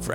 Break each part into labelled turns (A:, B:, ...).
A: For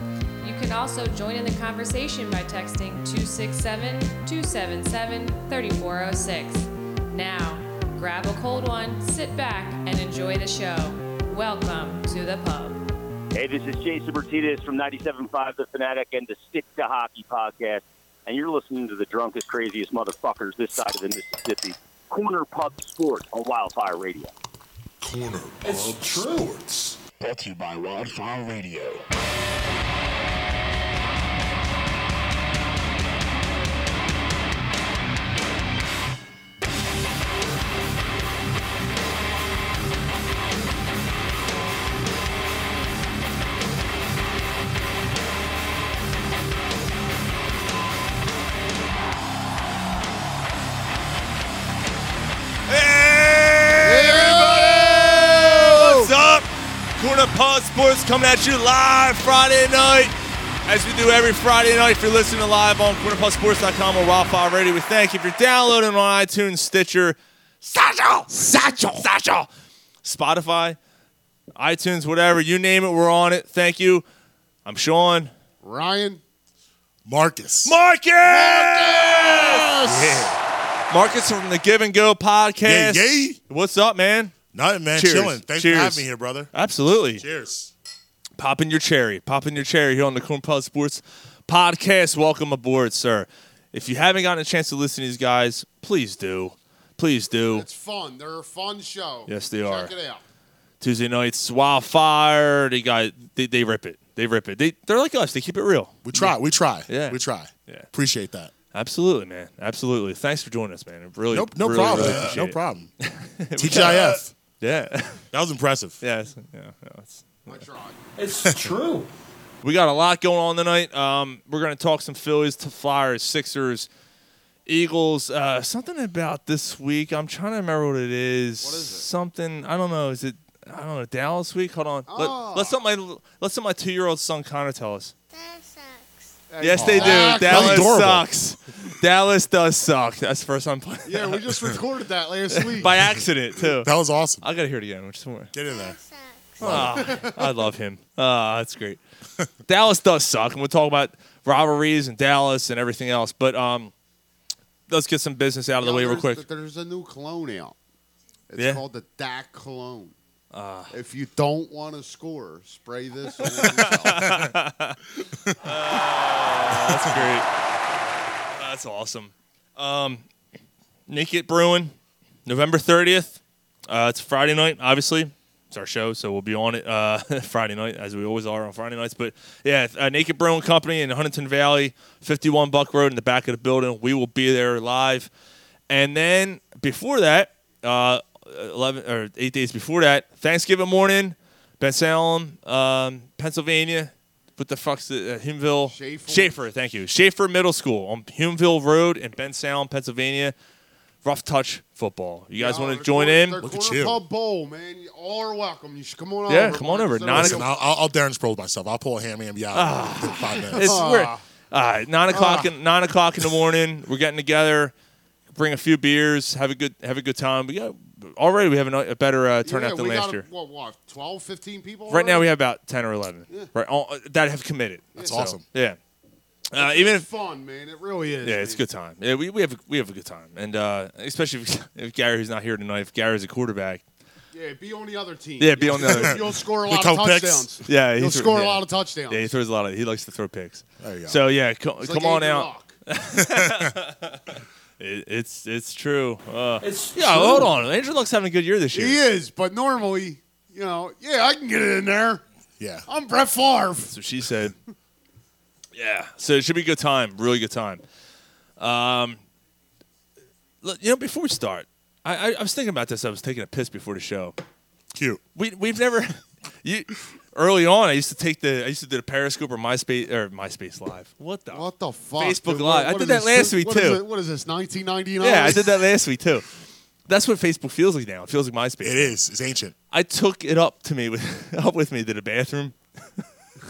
B: You can also join in the conversation by texting 267 277 3406. Now, grab a cold one, sit back, and enjoy the show. Welcome to the pub.
C: Hey, this is Jason Martinez from 97.5 The Fanatic and the Stick to Hockey podcast. And you're listening to the drunkest, craziest motherfuckers this side of the Mississippi. Corner Pub Sports on Wildfire Radio.
D: Corner Pub Sports. Brought to you by Wildfire Radio.
A: What's up? Corner Pub Sports coming at you live Friday night. As we do every Friday night, if you're listening live on cornerpubsports.com or Wildfire Radio, we thank you. If you're downloading on iTunes, Stitcher, Satchel, Satchel, Satchel, Spotify, iTunes, whatever, you name it, we're on it. Thank you. I'm Sean.
E: Ryan.
D: Marcus.
A: Marcus! Marcus from the Give and Go podcast.
D: Yeah, yeah.
A: What's up, man?
D: Nothing, man.
A: Cheers.
D: Chilling. Thanks
A: Cheers.
D: for having me here, brother.
A: Absolutely.
D: Cheers.
A: popping your cherry, popping your cherry here on the Corn Pub Sports Podcast. Welcome aboard, sir. If you haven't gotten a chance to listen to these guys, please do. Please do.
E: It's fun. They're a fun show.
A: Yes, they
E: Check
A: are.
E: it out.
A: Tuesday nights, Wildfire. They got they, they rip it. They rip it. They they're like us. They keep it real.
D: We try. We try.
A: Yeah.
D: We try.
A: Yeah.
D: Appreciate that.
A: Absolutely, man. Absolutely. Thanks for joining us, man. I Really,
D: Nope. No
A: really,
D: problem.
A: really appreciate
D: no
A: it.
D: problem. TGIF.
A: Yeah.
D: That was impressive.
A: yeah. it's- yeah, yeah, it's-
E: I tried.
A: We got a lot going on tonight. Um, we're going to talk some Phillies, to Flyers, Sixers, Eagles. Uh, something about this week. I'm trying to remember what it is. What
E: is it?
A: Something. I don't know. Is it? I don't know. Dallas week. Hold on.
E: Ah.
A: Let, let's let my let's let my two year old son Connor tell us.
F: That sucks.
A: Yes, they do.
E: Ah,
A: Dallas
D: adorable.
A: sucks. Dallas does suck. That's the first time playing.
E: Yeah, we just recorded that last week.
A: By accident too.
D: That was awesome.
A: I gotta hear it again. Which is more.
D: Get in there.
F: Sucks.
A: Ah, I love him. Ah, that's great. Dallas does suck, and we'll talk about robberies and Dallas and everything else. But um, let's get some business out of the
E: Yo,
A: way real
E: there's-
A: quick.
E: there's a new clone out. It's
A: Yeah? Ah.
E: called the Dak clone. if you don't want to score, spray this. on yourself.
A: That's great. That's awesome. Um, Nick at Bruin, November 30th. Uh, it's Friday night, obviously. It's our show, so we'll be on it uh, Friday night, as we always are on Friday nights. But yeah, uh, Naked Brewing Company in Huntington Valley, 51 Buck Road in the back of the building. We will be there live. And then before that, uh, 11 or eight days before that, Thanksgiving morning, Bensalem, um, Pennsylvania. What the fuck's the, uh, Humeville?
E: Schaefer.
A: Schaefer, thank you. Schaefer Middle School on Humeville Road in Bensalem, Pennsylvania. Rough touch football. You guys
E: Yo,
A: want to
E: the
A: join
E: corner-
A: in?
E: the
D: Look at
E: corner
D: you.
E: Pub Bowl, man. You all are welcome. You should come on
A: Yeah,
E: over.
A: come on
E: Marcus.
A: over.
E: They're
A: Nine
E: like,
D: Listen, I'll, I'll, I'll Darren Sproles myself. I'll pull a ham ham yeah in five minutes.
A: Ah. It's we're,
E: Ah.
A: all right, nine o'clock in nine o'clock in the morning. We're getting together. Bring a few beers. Have a good have a good time. We got already we have a, a better uh,
E: yeah,
A: turnout than
E: we
A: last
E: got,
A: year.
E: What, what, 12, 15 people?
A: Right now
E: already?
A: we have about ten or eleven. Right, all, uh, that have committed.
D: That's awesome.
A: Yeah, uh, even
E: It's
A: if
E: fun, man. It really is.
A: yeah, it's a
E: man.
A: good time. Yeah, we, we have a, we have a good time, and uh, especially if, if Gary who's not here tonight, if Gary's a quarterback.
E: Yeah, be on the other team.
A: Yeah, be on the other-
E: You'll- You'll score a
D: With
E: lot of
D: couple picks.
E: touchdowns.
A: Yeah,
E: You'll
A: he's-
E: score a
A: yeah.
E: lot of touchdowns.
A: Yeah, he throws a lot of. He likes to throw picks.
D: There you go.
A: So yeah, co-
E: It's
A: come on
E: like Aiden
A: out.
E: Rock.
A: It, it's it's true. Uh, it's yeah. Hold on, Andrew Luck's having a good year this year.
E: He is, but normally, you know, yeah, I can get it in there.
D: Yeah.
E: I'm Brett Favre.
A: That's what she said. yeah. So it should be a good time. Really good time. Um, look, you know, before we start, I, I, I was thinking about this. I was taking a piss before the show.
D: Cute.
A: We we've never you early on, I used to take the I used to do the Periscope or MySpace or Myspace Live. What the?
E: What the fuck?
A: Facebook
E: dude?
A: Live.
E: What-
A: I
E: what
A: did
E: is
A: that
E: this?
A: last week,
E: What is
A: too.
E: it- What is this? 1999.
A: yeah, I did that last week too. That's what Facebook feels like now. It feels like MySpace.
D: It is. It's ancient.
A: I took it up to me with up with me to the bathroom.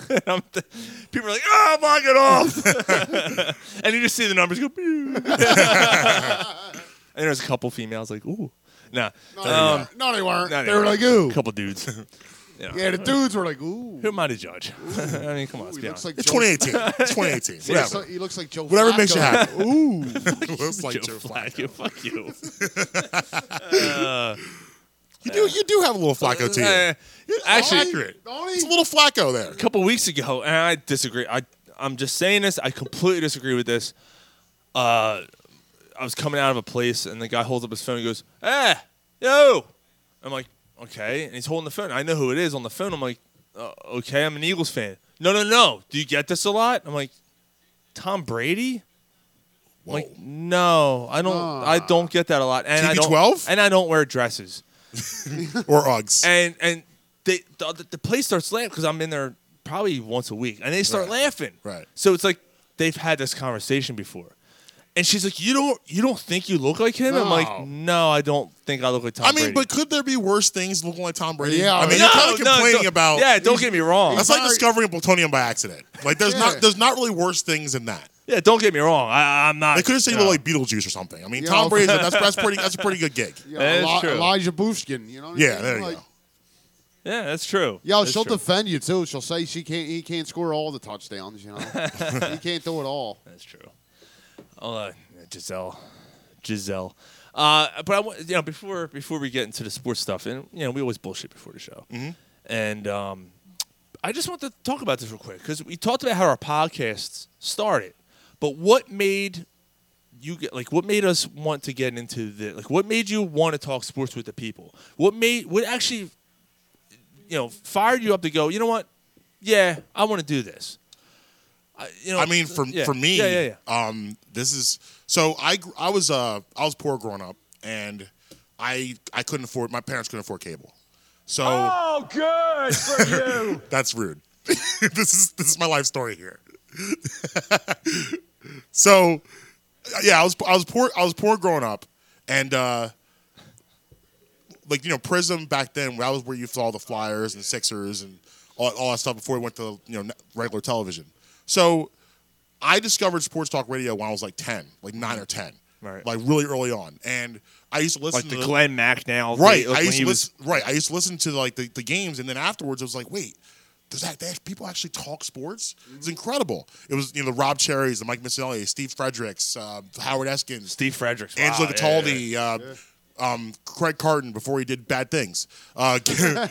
A: And I'm th- people are like, "Oh, block it off," and you just see the numbers go. pew. and there's a couple females like, "Ooh, nah."
E: No,
A: Um,
E: they weren't. no, they weren't.
A: not
E: they were
A: anymore.
E: like, ooh.
A: A couple dudes. You know,
E: Yeah, the dudes were like, ooh.
A: Who am I to judge? I mean, come on. let's
E: He
A: be
E: looks
A: honest.
E: like
D: It's
E: Joe-
D: 2018. It's 2018.
E: He looks,
D: Whatever.
E: like, he looks like Joe.
D: Whatever makes you
E: Flacco.
D: happy.
E: Ooh.
D: Looks like Joe Flacco.
A: Fuck you.
D: You do, you do have a little Flacco to you.
A: Uh, actually,
D: accurate.
E: Don't he?
D: It's a little Flacco there.
A: a couple weeks ago, and I disagree. I I'm just saying this. I completely disagree with this. Uh, I was coming out of a place, and the guy holds up his phone and goes, "Eh, yo." I'm like, okay, and he's holding the phone. I know who it is on the phone. I'm like, uh, okay, I'm an Eagles fan. No, no, no. Do you get this a lot? I'm like, Tom Brady. I'm
D: Whoa.
A: Like, no, I don't. I don't get that a lot. And I don't.
D: TB12?
A: And I don't wear dresses
D: or Uggs.
A: and and they the, the- the place starts laughing because I'm in there probably once a week, and they start
D: Right.
A: laughing.
D: Right.
A: So it's like they've had this conversation before, and she's like, "You don't you don't think you look like him?" I'm
E: No.
A: like, "No, I don't think I look like Tom."
D: I mean,
A: Brady."
D: but could there be worse things looking like Tom Brady?
E: Yeah,
D: I mean,
E: no,
D: you're kind of
A: no,
D: complaining
A: don't-
D: about.
A: Yeah, don't get me wrong.
D: That's like
E: Sorry.
D: discovering plutonium by accident. Like there's
E: Yeah.
D: not there's not really worse things than that.
A: Yeah, don't get me wrong. I, I'm not.
D: They could have said you
A: no.
D: look like Beetlejuice or something. I mean,
E: Yeah,
D: Tom
E: okay.
D: Brady. That's that's pretty that's a pretty good gig.
E: Yeah,
A: That's
E: Eli-
A: true.
E: Elijah Bushkin. You know what I
D: Yeah,
E: mean?
D: there you
E: Like,
D: go.
A: Yeah, that's true.
E: Yo,
A: That's
E: she'll
A: true.
E: defend you too. She'll say she can't. He can't score all the touchdowns. You know, he can't do it all.
A: That's true. Uh, Giselle, Giselle. Uh, but I want you know before before we get into the sports stuff, and you know we always bullshit before the show, and um, I just want to talk about this real quick because we talked about how our podcasts started, but what made you get like what made us want to get into the like what made you want to talk sports with the people? What made what actually you know fired you up to go? You know what? Yeah, I want to do this. I, you know,
D: I mean, for
A: yeah.
D: for me,
A: yeah, yeah, yeah.
D: um, this is so I gr- I was uh I was poor growing up, and I I couldn't afford my parents couldn't afford cable, so
F: Oh, good for you.
D: that's rude. this is this is my life story here. so, yeah, I was I was poor I was poor growing up, and uh, like you know, Prism back then that was where you saw the Flyers and Sixers and all, all that stuff before we went to you know regular television. So, I discovered sports talk radio when I was like ten, like nine or ten,
A: Right.
D: like really early on, and I used to listen
A: like
D: to
A: the Glenn Mack now.
D: Right.
A: Like
D: I
A: when
D: used
A: he
D: to
A: was-
D: listen, right. I used to listen to like the, the games, and then afterwards, I was like, wait, does that, that people actually talk sports? It's incredible. It was you know the Rob Cherries, the Mike Missinelli, Steve Fredericks, uh, Howard Eskins,
A: Steve Fredericks, wow,
D: Angelo
A: yeah,
D: Cataldi. Uh, Um, Craig Carton before he did bad things. Uh,
A: yeah.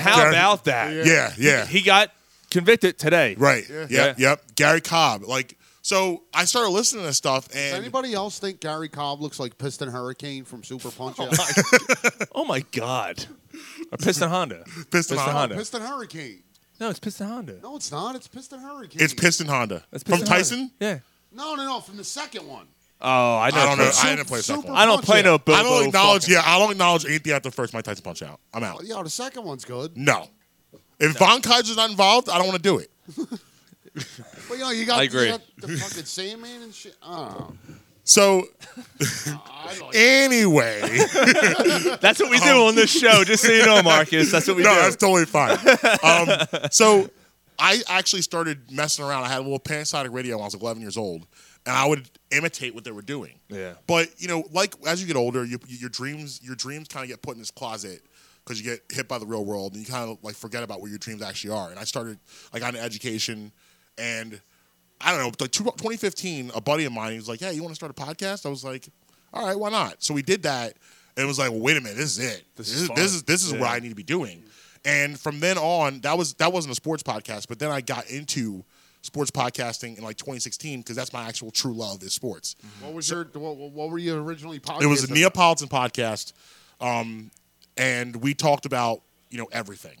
A: How
D: Gary-
A: about that?
D: yeah, yeah.
A: He got convicted today.
D: Right. Yep.
A: Yeah.
D: Yep. Gary Cobb. Like, so I started listening to this stuff,
E: Does
D: and
E: anybody else think Gary Cobb looks like Piston Hurricane from Super Punch Out?
A: Oh my God. A Piston Honda. Piston,
D: Honda.
E: Piston Hurricane.
A: No, it's Piston Honda.
E: No, it's not. It's Piston Hurricane.
D: it's Piston Honda
A: It's
D: from
A: Piston Honda.
D: Tyson.
A: Yeah.
E: No, no, no. From the second one.
A: Oh, I know.
D: I don't know.
A: Tyson.
D: I didn't play the second
E: Super
D: one.
A: I don't play no
E: Punch-Out.
A: Bilbo.
D: I don't acknowledge.
A: fucking-
D: Yeah, I don't acknowledge anything after first Mike Tyson punch out. I'm out.
E: Yo, the second one's good.
D: No. If Von Kaiser's not involved, I don't want to do it.
E: But you know, you got,
A: I agree.
E: you got the fucking Sandman and shit. Oh,
D: So
E: I like
D: anyway,
A: That's what we do on this show. Just so you know, Marcus. That's what we
D: Um, no,
A: do.
D: that's totally fine. Um, so I actually started messing around. I had a little Panasonic radio when I was 11 years old, and I would imitate what they were doing.
A: Yeah.
D: But you know, like as you get older, you, your dreams your dreams kind of get put in this closet because you get hit by the real world, and you kind of like forget about what your dreams actually are. And I started, I got an education, and I don't know, like two- 2015, a buddy of mine, he was like, "Hey, you want to start a podcast?" I was like, "All right, why not?" So we did that, and it was like, well, "Wait a minute, this is it. This,
A: is
D: is
A: fun.
D: this is this is
A: Yeah.
D: what I need to be doing." And from then on, that was that wasn't a sports podcast, but then I got into sports podcasting in like 2016 because that's my actual true love is sports.
A: Mm-hmm.
E: What was your? What, what were you originally?
D: It was a
E: podcasting?
D: Neapolitan podcast, um, and we talked about you know everything.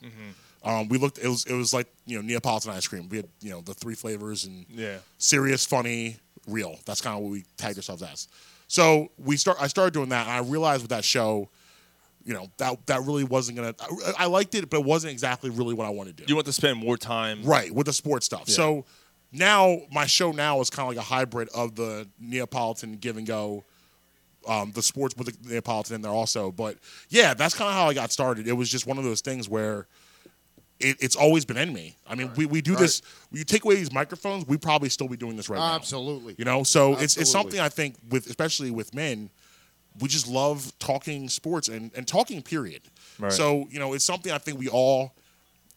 D: Um, we looked. It was it was like you know Neapolitan ice cream. We had you know the three flavors and
A: Yeah.
D: serious, funny, real. That's kind of what we tagged ourselves as. So we start. I started doing that, and I realized with that show you know that that really wasn't gonna. I, I liked it, but it wasn't exactly really what I wanted to do.
A: You want to spend more time.
D: Right, with the sports stuff. So now my show now is kind of like a hybrid of the Neapolitan give and go, um, the sports with the Neapolitan in there also. But yeah, that's kind of how I got started. It was just one of those things where it, it's always been in me. I mean, we, we do this. You take away these microphones, we probably still be doing this right now.
E: Absolutely.
D: You know, so it's it's
E: Absolutely.
D: something I think with especially with men, we just love talking sports and, and talking period.
A: Right.
D: So, you know, it's something I think we all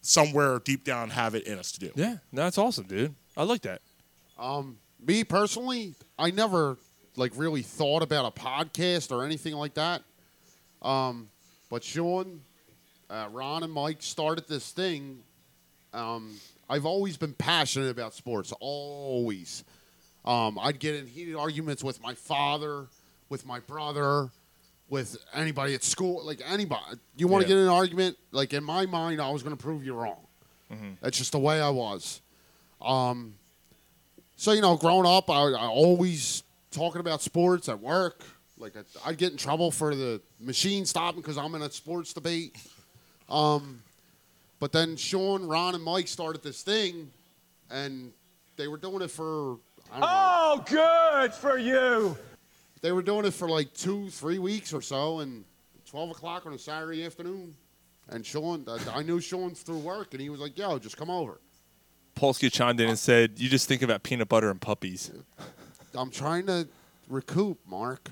D: somewhere deep down have it in us to do.
A: Yeah, no, that's awesome, dude. I like that.
E: Me personally, I never like really thought about a podcast or anything like that. Um, but Sean, uh, Ron, and Mike started this thing. Um, I've always been passionate about sports. Always. Um, I'd get in heated arguments with my father, with my brother, with anybody at school. Like anybody, you want to
A: Yeah.
E: get in an argument? Like in my mind, I was going to prove you wrong. That's just the way I was. Um, So you know, growing up, I, I always talking about sports at work. Like I, I'd get in trouble for the machine stopping because I'm in a sports debate. Um, but then Sean, Ron, and Mike started this thing, and they were doing it for I don't know.
F: Oh, good for you.
E: They were doing it for like two, three weeks or so, and twelve o'clock on a Saturday afternoon. And Sean, I, I knew Sean through work, and he was like, "Yo, just come over."
A: Polsky chimed in and said, "You just think about peanut butter and puppies."
E: I'm trying to recoup, Mark.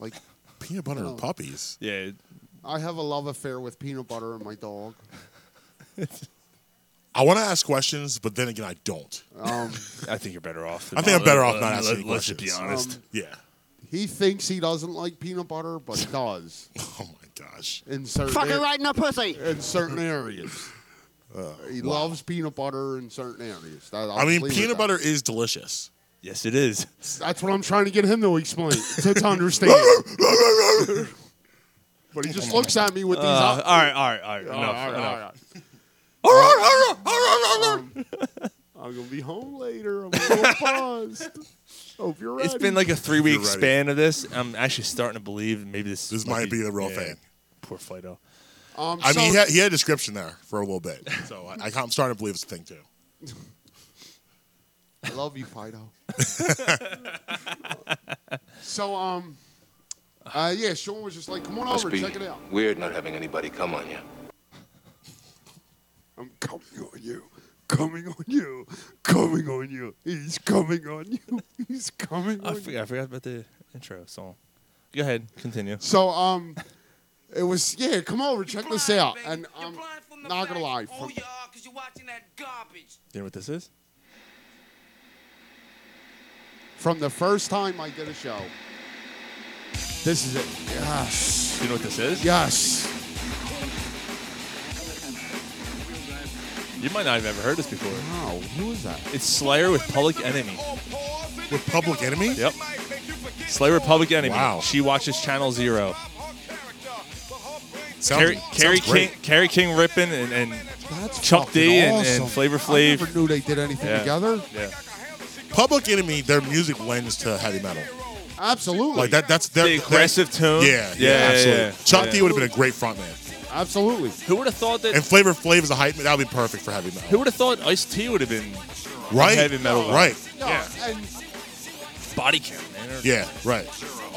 E: Like
D: Peanut butter
E: Oh.
D: and puppies.
A: Yeah,
E: I have a love affair with peanut butter and my dog.
D: I want to ask questions, but then again, I don't.
E: Um,
A: I think you're better off.
D: I think I'm better off
A: Uh,
D: not asking
A: let-
D: any
A: Let's just be
D: questions.
A: honest.
D: Yeah.
E: he thinks he doesn't like peanut butter, but does
D: Oh my gosh.
E: in certain
G: Fucking right in the pussy.
E: in certain areas. Uh, he loves peanut butter in certain areas. That- I'll
D: I mean,
E: leave it at
D: peanut
E: that.
D: butter is delicious.
A: yes, it is.
E: That's what I'm trying to get him to explain to, to understand. but he just looks at me with these.
A: Uh, all
E: eye-
A: right, all right, all right.
E: All
A: Enough,
E: right, all right, all
A: enough.
E: right. I'm gonna be home later. I'm a little paused. Hope you're ready.
A: It's been like a three week
D: ready.
A: span of this. I'm actually starting to believe maybe this
D: This might be the real thing.
A: Poor Fido.
E: um,
D: I
E: so-
D: mean, he had, he had a description there for a little bit, so I, I'm starting to believe it's a thing too.
E: I love you, Fido. so, um, uh, yeah, Sean was just like, come on over, check it out.
H: weird not having anybody come on you.
E: I'm coming on you, coming on you, coming on you. He's coming on you, he's coming
A: I
E: on you.
A: forgot, I forgot about the intro song. Go ahead, continue.
E: So, um, it was, yeah, come over, check this out. And I'm not gonna lie, from,
A: You know what this is?
E: from the first time I did a show, this is it. Yes.
A: You know what this is?
E: Yes.
A: You might not have ever heard this before.
E: Wow, who is that?
A: It's Slayer with Public Enemy.
D: With Public Enemy?
A: Yep. Slayer with Public Enemy.
D: Wow.
A: She watches Channel Zero.
D: Sounds,
A: Carrie,
D: sounds
A: Carrie
D: great.
A: King, Carrie King Rippin, and, and
E: That's
A: Chuck
E: fucking
A: D and-
E: awesome.
A: and Flavor
E: I
A: Flav.
E: never knew they did anything
A: Yeah.
E: together.
A: yeah,
D: Public Enemy, their music lends to heavy metal.
E: Absolutely.
D: Like that. That's their
A: the aggressive tune.
D: Yeah, yeah,
A: yeah,
D: absolutely.
A: yeah.
D: Chuck
A: Yeah.
D: D would have been a great frontman,
E: Absolutely.
A: Who would have thought that?
D: and Flavor Flav is a hype man. That would be perfect for heavy
A: Who
D: metal.
A: would have thought Ice T would have been
D: Right?
A: heavy metal guy.
D: Right?
E: No,
A: Yeah.
E: And
A: body count, man?
D: Yeah. Right.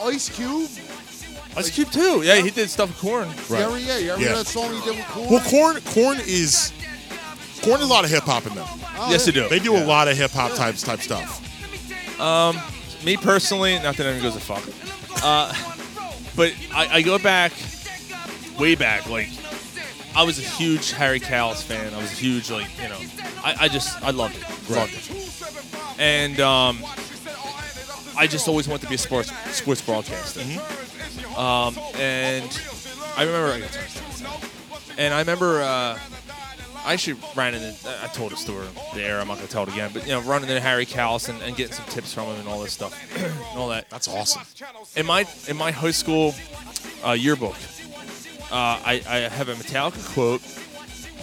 E: Ice Cube,
A: Ice Cube too. Yeah, he did stuff with Corn.
D: Right.
E: yeah, yeah, you ever
D: Yeah.
E: hear that song he did with Corn?
D: Well, corn, corn is corn. is A lot of hip hop in them.
E: Oh,
A: Yes,
E: yeah.
A: they do.
D: They do a lot of hip hop types type stuff.
A: Um, me personally, not that anyone gives a fuck. Uh, but I, I go back, way back. Like, I was a huge Harry Callis fan. I was a huge, like, you know, I, I just, I loved it, loved it. And um, I just always wanted to be a sports sports broadcaster. Um, and I remember, I got turned down. and I remember. Uh, I actually ran into. I told a story there. I'm not gonna tell it again, but you know, running into Harry Callis and, and getting some tips from him and all this stuff, and all that.
D: That's awesome.
A: In my in my high school uh, yearbook, uh, I, I have a Metallica quote,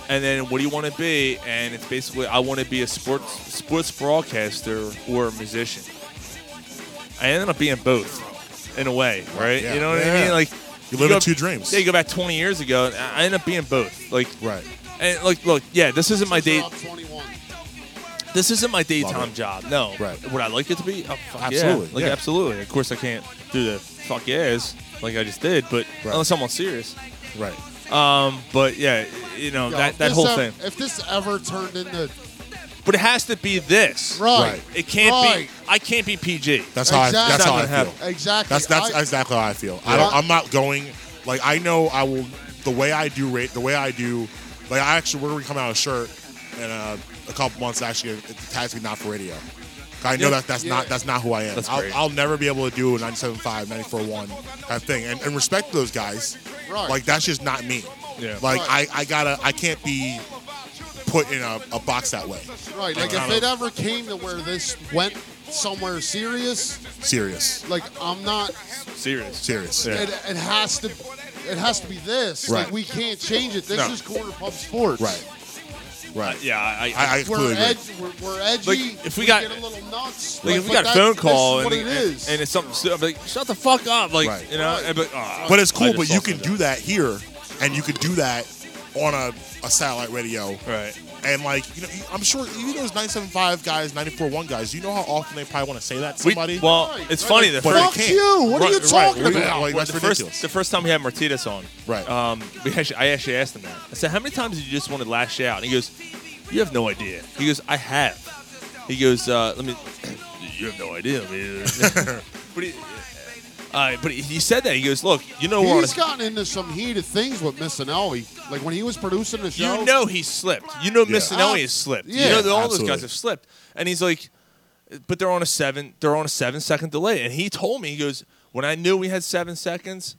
A: and then what do you want to be? And it's basically I want to be a sports sports broadcaster or a musician. I ended up being both, in a way, right?
D: Yeah.
A: You know what I
D: Yeah.
A: mean? Like
D: You live in
A: go-
D: two dreams.
A: Yeah, you go back 20 years ago. and I I end up being both. Like
D: Right.
A: And like, look, yeah, this isn't my day.
E: Rob 21.
A: This isn't my
D: Love
A: daytime
D: it.
A: job. No.
D: Right.
A: Would I like it to be? Oh, fuck
D: Absolutely,
A: Yeah. Like
D: yeah.
A: absolutely. Of course, I can't do the fuck yeahs like I just did, but
D: Right.
A: unless I'm on serious.
D: Right.
A: Um, but yeah, you know
E: Yo,
A: that
E: if
A: that
E: this
A: whole
E: ev-
A: thing.
E: If this ever turned into
A: But it has to be this.
E: right,
A: It can't
E: right,
A: be. I can't be PG.
D: That's how. I,
E: Exactly.
D: that's how
A: Not
D: I
A: gonna
D: feel.
A: happen.
E: exactly.
D: That's that's
E: I,
D: exactly how I feel. I don't,
E: Yeah.
D: I'm not going. Like I know I will. The way I do rate. The way I do. Like I actually we're gonna come out with a shirt in a, a couple months. Actually, it tags me not for radio. I know
A: Yeah.
D: that that's not
E: Yeah.
D: that's not who I am.
A: That's
D: I'll,
A: great.
D: I'll never be able to do a 97.5, 94.1 kind of thing. And, and respect those guys.
E: Right.
D: Like that's just not me.
A: Yeah.
D: Like
E: Right.
D: I, I gotta I can't be put in a, a box that way.
E: right. Like if
D: kinda-
E: it ever came to where this went somewhere serious,
D: Serious.
E: like I'm not.
A: serious.
D: Serious.
E: It, it has to. It has to be this.
D: Right.
E: Like we can't change it. This
A: No.
E: is corner pub sports.
D: Right. Right.
A: Yeah. I, I,
D: I, I
E: We're,
D: completely agree.
E: edge, we're, we're edgy.
A: Like, if we got-
E: get a little nuts.
A: Like if
E: but
A: we got a
E: that's-
A: phone call
E: this
A: and,
E: is what it is.
A: and it's something stupid, like shut the fuck up, like
D: Right.
A: you know. and be like, "Aw,
D: But it's
A: I
D: cool.
A: just
D: But you
A: lost my
D: can
A: job."
D: do that here, and you could do that on a, a satellite radio.
A: Right.
D: And like you know, I'm sure you know those 975 guys, 941 guys. You know how often they probably want to say that to
A: We-
D: somebody.
A: well,
E: Right,
A: it's
E: right,
A: funny.
E: like,
A: The
D: but
A: first,
D: they
E: fuck
D: can't.
E: you. What are you
D: Right, right,
E: talking
D: we-
E: about?
D: Like, that's
A: the
D: ridiculous.
A: first the first time we had Martinez on,
D: Right.
A: Um, we actually, I actually asked him that. I said, "How many times did you just want to lash out?" And he goes, "You have no idea." He goes, "I have." He goes, uh, "Let me." you have no idea. I mean, but he, uh, but he- he said that. He goes, "Look, you know we're on a
E: He's gotten into some heated things with Missinelli. Like when he was producing the show.
A: You know he slipped. You know
D: Yeah.
A: Missinelli
E: Uh,
A: has slipped.
E: yeah,
A: you know that all
D: absolutely.
A: those guys have slipped. And he's like, but they're on a seven. They're on a seven second delay. And he told me he goes, when I knew we had seven seconds,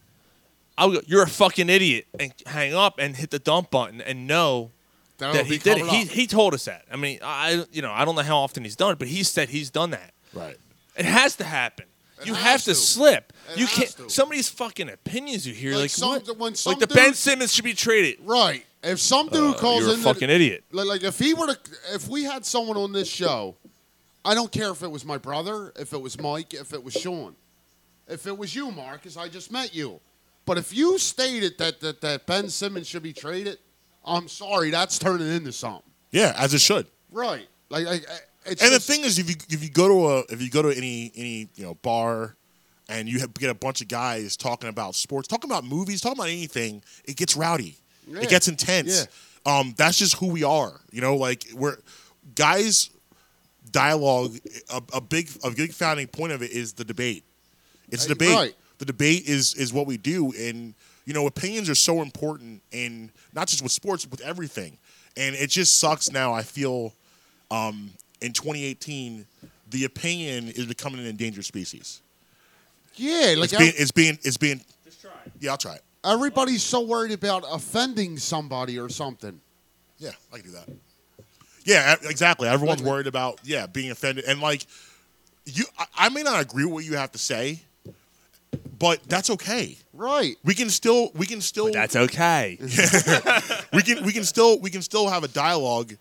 A: I'll go. You're a fucking idiot and hang up and hit the dump button and know
E: That'll
A: that
E: be
A: he did it.
E: covered
A: He,
E: up.
A: he told us that. I mean, I you know I don't know how often he's done it, but he said he's done that.
D: right.
A: It has to happen. You
E: has
A: have to,
E: to.
A: slip.
E: It
A: you
E: has
A: can't.
E: to.
A: Somebody's fucking opinions you hear,
E: Like
A: like,
E: some-
A: what?
E: when some
A: like the
E: dude-
A: Ben Simmons should be traded.
E: Right. If some dude calls
A: Uh, you're a
E: in,
A: fucking idiot.
E: Like, like if he were to, if we had someone on this show, I don't care if it was my brother, if it was Mike, if it was Sean, if it was you, Marcus. I just met you, but if you stated that that, that Ben Simmons should be traded, I'm sorry, that's turning into something.
D: Yeah, as it should.
E: Right. Like, like uh, it's
D: And the
E: just-
D: thing is, if you if you go to a if you go to any any you know bar, and you have, get a bunch of guys talking about sports, talking about movies, talking about anything, it gets rowdy.
E: Yeah.
D: It gets intense. Um, that's just who we are. You know, like we're guys. Dialogue. A, a big a big founding point of it is the debate. It's a
E: Hey,
D: debate.
E: right.
D: The debate is is what we do, and you know, opinions are so important in not just with sports, but with everything. And it just sucks now. I feel um, in 2018, the opinion is becoming an endangered species.
E: yeah, like
D: It's being, it's being, it's being.
A: Just try
D: Yeah, I'll try it.
E: everybody's so worried about offending somebody or something.
D: Yeah, I can do that. Yeah, e- exactly. Everyone's worried about yeah being offended, and like you, I, I may not agree with what you have to say, but that's okay.
E: Right.
D: We can still, we can still,
A: That's okay.
D: we can, we can still, we can still have a dialogue.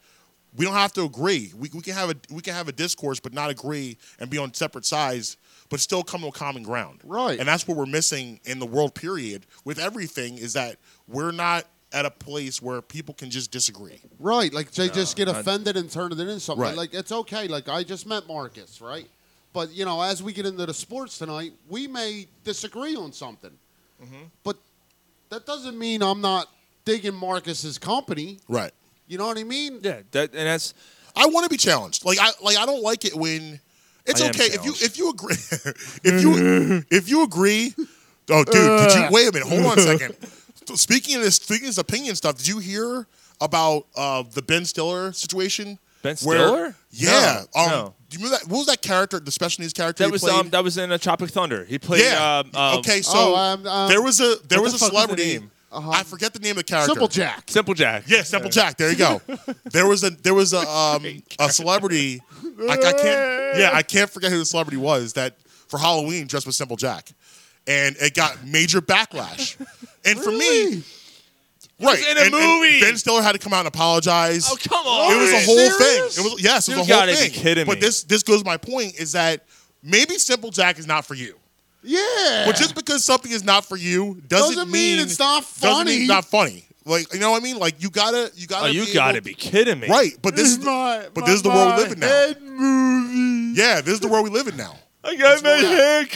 D: We don't have to agree. We, we can have a we can have a discourse, but not agree and be on separate sides, but still come to a common ground.
E: Right.
D: And that's what we're missing in the world. Period. With everything, is that we're not at a place where people can just disagree.
E: Right, like they just get offended and turn it into something.
D: Right.
E: Like it's okay. Like I just met Marcus, right? But you know, as we get into the sports tonight, we may disagree on something.
D: Mm-hmm.
E: But that doesn't mean I'm not digging Marcus's company.
D: Right.
E: You know what I mean?
A: yeah, that, and that's
D: I want to be challenged. Like I like I don't like it when it's
A: I am
D: okay if you
A: challenged.
D: if you agree if you if you agree. Oh, dude, did you wait a minute? Hold on a second. Speaking of this, speaking of this opinion stuff, did you hear about uh, the Ben Stiller situation?
A: Ben Stiller?
D: Where- yeah.
A: No,
D: um,
A: no.
D: Do you remember that? What was that character? The special needs character
A: that
D: he
A: was
D: played?
A: um, that was in a Tropic Thunder. He played.
D: yeah.
A: Um, um,
D: okay, so
E: Oh, um, um,
D: there was a there
A: what
D: was
A: the
D: a
A: fuck was the
D: celebrity.
A: name? Uh-huh.
D: I forget the name of the character.
E: Simple Jack.
A: Simple Jack.
D: Yeah, Simple Jack. There you go. There was a there was a um, a celebrity. I, I can't. Yeah, I can't forget who the celebrity was that for Halloween dressed with Simple Jack, and it got major backlash. And for me, right
A: in a
D: and- and
A: movie.
D: Ben Stiller had to come out and apologize.
A: Oh come on!
D: It was a
E: Are you
D: whole
E: serious?
D: thing. It was yes, it
A: You
D: was a whole
A: gotta be
D: thing.
A: kidding
D: but
A: me.
D: this this goes to my point is that maybe Simple Jack is not for you.
E: Yeah.
D: But just because something is not for you doesn't,
E: Doesn't mean it's not
D: doesn't mean
E: funny.
D: it's not funny. Like you know what I mean? Like you gotta you
A: Oh,
D: gotta.
A: you
D: be
A: gotta
D: able-
A: be kidding me.
D: right. But this is the-
E: my,
D: but this is the world we live in now.
E: Head movie.
D: yeah. This is the world we live in now.
A: I got my
E: That's why-
A: hair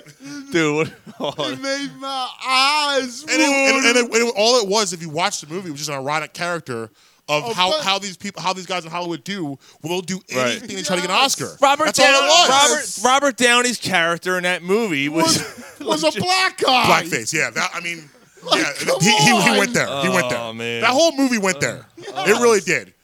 A: cut. Dude, what? Oh,
E: It made my eyes
D: And, it, and, and
E: water.
D: it, and it- all it was, if you watch the movie, it was just an ironic character of
E: Oh,
D: how,
E: but-
D: how these people, how these guys in Hollywood do. Well, they'll do
A: Right.
D: anything to try to get an
E: Yes.
D: Oscar.
A: Robert
D: That's all it
A: Downey.
D: was.
A: Robert, Robert Downey's character in that movie was.
E: was a black guy.
D: blackface. Yeah, that, I mean, yeah,
E: come
D: he, he, he
E: on. Uh,
D: went there. He went there.
A: Oh, man.
D: That whole movie went there. It really did.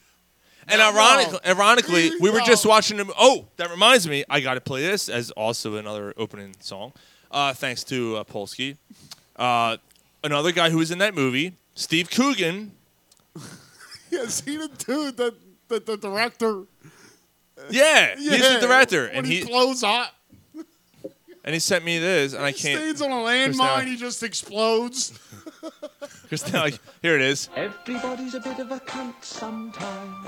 A: and ironically, ironically, we were
E: No.
A: just watching. A, oh, that reminds me, I got to play this as also another opening song. Uh, thanks to uh, Polsky, uh, another guy who was in that movie, Steve Coogan.
E: Yeah, see the dude that the, the director.
D: Uh,
A: Yeah, he's the
E: Yeah,
A: director,
E: when
A: and
E: he,
A: he
E: blows up.
A: and he sent me this, and I can't.
E: Stands on a
A: Christina.
E: landmine. He just explodes.
A: Just now, like, here it is.
G: Everybody's a bit of a cunt sometimes.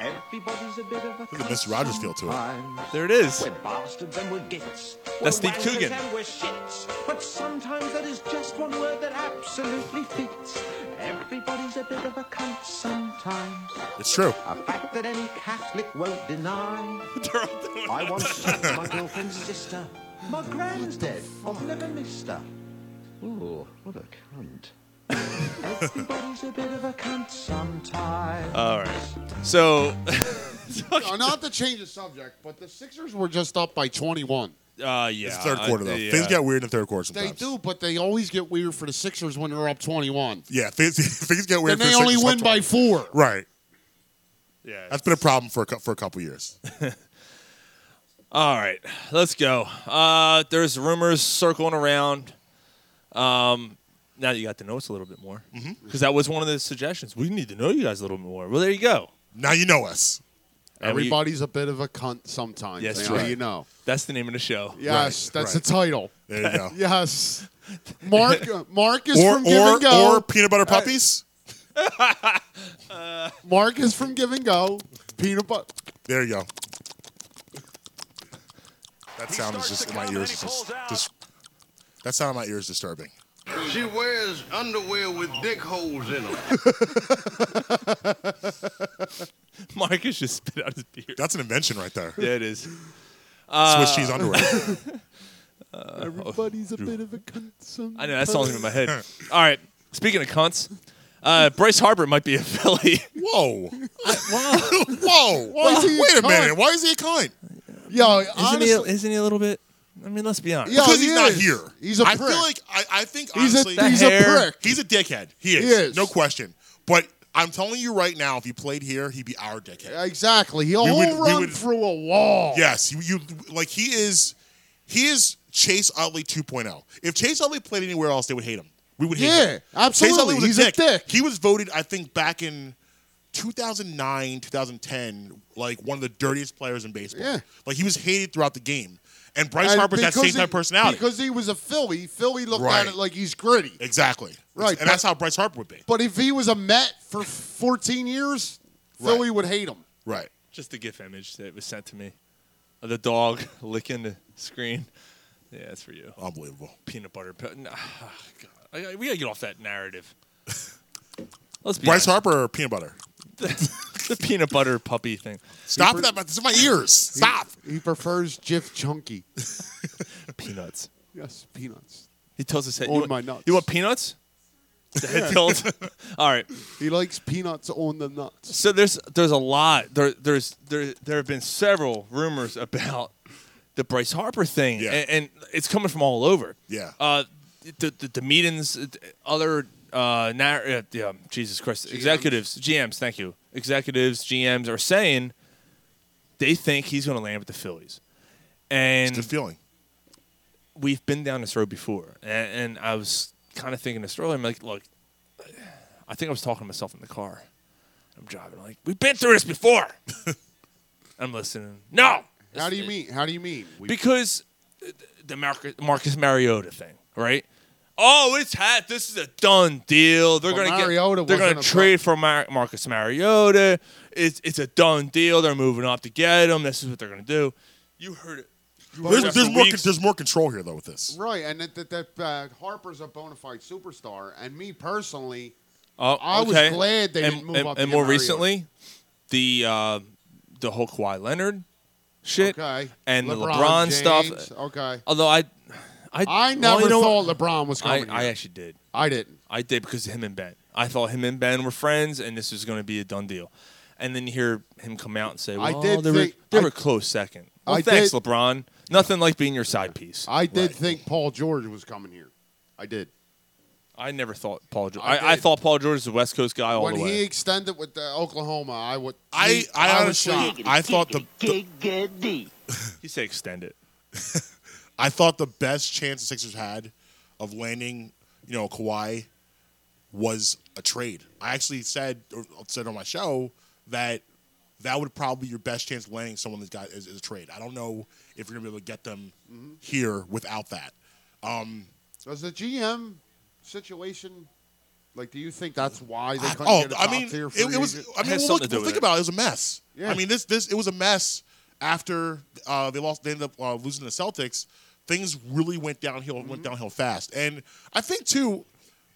G: Everybody's a bit of a
D: Look at
G: cunt
D: Mr. Rogers feel to it.
G: sometimes.
A: There it is.
G: We're bastards and we're gits.
A: That's Steve
G: we're wankers
A: Coogan.
G: And we're shits. But sometimes that is just one word that absolutely fits. Everybody's a bit of a cunt sometimes.
D: It's true.
A: Uh,
G: A fact that any Catholic won't deny. I once shot my girlfriend's sister. My gran's dead. I've never missed her. Ooh, what a cunt. Everybody's a bit of a cunt sometimes.
A: All right. So,
E: Uh, not to change the subject, but the Sixers were just up by 21.
A: uh, yeah.
D: It's the third quarter, though.
A: I, yeah.
D: Things get weird in the third quarter
E: They
D: sometimes.
E: do, but they always get weird for the Sixers when they're up 21.
D: Yeah, things, things get
E: Then
D: weird. for
E: they
D: the
E: only
D: Sixers
E: win by
D: sometimes.
E: four.
D: Right.
A: Yeah.
D: That's been a problem for a, cou- for a couple years.
A: All right, let's go. Uh, there's rumors circling around. Um, now that you got to know us a little bit more, because
E: Mm-hmm.
A: that was one of the suggestions. We need to know you guys a little bit more. Well, there you go.
D: Now you know us.
A: And we-
E: Everybody's a bit of a cunt sometimes.
A: Yes,
E: Yes,
A: right.
E: you know.
A: that's the name of the show.
E: Yes,
D: Right,
E: that's
D: right.
E: the title.
D: There you go.
E: Yes. Mark uh, Mark is
D: Or
E: from Give and Go.
D: or or peanut butter puppies.
E: Mark is from Give and Go. Peanut butter.
D: There you go. That sound is just in my ears. is Just, just, that sound in my ears is disturbing.
I: She wears underwear with dick holes in them.
A: Marcus just spit out his beard.
D: That's an invention right there.
A: Yeah, it is.
D: Swiss
E: Uh,
D: cheese underwear.
E: Everybody's a bit of a cunt. Sometimes.
A: I know that song's in my head. All right. Speaking of cunts, uh, Bryce Harper might be a Philly.
D: Whoa. Whoa.
E: Why is he a
D: Wait a
E: cunt?
D: minute. Why is he a cunt?
E: Yo,
A: Isn't he, a,
E: honestly,
A: isn't he a little bit? I mean, let's be honest.
E: Yeah.
D: Because
E: he
D: he's not
E: is.
D: here.
E: He's a
D: I
E: prick.
D: feel like I, I think
E: he's a
D: honestly
E: he's a
A: hair-
E: prick.
D: he's a dickhead. He is,
E: He is.
D: No question. But I'm telling you right now, if he played here, he'd be our dickhead.
E: Exactly. He'll
D: would- we
E: run
D: would-
E: through a wall.
D: Yes, you, you like he is he is Chase Utley 2.0. If Chase Utley played anywhere else, they would hate him. We would hate
E: Yeah,
D: him.
E: absolutely.
D: Chase Utley was
E: He's
D: a
E: a
D: dick.
E: dick.
D: He was voted, I think, back in 2009, 2010, like one of the dirtiest players in baseball.
E: Yeah.
D: Like he was hated throughout the game. And Bryce
E: And
D: Harper's that
E: because
D: same
E: he-
D: type of personality.
E: Because he was a Philly, Philly looked
D: Right.
E: at it like he's gritty.
D: exactly.
E: Right,
D: And
E: but-
D: that's how Bryce Harper would be.
E: But if he was a Met for 14 years, Philly
D: Right.
E: would hate him.
D: Right.
A: Just a GIF image that was sent to me of the dog licking the screen. Yeah, that's for you.
D: Unbelievable.
A: peanut butter. Pe- nah, God. I, I- we gotta get off that narrative. Let's be
D: Bryce
A: honest.
D: Harper or peanut butter?
A: the peanut butter puppy thing.
D: Stop that. This is my ears. Stop.
E: He prefers Jif Chunky.
A: Peanuts.
E: yes, peanuts.
A: He tells us that
E: On
A: you,
E: my
A: want,
E: nuts.
A: you want peanuts. The head tilt. All right.
E: He likes peanuts on the nuts.
A: So there's there's a lot. There there's there there have been several rumors about the Bryce Harper thing,
D: Yeah.
A: and, and it's coming from all over.
D: Yeah.
A: Uh, the the, the meetings, uh, other uh, nar- uh yeah, Jesus Christ, executives, GMs, thank you, executives, GMs are saying they think he's going to land with the Phillies, and
D: It's a feeling.
A: we've been down this road before, and, and I was kind of thinking this earlier. I'm like, look, I think I was talking to myself in the car. I'm driving. I'm like, we've been through this before. I'm listening. No,
E: How do you mean? How do you mean? We-
A: because uh, the Marcus, Marcus Mariota thing, right? Oh, it's hat. This is a done deal. They're
E: But
A: gonna
E: Mariota
A: get. They're gonna
E: wasn't a
A: trade for Mar- Marcus Mariota. It's it's a done deal. They're moving up to get him. This is what they're gonna do. You heard it
D: There's,
A: After
D: there's more. con-
A: weeks-
D: There's more control here though with this.
E: Right, and that, that, that uh, Harper's a bona fide superstar, and me personally,
A: Oh,
E: I was
A: okay.
E: glad they
A: and,
E: didn't move
A: and,
E: up
A: And
E: to
A: more
E: Mario.
A: recently, the uh, the whole Kawhi Leonard shit
E: okay,
A: and the LeBron
E: LeBron James,
A: stuff.
E: Okay,
A: Although I, I,
E: I
A: well,
E: never
A: you know what?
E: thought LeBron was
A: I,
E: coming.
A: I
E: here.
A: actually did.
E: I didn't.
A: I did because of him and Ben. I thought him and Ben were friends, and this was going to be a done deal. And then you hear him come out and say, "Well,
E: I did
A: they,
E: think-
A: were, they
E: I-
A: were close second. Well,
E: I
A: thanks,
E: did-
A: LeBron. Nothing like being your side piece.
E: I did
A: Right.
E: think Paul George was coming here. I did.
A: I never thought Paul George.
E: I
A: I, I,
E: did.
A: thought Paul George was a West Coast guy all
E: when
A: the
E: he
A: way.
E: extended with the Oklahoma, I would.
D: I, I
E: was
D: honestly,
E: shocked.
D: I thought the, the
A: He said, "Extend it."
D: I thought the best chance the Sixers had of landing, you know, Kawhi was a trade. I actually said or said on my show that that would probably be your best chance of landing someone that's got is, is a trade. I don't know if you're gonna be able to get them here without that.
E: Does the GM situation, like, do you think that's why they couldn't
D: oh,
E: get a top
D: I mean,
E: tier
D: it,
E: free
D: it was.
E: agent?
D: I
A: It
D: mean,
A: has something
D: well, look,
A: to do
D: well,
A: with
D: think
A: it.
D: about it. It was a mess.
E: Yeah.
D: I mean, this this it was a mess after uh, they lost. They ended up uh, losing to the Celtics. Things really went downhill.
E: Mm-hmm.
D: Went downhill fast. And I think too,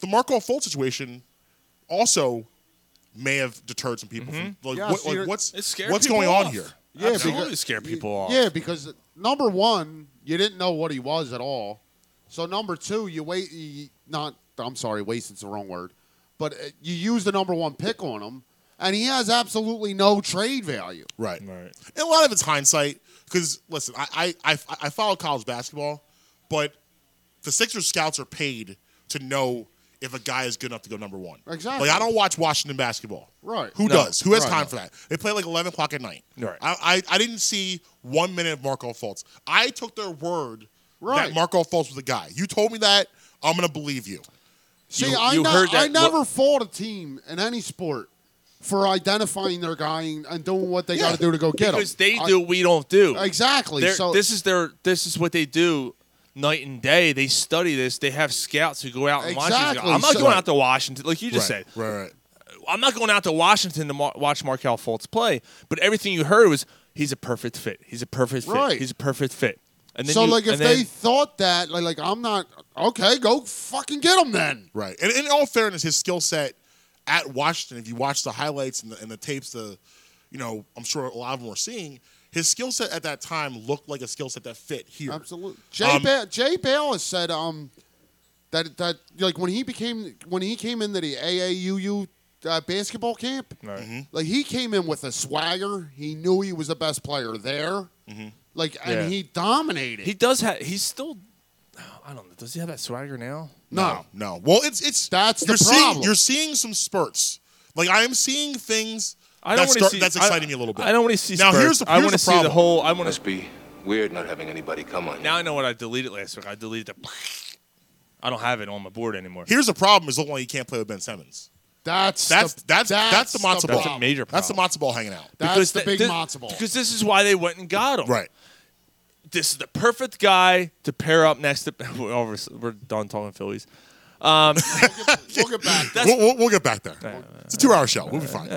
D: the Marco Fultz situation also may have deterred some people. From, like,
E: Yeah,
D: what,
E: so
D: like,
E: you're-
D: what's
A: Mm-hmm. It scared
D: what's
A: people
D: going
A: off.
D: on here?
E: Yeah,
A: Absolutely
E: because-
A: scare people off.
E: Yeah, because number one, you didn't know what he was at all. So number two, you wait. You, not, I'm sorry, wasted's the wrong word, but uh, you use the number one pick on him, and he has absolutely no trade value.
D: Right.
A: Right.
D: And a lot of it's hindsight because listen, I I, I I follow college basketball, but the Sixers scouts are paid to know if a guy is good enough to go number one.
E: Exactly.
D: Like I don't watch Washington basketball.
E: Right.
D: Who
A: No.
D: does? Who has
E: Right.
D: time for that? They play like eleven o'clock at night.
A: Right.
D: I, I I didn't see one minute of Marco Fultz. I took their word
E: Right.
D: that Marco Fultz was the guy. You told me that. I'm gonna believe you.
E: See,
A: You-
E: I,
A: you
E: ne-
A: heard
E: I
A: that-
E: never fought a team in any sport for identifying their guy and, and doing what they
D: Yeah,
E: got to do to go get him.
A: because they do, what we don't do.
E: exactly.
A: They're-
E: so
A: this is their. This is what they do. Night and day, they study this. They have scouts who go out and watch these guys.
E: Exactly,
A: I'm not
E: so-
A: going out to Washington, like you just
D: right.
A: said.
D: Right. Right.
A: I'm not going out to Washington to mar- watch Markel Fultz play, but everything you heard was he's a perfect fit. He's a perfect fit.
E: Right.
A: He's a perfect fit. And then
E: so
A: you-
E: like if
A: and then-
E: they thought that like, like I'm not okay, go fucking get him then.
D: Right. And, and in all fairness, his skill set at Washington, if you watch the highlights and the, and the tapes, the you know, I'm sure a lot of them were seeing his skill set at that time looked like a skill set that fit here.
E: Absolutely. Jay ba- Jay Bayless said um that that like when he became when he came into the AAUU uh, basketball camp,
A: Right. Mhm.
D: Mm-hmm.
E: like he came in with a swagger. He knew he was the best player there.
D: Mm-hmm.
E: Like and
A: Yeah.
E: he dominated.
A: he does have. He's still. I don't know. Does he have that swagger now?
E: no,
D: No. Well, it's it's
E: That's the
D: you're
E: problem.
D: seeing you're seeing some spurts. Like I am seeing things
A: I don't
D: that
A: want to
D: start-
A: see.
D: that's
A: I-
D: exciting me a little bit.
A: I don't want to see.
D: Now
A: spurts.
D: here's the
A: I
D: here's
A: want
D: the
A: to see the
D: problem.
A: whole. I want to
H: Must be weird not having anybody come on you.
A: Now I know what I deleted last week. I deleted the. I don't have it on my board anymore.
D: here's the problem is looking like you can't play with Ben Simmons.
E: That's
D: That's
E: the,
D: that's that's, the matzo ball.
A: That's a major
D: That's the
A: problem.
D: matzo ball hanging out.
E: That's
A: Because
E: the
A: th-
E: big
A: this-
E: matzo ball.
A: Because this is why they went and got him.
D: Right.
A: This is the perfect guy to pair up next to. We're, over, we're done talking Phillies.
E: We'll get back. to-
D: We'll, we'll, we'll get back there. It's a two-hour show. We'll be fine.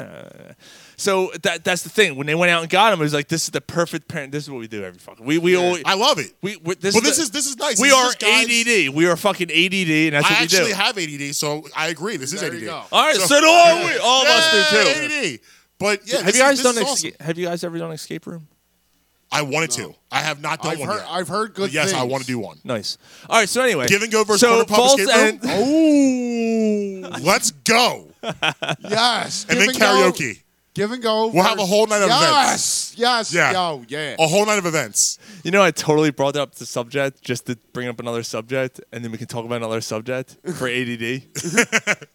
A: So that that's the thing. When they went out and got him, it was like this is the perfect parent. This is what we do every fucking. We we always.
D: I love it.
A: we, we, this
D: Well,
A: the-
D: this is- this is nice.
A: We
D: This
A: are
D: is guys-
A: ADD. We are fucking ADD, and that's
D: I
A: what we do.
D: actually have ADD, so I agree. This is
E: There
D: ADD.
E: you go.
A: All right, so, do all we. All of us do too.
D: Yay, ADD. But yeah,
A: have
D: this
A: you guys
D: is, this
A: done?
D: is
A: Ex-
D: awesome.
A: Have you guys ever done escape room?
D: I wanted to. I have not done
E: I've
D: one
E: heard-
D: yet.
E: I've heard good
D: But yes, I
E: things.
D: want to do one.
A: Nice. All right. So anyway,
D: Give and go versus
A: so
D: quarter pop
A: Fultz
D: escape room.
A: and-
D: Oh, let's go.
E: yes.
D: And
E: give
D: then karaoke.
E: Go, give and go.
D: We'll have a
E: versus-
D: whole night of
E: yes,
D: events.
E: Yes.
D: Yeah. Oh,
E: Yo, yeah.
D: A whole night of events.
A: You know, I totally brought up the subject just to bring up another subject, and then we can talk about another subject for ADD,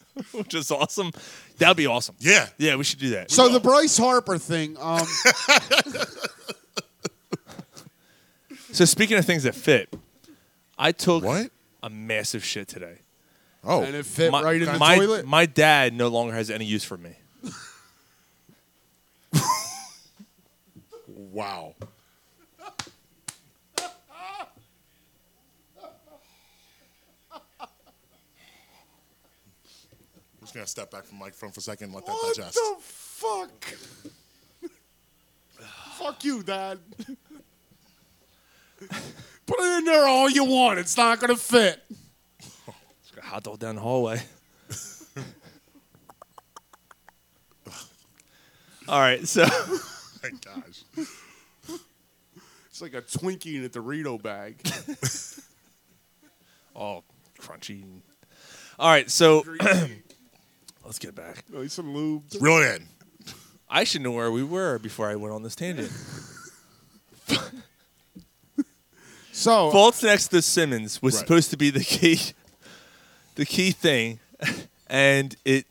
A: which is awesome. That'd be awesome.
D: Yeah.
A: Yeah, we should do that.
E: So the Bryce Harper thing. Um,
A: So speaking of things that fit, I took
D: What?
A: a massive shit today.
D: Oh,
E: and it fit
A: my,
E: right in the
A: my-
E: toilet.
A: my dad no longer has any use for me.
D: wow. I'm just gonna step back from the microphone for a second and let that
E: what
D: digest.
E: the fuck? fuck you, Dad. Put it in there all you want. It's not gonna fit.
A: Just got a hot dog down the hallway. All right, so
D: My gosh.
J: It's like a Twinkie in a Dorito bag.
A: all crunchy. All right, so let's get back.
J: Need some lube.
D: Reel it in.
A: I should know where we were before I went on this tangent.
E: So
A: Faults next to Simmons was
D: Right.
A: supposed to be the key, the key thing, and it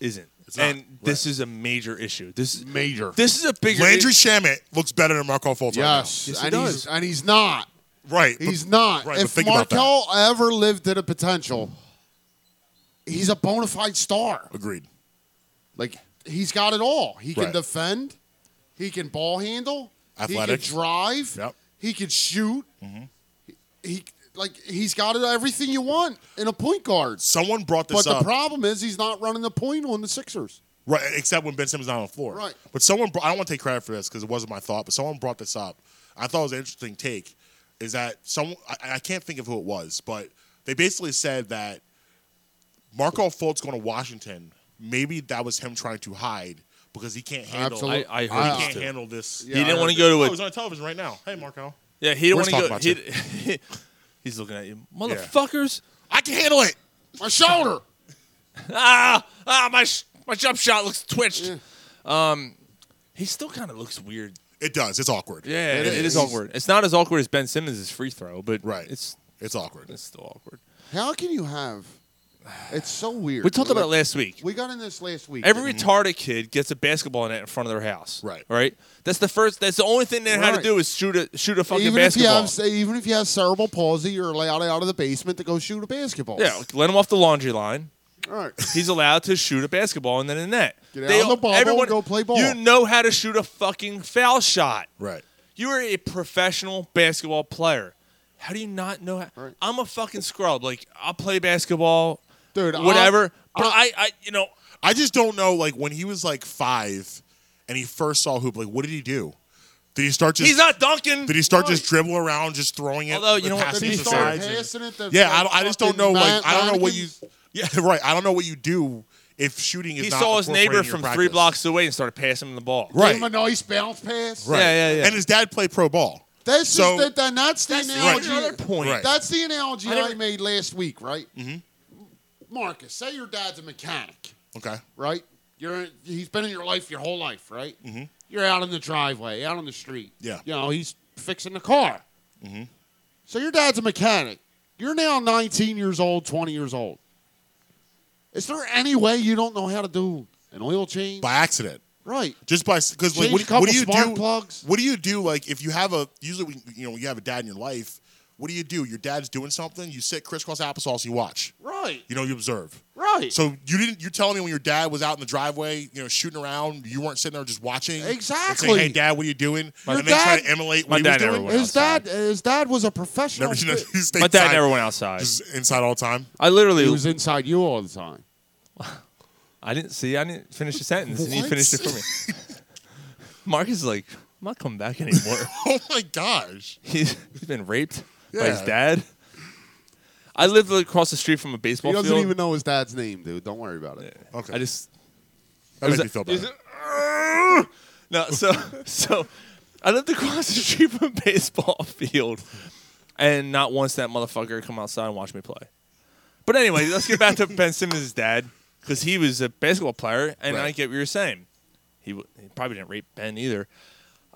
A: isn't.
D: not,
A: and this is a major issue. This is
E: major.
A: this is a bigger
D: Landry
A: i-
D: Shamet looks better than Marco Fultz
E: yes,
A: Yes, he
E: and
A: does.
E: he's and he's not.
D: right now. Right. but-
E: He's not.
D: Right, but
E: if
D: think about that.
E: Markel ever lived to the potential, he's a bona fide star.
D: Agreed.
E: Like he's got it all. He can
D: Right.
E: defend. He can ball handle.
D: Athletic.
E: He can drive.
D: Yep. Mm-hmm.
E: He can shoot. He, he like he's got it everything you want in a point guard.
D: Someone brought
E: But
D: this
E: the
D: up.
E: problem is he's not running the point on the Sixers.
D: Right, except when Ben Simmons is not on the floor.
E: Right.
D: But someone, br- I don't want to take credit for this because it wasn't my thought, but someone brought this up. I thought it was an interesting take. Is that someone, I, I can't think of who it was, but they basically said that Marco Fultz going to Washington, maybe that was him trying to hide because he can't handle
E: Absolute-
A: I, I
D: He
A: heard
D: can't
A: this too.
D: handle this.
A: He
E: Yeah,
A: didn't
E: I
A: want to
E: heard
D: Oh,
A: go
D: he's
A: to a.
D: on television right now. Hey, Marco.
A: Yeah, he didn't
D: We're
A: want to
D: talking
A: go.
D: about
A: He,
D: you.
A: d- he's looking at you, motherfuckers!
D: I can handle it.
E: My shoulder.
A: Ah, ah, my sh- my jump shot looks twitched. Um, he still kind of looks weird.
D: It does. It's awkward.
A: Yeah,
E: It
A: it is.
E: is.
A: awkward. It's not as awkward as Ben Simmons' free throw, but
D: Right.
A: it's
D: It's awkward.
A: it's still awkward.
E: How can you have? It's so weird.
A: We talked about it
E: Like,
A: last week.
E: We got in this last week.
A: Every retarded kid gets a basketball net in front of their house.
D: Right.
A: Right. That's the first. That's the only thing they had to
E: Right.
A: do is shoot a shoot a fucking
E: even
A: basketball.
E: If you have, even if you have cerebral palsy, you're allowed out of the basement to go shoot a basketball.
A: yeah, let him off the laundry line.
E: All right.
A: He's allowed to shoot a basketball and then a net.
E: Get out on the bubble and go play ball.
A: You know how to shoot a fucking foul shot.
D: Right.
A: You are a professional basketball player. How do you not know? How? I'm a fucking scrub. Like I'll play basketball,
E: Dude, I'll-
A: Whatever. but I, I, you know,
D: I just don't know. Like when he was like five, and he first saw hoop, like what did he do? Did he start just?
A: he's not dunking.
D: did he start just dribbling around, just throwing it?
A: Although, you know what,
D: passing
A: to be
D: to
A: fair-
D: sides and-
E: passing it to
D: yeah, I, don't- I just don't know.
E: fucking
D: Like I don't know what you.
E: mannequins.
D: Yeah, right. I don't know what you do if shooting is.
A: He
D: not
A: saw his
D: incorporated
A: neighbor
D: in your
A: from three
D: practice.
A: blocks away and started passing him the ball.
E: Give
D: Right.
E: him a nice bounce pass.
D: Right.
A: Yeah, yeah, yeah.
D: And his dad played pro ball.
E: That's
D: So-
E: just that, that- that's the
A: That's the
E: analogy.
A: other point.
D: Right.
E: That's the analogy
A: I
E: I,
A: never-
E: made last week, right? Mm-hmm. Marcus, say your dad's a mechanic,
D: Okay.
E: right? You're he's been in your life your whole life, right? Mm-hmm. You're out in the driveway, out on the street.
D: Yeah.
E: You know, he's fixing the car. Mm-hmm. So your dad's a mechanic. You're now 19 years old, 20 years old. Is there any way you don't know how to do an oil change?
D: By accident.
E: right.
D: Just by because like
E: Change
D: what,
E: a couple
D: what do you
E: spark
D: do?
E: plugs.
D: What do you do? Like if you have a usually when, you know when you have a dad in your life. What do you do? Your dad's doing something. You sit crisscross applesauce. You watch.
E: Right.
D: You know you observe.
E: Right.
D: So you didn't. You're telling me when your dad was out in the driveway, you know, shooting around, you weren't sitting there just watching. and saying,
E: Exactly.
D: hey, dad, what are you doing?
E: Your
D: and then try
E: dad-
D: to emulate
A: My
D: what he
A: dad
D: was
A: never
D: doing.
A: went
E: his dad, his dad was a professional.
D: Never,
E: fi-
D: he stayed
A: My dad
D: inside,
A: never went outside.
D: Just inside all the time.
A: I literally,
E: He was inside you all the time.
A: I didn't see. I didn't finish the sentence, and he
D: What?
A: finished it for me. Marcus is like, I'm not coming back anymore.
D: Oh my gosh.
A: he's, he's been raped by his
D: Yeah.
A: dad. I lived across the street from a baseball
E: He doesn't
A: field.
E: even know his dad's name, dude. Don't worry about it.
D: Okay.
A: I just
D: that
A: was
D: makes
A: a-
D: me feel better.
A: no. So so I lived across the street from a baseball field, and not once that motherfucker come outside and watch me play. But anyway, let's get back to Ben Simmons' dad because he was a basketball player, and I
D: Right.
A: get what you're saying. He, w- he probably didn't rape Ben either.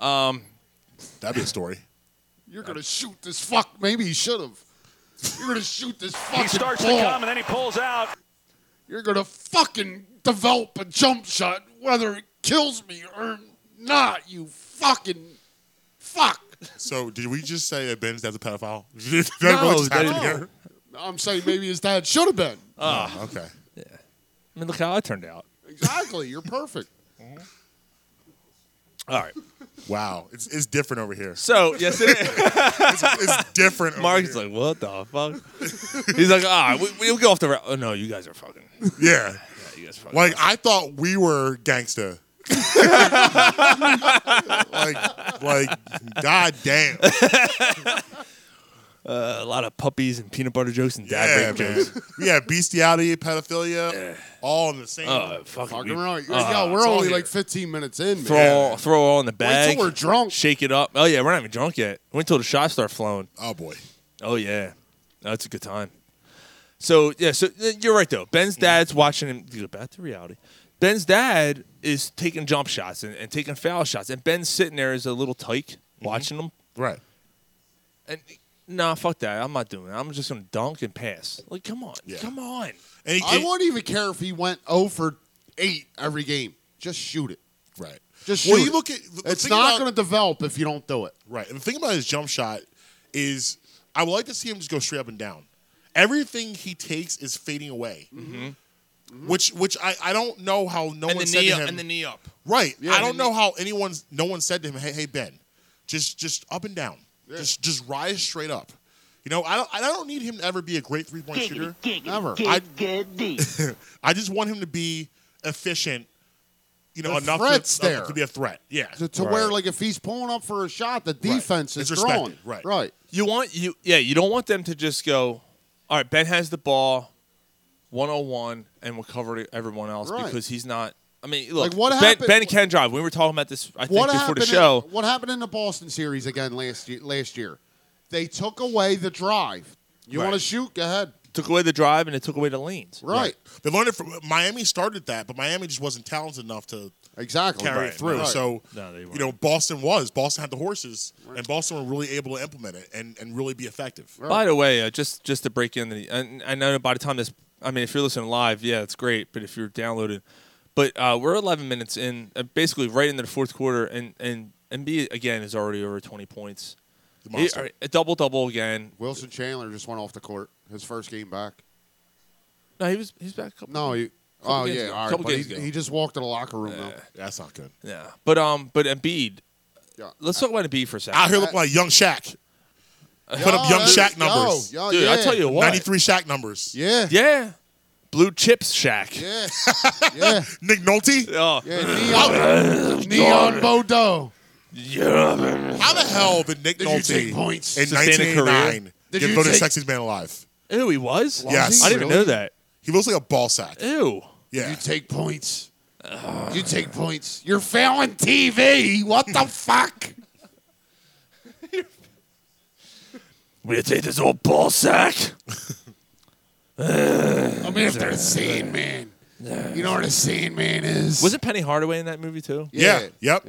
D: That'd be a story.
E: You're gonna shoot this fuck. Maybe he should have. You're gonna shoot this fucking
F: He starts to
E: ball.
F: come and then he pulls out.
E: You're gonna fucking develop a jump shot, whether it kills me or not. You fucking fuck.
D: So did we just say that Ben's dad's a pedophile?
A: No,
D: just happened
A: that-
D: here?
E: I'm saying maybe his dad should have been.
D: Oh, okay.
A: I mean, look how I turned out.
E: Exactly. You're perfect.
A: All right.
D: Wow. It's, it's different over here.
A: So yes, it is.
D: It's different. over
A: Mark's
D: here.
A: like, what the fuck? He's like, ah, we, we'll go off the route. Oh no, you guys are fucking.
D: yeah.
A: You guys are fucking.
D: Like I thought we were gangsta. like, like, goddamn.
A: Uh, a lot of puppies and peanut butter jokes and dad
D: Yeah,
A: rape
D: man.
A: jokes.
D: we have bestiality, pedophilia, all in the same.
A: Oh, fucking
E: Fucking
A: we-
E: right. Yo,
F: Ah,
A: uh,
E: we're
A: it's all
E: only
A: here.
E: like 15 minutes in, man.
A: Throw all, throw all in the
E: till
A: bag.
E: we're drunk.
A: Shake it up. Oh yeah, we're not even drunk yet. Wait till the shots start flowing.
D: Oh boy.
A: Oh yeah, that's a good time. So yeah, so uh, you're right though. Ben's dad's watching him. Dude, back to reality. Ben's dad is taking jump shots and, and taking foul shots, and Ben's sitting there as a little tyke watching him.
D: Right.
A: And nah, fuck that. I'm not doing that. I'm just gonna dunk and pass. Like, come on, come on.
D: And he-
E: I
D: he-
E: wouldn't even care if he went 0 for 8 every game. Just shoot it.
D: Right.
E: Just shoot
D: Well, you
E: it.
D: look at the- the
E: It's
D: thing
E: not
D: about-
E: going to develop if you don't do it.
D: Right. And the thing about his jump shot is I would like to see him just go straight up and down. Everything he takes is fading away. Which which I, I don't know how
A: Mm-hmm.
D: no
A: And
D: one
A: the
D: said
A: knee
D: to
A: up-
D: him
A: and the knee up.
D: Right.
A: Yeah,
D: I
A: and
D: don't
A: the
D: know how anyone's no one said to him, Hey hey Ben, just just up and down. Just just rise straight up. You know, I don't I don't need him to ever be a great three point shooter.
E: Never.
D: I, I just want him to be efficient, you know,
E: The
D: enough
E: threat's
D: to,
E: there.
D: to be a threat. Yeah.
E: To, to where, like, if he's pulling up for a shot, the defense is
D: It's
E: throwing.
D: respected, right.
E: Right.
A: You want you yeah, you don't want them to just go, all right, Ben has the ball, 101 and we'll cover to everyone else
E: Right.
A: because he's not I mean, look,
E: Like, what
A: ben,
E: happened-
A: ben can drive. We were talking about this I think before the show.
E: In, what happened in the Boston series again last year? Last year, they took away the drive. You
A: Right.
E: want to shoot? Go ahead.
A: took away the drive and it took away the lanes.
E: Right.
D: They learned it from Miami started that, but Miami just wasn't talented enough to
E: Exactly.
D: carry
E: Right,
D: it through.
E: right.
D: So
A: No, they
D: you know, Boston was. Boston had the horses, and Boston were really able to implement it and, and really be effective.
A: By the way, uh, just just to break in the, and I know by the time this, I mean, if you're listening live, yeah, it's great. But if you're downloading, but uh, we're 11 minutes in, uh, basically right into the fourth quarter, and and Embiid again is already over 20 points.
D: The
A: He-
D: monster.
A: all right, a double double again.
E: Wilson Chandler just went off the court. His first game back.
A: No, he was he's back. A couple,
E: No, he.
A: Couple
E: oh
A: games
E: yeah,
A: ago.
E: all right.
A: Couple
E: But
A: games
E: he,
A: ago.
E: he just walked to the locker room now.
D: That's not good.
A: yeah, but um, but Embiid.
E: Yeah.
A: Let's talk about Embiid for a second.
D: Out here looking like young Shaq. Put up
E: Yo,
D: young
E: dude,
D: Shaq
E: yo,
D: numbers.
E: yo,
A: Dude, I
E: yeah.
A: tell you what.
D: Ninety three Shaq numbers.
E: Yeah.
A: Yeah, blue chips Shack.
E: Yeah. Yeah.
D: Nick Nolte.
A: Oh,
E: yeah. Neon, neon Bodo.
D: How the hell did Nick
E: Did you take points?
D: Nolte in
A: Sustain a
D: nineteen
A: career?
D: eighty nine
E: Did
D: get
E: you
D: voted
E: take-
D: sexiest man alive?
A: Ew, he was.
E: Oh,
D: Yes.
A: I didn't even know that.
D: He looks like a ball sack.
A: Ew.
D: Yeah.
E: You take points. You take points. You're failing TV. What the fuck?
A: We take this old ball sack.
E: I'm after the Sandman. You know where the Sandman is?
A: Was it Penny Hardaway in that movie too?
D: yeah. Yep.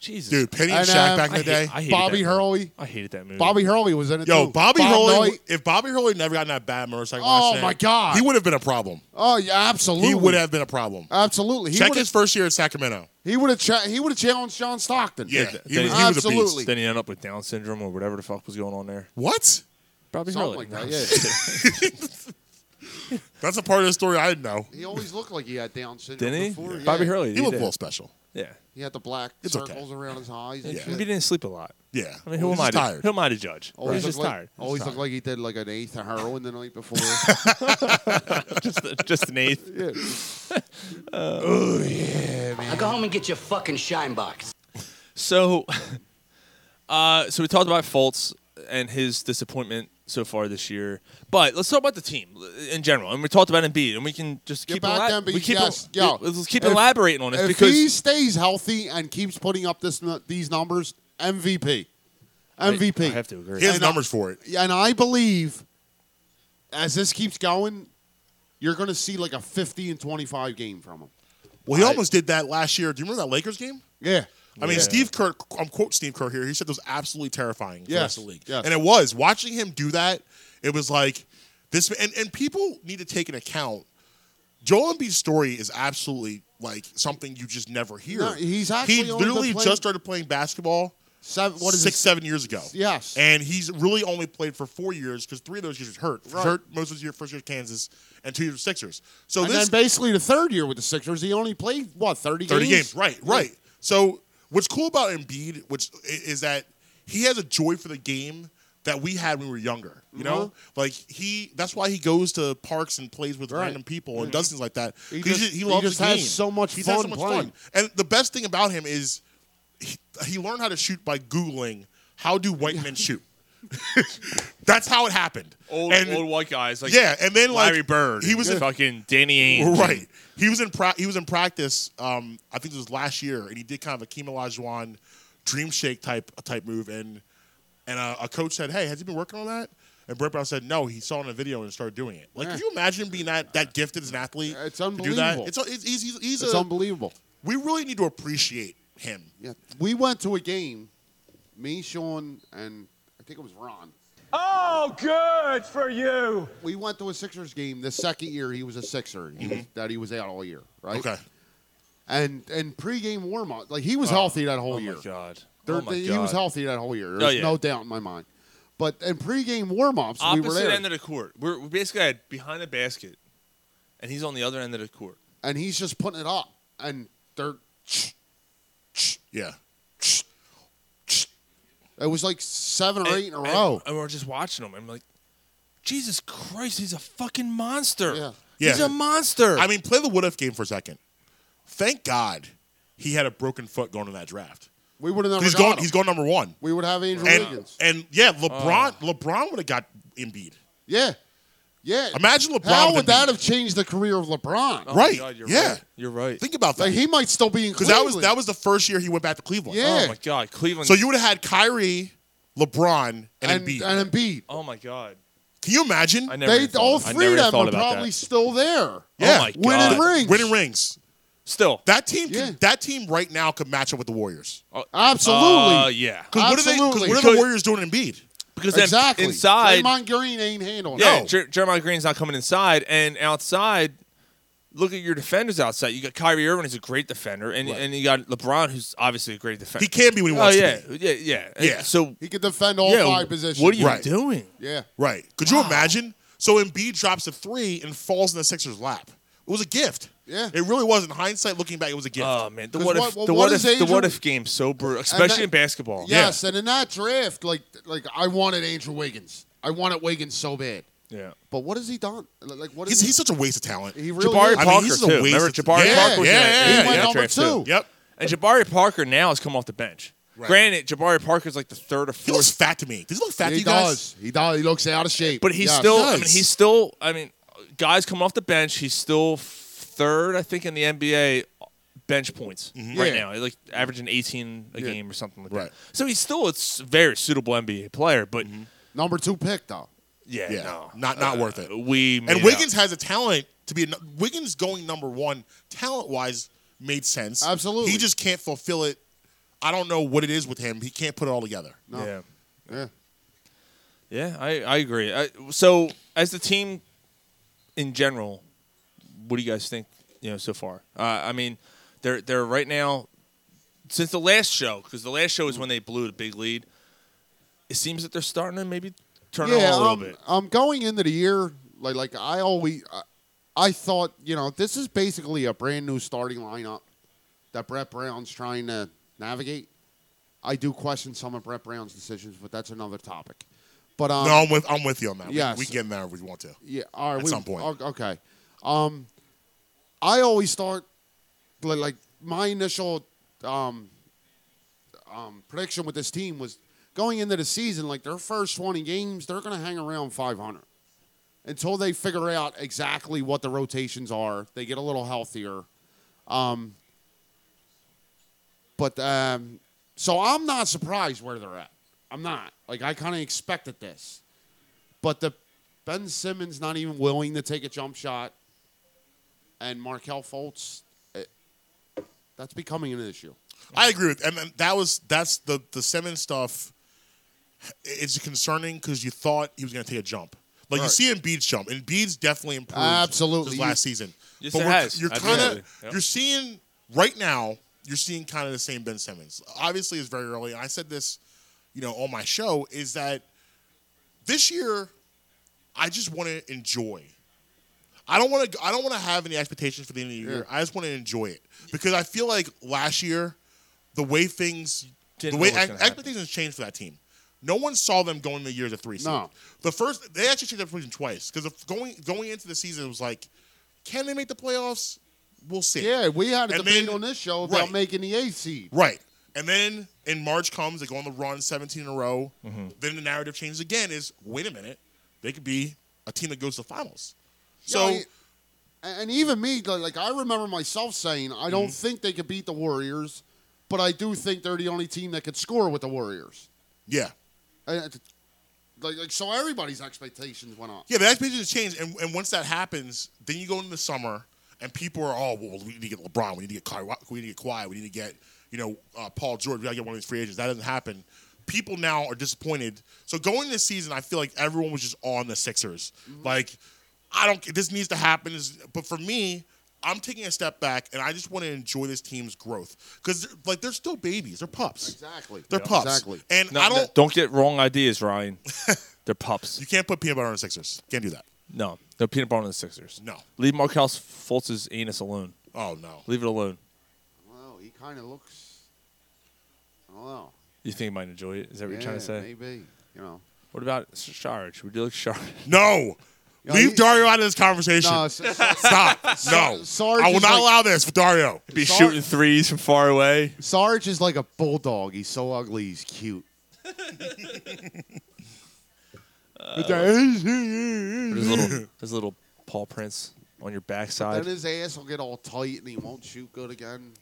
A: Jesus,
D: Dude, Penny and,
E: And,
D: Shaq
E: um,
D: back in
A: I hate-
D: the day.
A: I hated
E: Bobby
A: that
E: Hurley.
A: I hated that movie.
E: Bobby Hurley was in it
D: Yo,
E: too.
D: Bobby
E: Bob
D: Hurley.
E: Knight.
D: If Bobby Hurley never got in that bad motorcycle
E: Oh,
D: accident,
E: my God.
D: he would have been a problem.
E: Oh yeah, absolutely.
D: He would have been a problem.
E: absolutely. He
D: Check
E: would
D: his
E: have.
D: first year at Sacramento.
E: He would have. Cha- he would have challenged John Stockton.
D: Yeah, he was, he was a beast.
E: absolutely.
A: Then he ended up with Down syndrome or whatever the fuck was going on there.
D: What?
A: Bobby
E: Something like that. Yeah.
D: That's a part of the story I didn't know.
E: he always looked like he had Down syndrome.
A: Didn't he?
E: Before. Yeah.
A: Bobby Hurley.
D: He looked a
A: did.
D: little special.
A: Yeah.
E: He had the black
D: It's okay.
E: circles around his eyes. And
A: yeah.
E: shit.
A: He didn't sleep a lot.
D: Yeah.
A: I mean, who
D: He's
A: am I?
D: just
A: To,
D: tired?
A: who am I to judge?
E: Always
A: He's just
E: looked like,
A: tired.
E: Always looked like he did like an eighth of heroin the night before.
A: just, just an eighth.
K: Now go home and get your fucking shine box.
A: So, uh, so we talked about Fultz and his disappointment so far this year, but let's talk about the team uh, in general. And we talked about Embiid, and we can just
E: Get
A: keep
E: back
A: elab-
E: to Embiid,
A: we keep
E: yes,
A: el-
E: yo.
A: let's keep
E: If-
A: elaborating on this
E: if
A: because
E: he stays healthy and keeps putting up this these numbers, MVP, MVP.
A: I have to agree.
D: He has
E: And I-
D: numbers for it.
E: and I believe as this keeps going, you're going to see like a 50 and 25 game from him.
D: Well, he almost did that last year. Do you remember that Lakers game?
E: Yeah.
D: I mean, Steve Kerr. I'm quote Steve Kerr here. He said that was absolutely terrifying for the
E: Yes,
D: rest of the league,
E: yes.
D: and it was. Watching him do that, it was like this. And and people need to take an account. Joel Embiid's story is absolutely like something you just never hear.
E: No, he's actually
D: he
E: only been
D: literally
E: playing-
D: just started playing basketball
E: Seven, what is
D: six
E: this?
D: seven years ago.
E: Yes.
D: and he's really only played for four years because three of those years was hurt. He was
E: Right.
D: Hurt most of his year first year at Kansas and two years at Sixers. So
E: And
D: this
E: then basically the third year with the Sixers, he only played, what, 30 games?
D: 30 games. Right, right. So what's cool about Embiid, which i- is that he has a joy for the game that we had when we were younger. You know,
E: Mm-hmm.
D: like he. That's why he goes to parks and plays with random people and does things like that.
E: Mm-hmm. He
D: 'Cause
E: just-
D: ju-
E: he
D: loves
E: just
D: the
E: has
D: game.
E: so much
D: He's had so
E: fun
D: much
E: playing.
D: fun. And the best thing about him is he, he learned how to shoot by googling how do white men shoot. that's how it happened.
A: Old,
D: And-
A: old white guys like
D: yeah, and then like
A: Larry Bird.
D: he was
A: and
D: in-
A: fucking Danny Ainge.
D: Right. He was in pra- he was in practice. Um, I think this was last year, and he did kind of a Keem Olajuwon dream shake type type move, and and a, a coach said, "Hey, has he been working on that?" And Brett Brown said, "No, he saw it in a video and started doing it." Like,
E: Yeah.
D: can you imagine being that that gifted as an athlete? It's To do
E: unbelievable.
D: that? It's, a- it's, he's, he's, he's
E: it's
D: a,
E: unbelievable.
D: We really need to appreciate him.
E: Yeah. We went to a game, me, Sean, and I think it was Ron.
F: Oh, good for you.
E: We went to a Sixers game the second year he was a Sixer he
A: Mm-hmm.
E: was- that he was out all year, right?
D: Okay.
E: And and pregame warm up, like he was healthy that whole
A: oh
E: year.
A: My God.
E: There-
A: oh my
E: he
A: God.
E: was healthy that whole year. There's
A: Oh, yeah.
E: no doubt in my mind. But in pregame warm ups, we
A: Opposite
E: were there,
A: end of the court. We're, we're basically at behind the basket, and he's on the other end of the court.
E: and he's just putting it up, and they're
D: Yeah.
E: It was like seven or
A: And-
E: eight in a
A: and-
E: row.
A: And we're just watching him. I'm like, Jesus Christ, he's a fucking monster.
E: Yeah.
A: He's a monster.
D: I mean, play the what if game for a second. Thank God he had a broken foot going in that draft.
E: We would have never
D: He's
E: got
D: going.
E: him.
D: He's going number one.
E: We would have Andrew
D: and,
E: Wiggins. Uh.
D: and yeah, LeBron LeBron would have got Embiid.
E: Yeah, yeah.
D: Imagine LeBron.
E: How
D: with
E: would that
D: Embiid.
E: have changed the career of LeBron?
A: Oh my
D: right?
A: God, you're
D: yeah.
A: right. You're right.
D: Think about that.
E: Like he might still be in
D: Because
E: Cleveland.
D: that was that was the first year he went back to Cleveland.
A: oh
E: yeah.
A: my God, Cleveland.
D: So you would have had Kyrie, LeBron, and,
E: and
D: Embiid.
E: and Embiid.
A: Oh my God.
D: Can you imagine?
A: I never.
E: They
A: even thought
E: all
A: of- I
E: three of
A: never
E: them
A: thought
E: are
A: about
E: probably
A: that. Oh
E: still there.
D: yeah.
A: my
E: winning
A: God.
E: rings.
D: Winning rings.
A: Still.
D: That team.
E: Yeah.
D: Could, that team right now could match up with the Warriors.
E: Absolutely.
A: Uh, yeah.
D: Because what are they? Because
E: Absolutely.
D: what are the
A: Could-
D: Warriors doing in Embiid?
A: Because then
E: exactly.
A: inside,
E: Draymond Green ain't handling
A: yeah,
E: it.
A: Jer- Jeremiah Green's not coming inside, and outside. Look at your defenders outside. You got Kyrie Irving, who's a great defender, and and you got LeBron, who's obviously a great defender.
D: He can be when he
A: Oh
D: wants
A: yeah,
D: to be.
A: yeah, yeah,
D: Yeah.
A: So
E: He could defend all
A: yeah,
E: five positions.
A: what are you
D: Right.
A: doing?
E: Yeah.
D: Right. Could you imagine? So Embiid drops a three and falls in the Sixers' lap. It was a gift.
E: Yeah.
D: It really was. In hindsight, looking back, it was a gift.
A: Oh man, the
E: 'Cause
A: what if
E: what- what-
A: the
E: what
A: what if
E: is
A: the what
E: Andrew-
A: if game's so brutal, especially
E: that-
A: in basketball.
E: Yes, and in that draft, like like I wanted Andrew Wiggins. I wanted Wiggins so bad.
A: yeah.
E: But what has he done? Like what
D: he's,
E: is
D: he's such a waste of talent.
E: he, he really
A: Jabari
E: is.
D: mean,
A: Parker
D: he's a
A: too.
D: waste
A: Remember
D: of-
A: Jabari
D: Yeah,
A: Parker? was
D: yeah,
A: in that-
D: yeah,
A: in that
D: yeah.
E: He went
A: draft,
E: number
A: too.
E: two.
D: Yep.
A: And Jabari Parker now is coming off the bench.
D: Right.
A: Granted, Jabari Parker's like the third or
D: He looks
A: fourth,
D: fat to me. Does he look fat to
E: He
D: you guys?
E: does. He does. He looks out of shape.
A: but he's
E: Yes.
A: still. I mean,
D: does.
A: he's still. I mean, guys coming off the bench, he's still third, I think, in the NBA bench points right
E: Yeah.
A: now, like averaging 18 a game or something like
D: Right.
A: that. So he's still a s- very suitable NBA player, but
E: number two pick though.
A: yeah,
D: Yeah.
A: no, Uh,
D: Not not worth it.
A: we made
D: And
A: it
D: Wiggins
A: out.
D: has a talent to be. A, nu- Wiggins going number one talent wise made sense.
E: Absolutely.
D: He just can't fulfill it. I don't know what it is with him. He can't put it all together.
E: No.
A: Yeah.
E: Yeah.
A: Yeah, I, I agree. I, so, as the team in general, what do you guys think? You know, so far. Uh, I mean, they're they're right now since the last show because the last show is when they blew the big lead. It seems that they're starting to maybe turn it on a little
D: um,
E: I'm,
A: bit.
E: I'm going into the year like like I always I, I thought you know this is basically a brand new starting lineup that Brett Brown's trying to navigate. I do question some of Brett Brown's decisions, but that's another topic. But um,
D: No, I'm with I'm with you on that. We-
E: Yes.
D: We, can get in there if we want to.
E: yeah, all right,
D: At
E: we-
D: some point.
E: o- Okay, um, I always start li- like my initial um, um, prediction with this team was going into the season like their first 20 games they're going to hang around 500 until they figure out exactly what the rotations are. They get a little healthier, um, but um, so I'm not surprised where they're at. I'm not like I kind of expected this. But the Ben Simmons not even willing to take a jump shot, and Markel Fultz, eh, that's becoming an issue.
D: I agree with, and, and that was that's the the Simmons stuff. It's concerning because you thought he was going to take a jump. Like you
E: Right.
D: see Embiid's jump, and Embiid's definitely improved.
E: Absolutely.
D: since last
E: You-
D: season.
A: Yes,
D: but
A: it
D: we're-
A: has.
D: You're kind
A: Absolutely.
D: of
A: Yep.
D: you're seeing right now. You're seeing kind of the same Ben Simmons. Obviously, it's very early. And I said this, you know, on my show is that this year, I just want to enjoy I don't want to. I don't want to have any expectations for the end of the year. I just want to enjoy it because I feel like last year, the way things,
A: Didn't
D: the way
A: know what's gonna happen.
D: expectations changed for that team. No one saw them going into the year as a three seed.
E: No.
D: The first they actually changed their prediction twice because going going into the season it was like, can they make the playoffs? We'll see.
E: Yeah, we had a
D: And
E: debate
D: then-
E: on this show about
D: right.
E: making the eighth seed.
D: Right. And then in March comes, they go on the run, 17 in a row.
A: Mm-hmm.
E: Mhm.
D: Then the narrative changes again is wait a minute, they could be a team that goes to the finals.
E: So,
D: So
E: and even me, like, like, I remember myself saying, I don't think they could beat the Warriors, but I do think they're the only team that could score with the Warriors.
D: Yeah.
E: And, like, like so, everybody's expectations went up.
D: Yeah, the expectations change, and, and once that happens, then you go into the summer, and people are all, well, we need to get LeBron, we need to get Kawhi, we need to get Kawhi, we need to get, you know, uh, Paul George, we gotta get one of these free agents. That doesn't happen. People now are disappointed. So going this season, I feel like everyone was just on the Sixers.
E: Mm-hmm.
D: Like, I don't. This needs to happen. This- But for me, I'm taking a step back, and I just want to enjoy this team's growth because, like, they're still babies. They're pups.
E: Exactly.
D: They're pups. And
A: No,
D: I
A: no,
D: don't.
A: don't get wrong ideas, Ryan. They're pups.
D: You can't put peanut butter on the Sixers. Can't do that.
A: No, no peanut butter on the Sixers.
D: No.
A: Leave Markelle Fultz's anus alone.
D: Oh no.
A: Leave it alone.
E: Well, he kind of looks. I don't know.
A: You think he might enjoy it? Is that what you're trying to
E: Yeah,
A: say?
E: Maybe. You know.
A: What about Shard? Should we do like Shard?
D: No. Leave Dario out of this conversation.
A: No,
E: so- so-
D: Stop.
E: so-
D: no.
E: Sarge
D: I will
E: is
D: not
E: like-
D: allow this for Dario.
A: Be shooting threes from far away.
E: Sarge is like a bulldog. He's so ugly, he's cute.
D: Uh,
A: But There's little, there's little paw prints on your backside.
E: Then his ass will get all tight and he won't shoot good again. Oh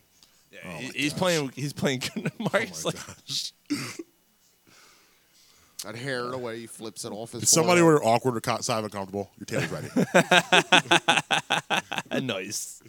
A: He- Oh he's playing. He's playing. good. Mark's like,
E: That hair, the way he flips it off his
D: Did somebody
E: forehead.
D: order awkward or co- side uncomfortable? Your table's ready.
A: nice.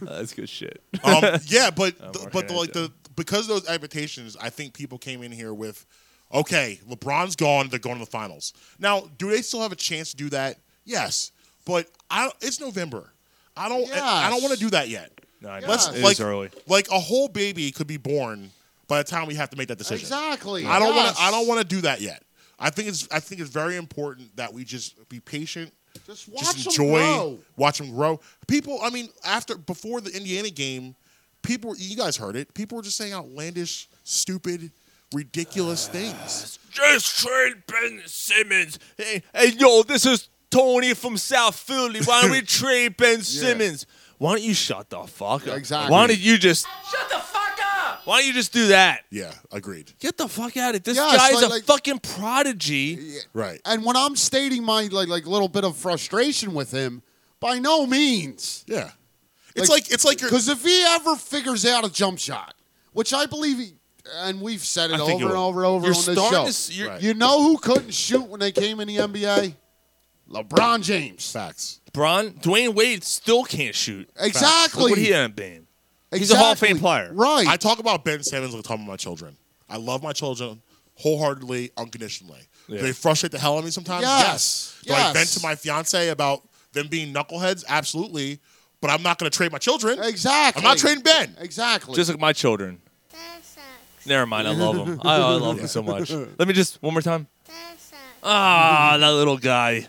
A: Uh, that's good shit.
D: um, yeah, but
A: I'm
D: the,
A: working
D: but the,
A: at
D: like
A: it.
D: the because of those expectations, I think people came in here with, okay, LeBron's gone. They're going to the finals. Now, do they still have a chance to do that? Yes, but I it's November. I don't I, I don't want to do that yet.
A: No, I know.
D: Let's
A: It is
D: like
A: early.
D: like a whole baby could be born by the time we have to make that decision.
E: Exactly.
D: I don't want
E: Yes.
D: to. I don't want to do that yet. I think it's. I think it's very important that we just be patient.
E: Just
D: Just
E: watch
D: enjoy.
E: him grow.
D: Watch them grow. People. I mean, after before the Indiana game, people. were- You guys heard it. People were just saying outlandish, stupid, ridiculous things.
A: Just trade Ben Simmons. Hey, hey, yo, this is Tony from South Philly. Why don't we trade Ben Simmons? Why don't you shut the fuck up?
E: exactly.
A: Why don't you just shut the fuck up? Why don't you just do that?
D: Yeah, agreed.
A: Get the fuck out of it. This
E: Yes,
A: guy's
E: like-
A: a
E: like-
A: fucking prodigy.
D: Right.
E: And when I'm stating my like like little bit of frustration with him, by no means.
D: Yeah. It's like, it's like you're.
E: Because if he ever figures out a jump shot, which I believe he, and we've said it
A: I
E: over
A: think
E: and
A: he will.
E: over and over
A: You're
E: on this
A: starting
E: show,
A: to see- you're- Right.
E: you know who couldn't shoot when they came in the NBA? LeBron James.
D: Facts.
A: Bron, Dwayne Wade still can't shoot.
E: Exactly.
A: Look what he ended up being. He's a Hall of Fame
E: Exactly.
A: player.
E: Right.
D: I talk about Ben Simmons like talking about my children. I love my children wholeheartedly, unconditionally. Do
A: Yeah.
D: They frustrate the hell out of me sometimes.
E: Yes.
D: Do I
E: Yes.
D: vent to my fiance about them being knuckleheads? Absolutely. But I'm not going to trade my children.
E: exactly.
D: I'm not trading Ben.
E: Exactly.
A: Just like my children. Never mind, I love him. I, I love him so much. Let me just one more time. Ah, that little guy.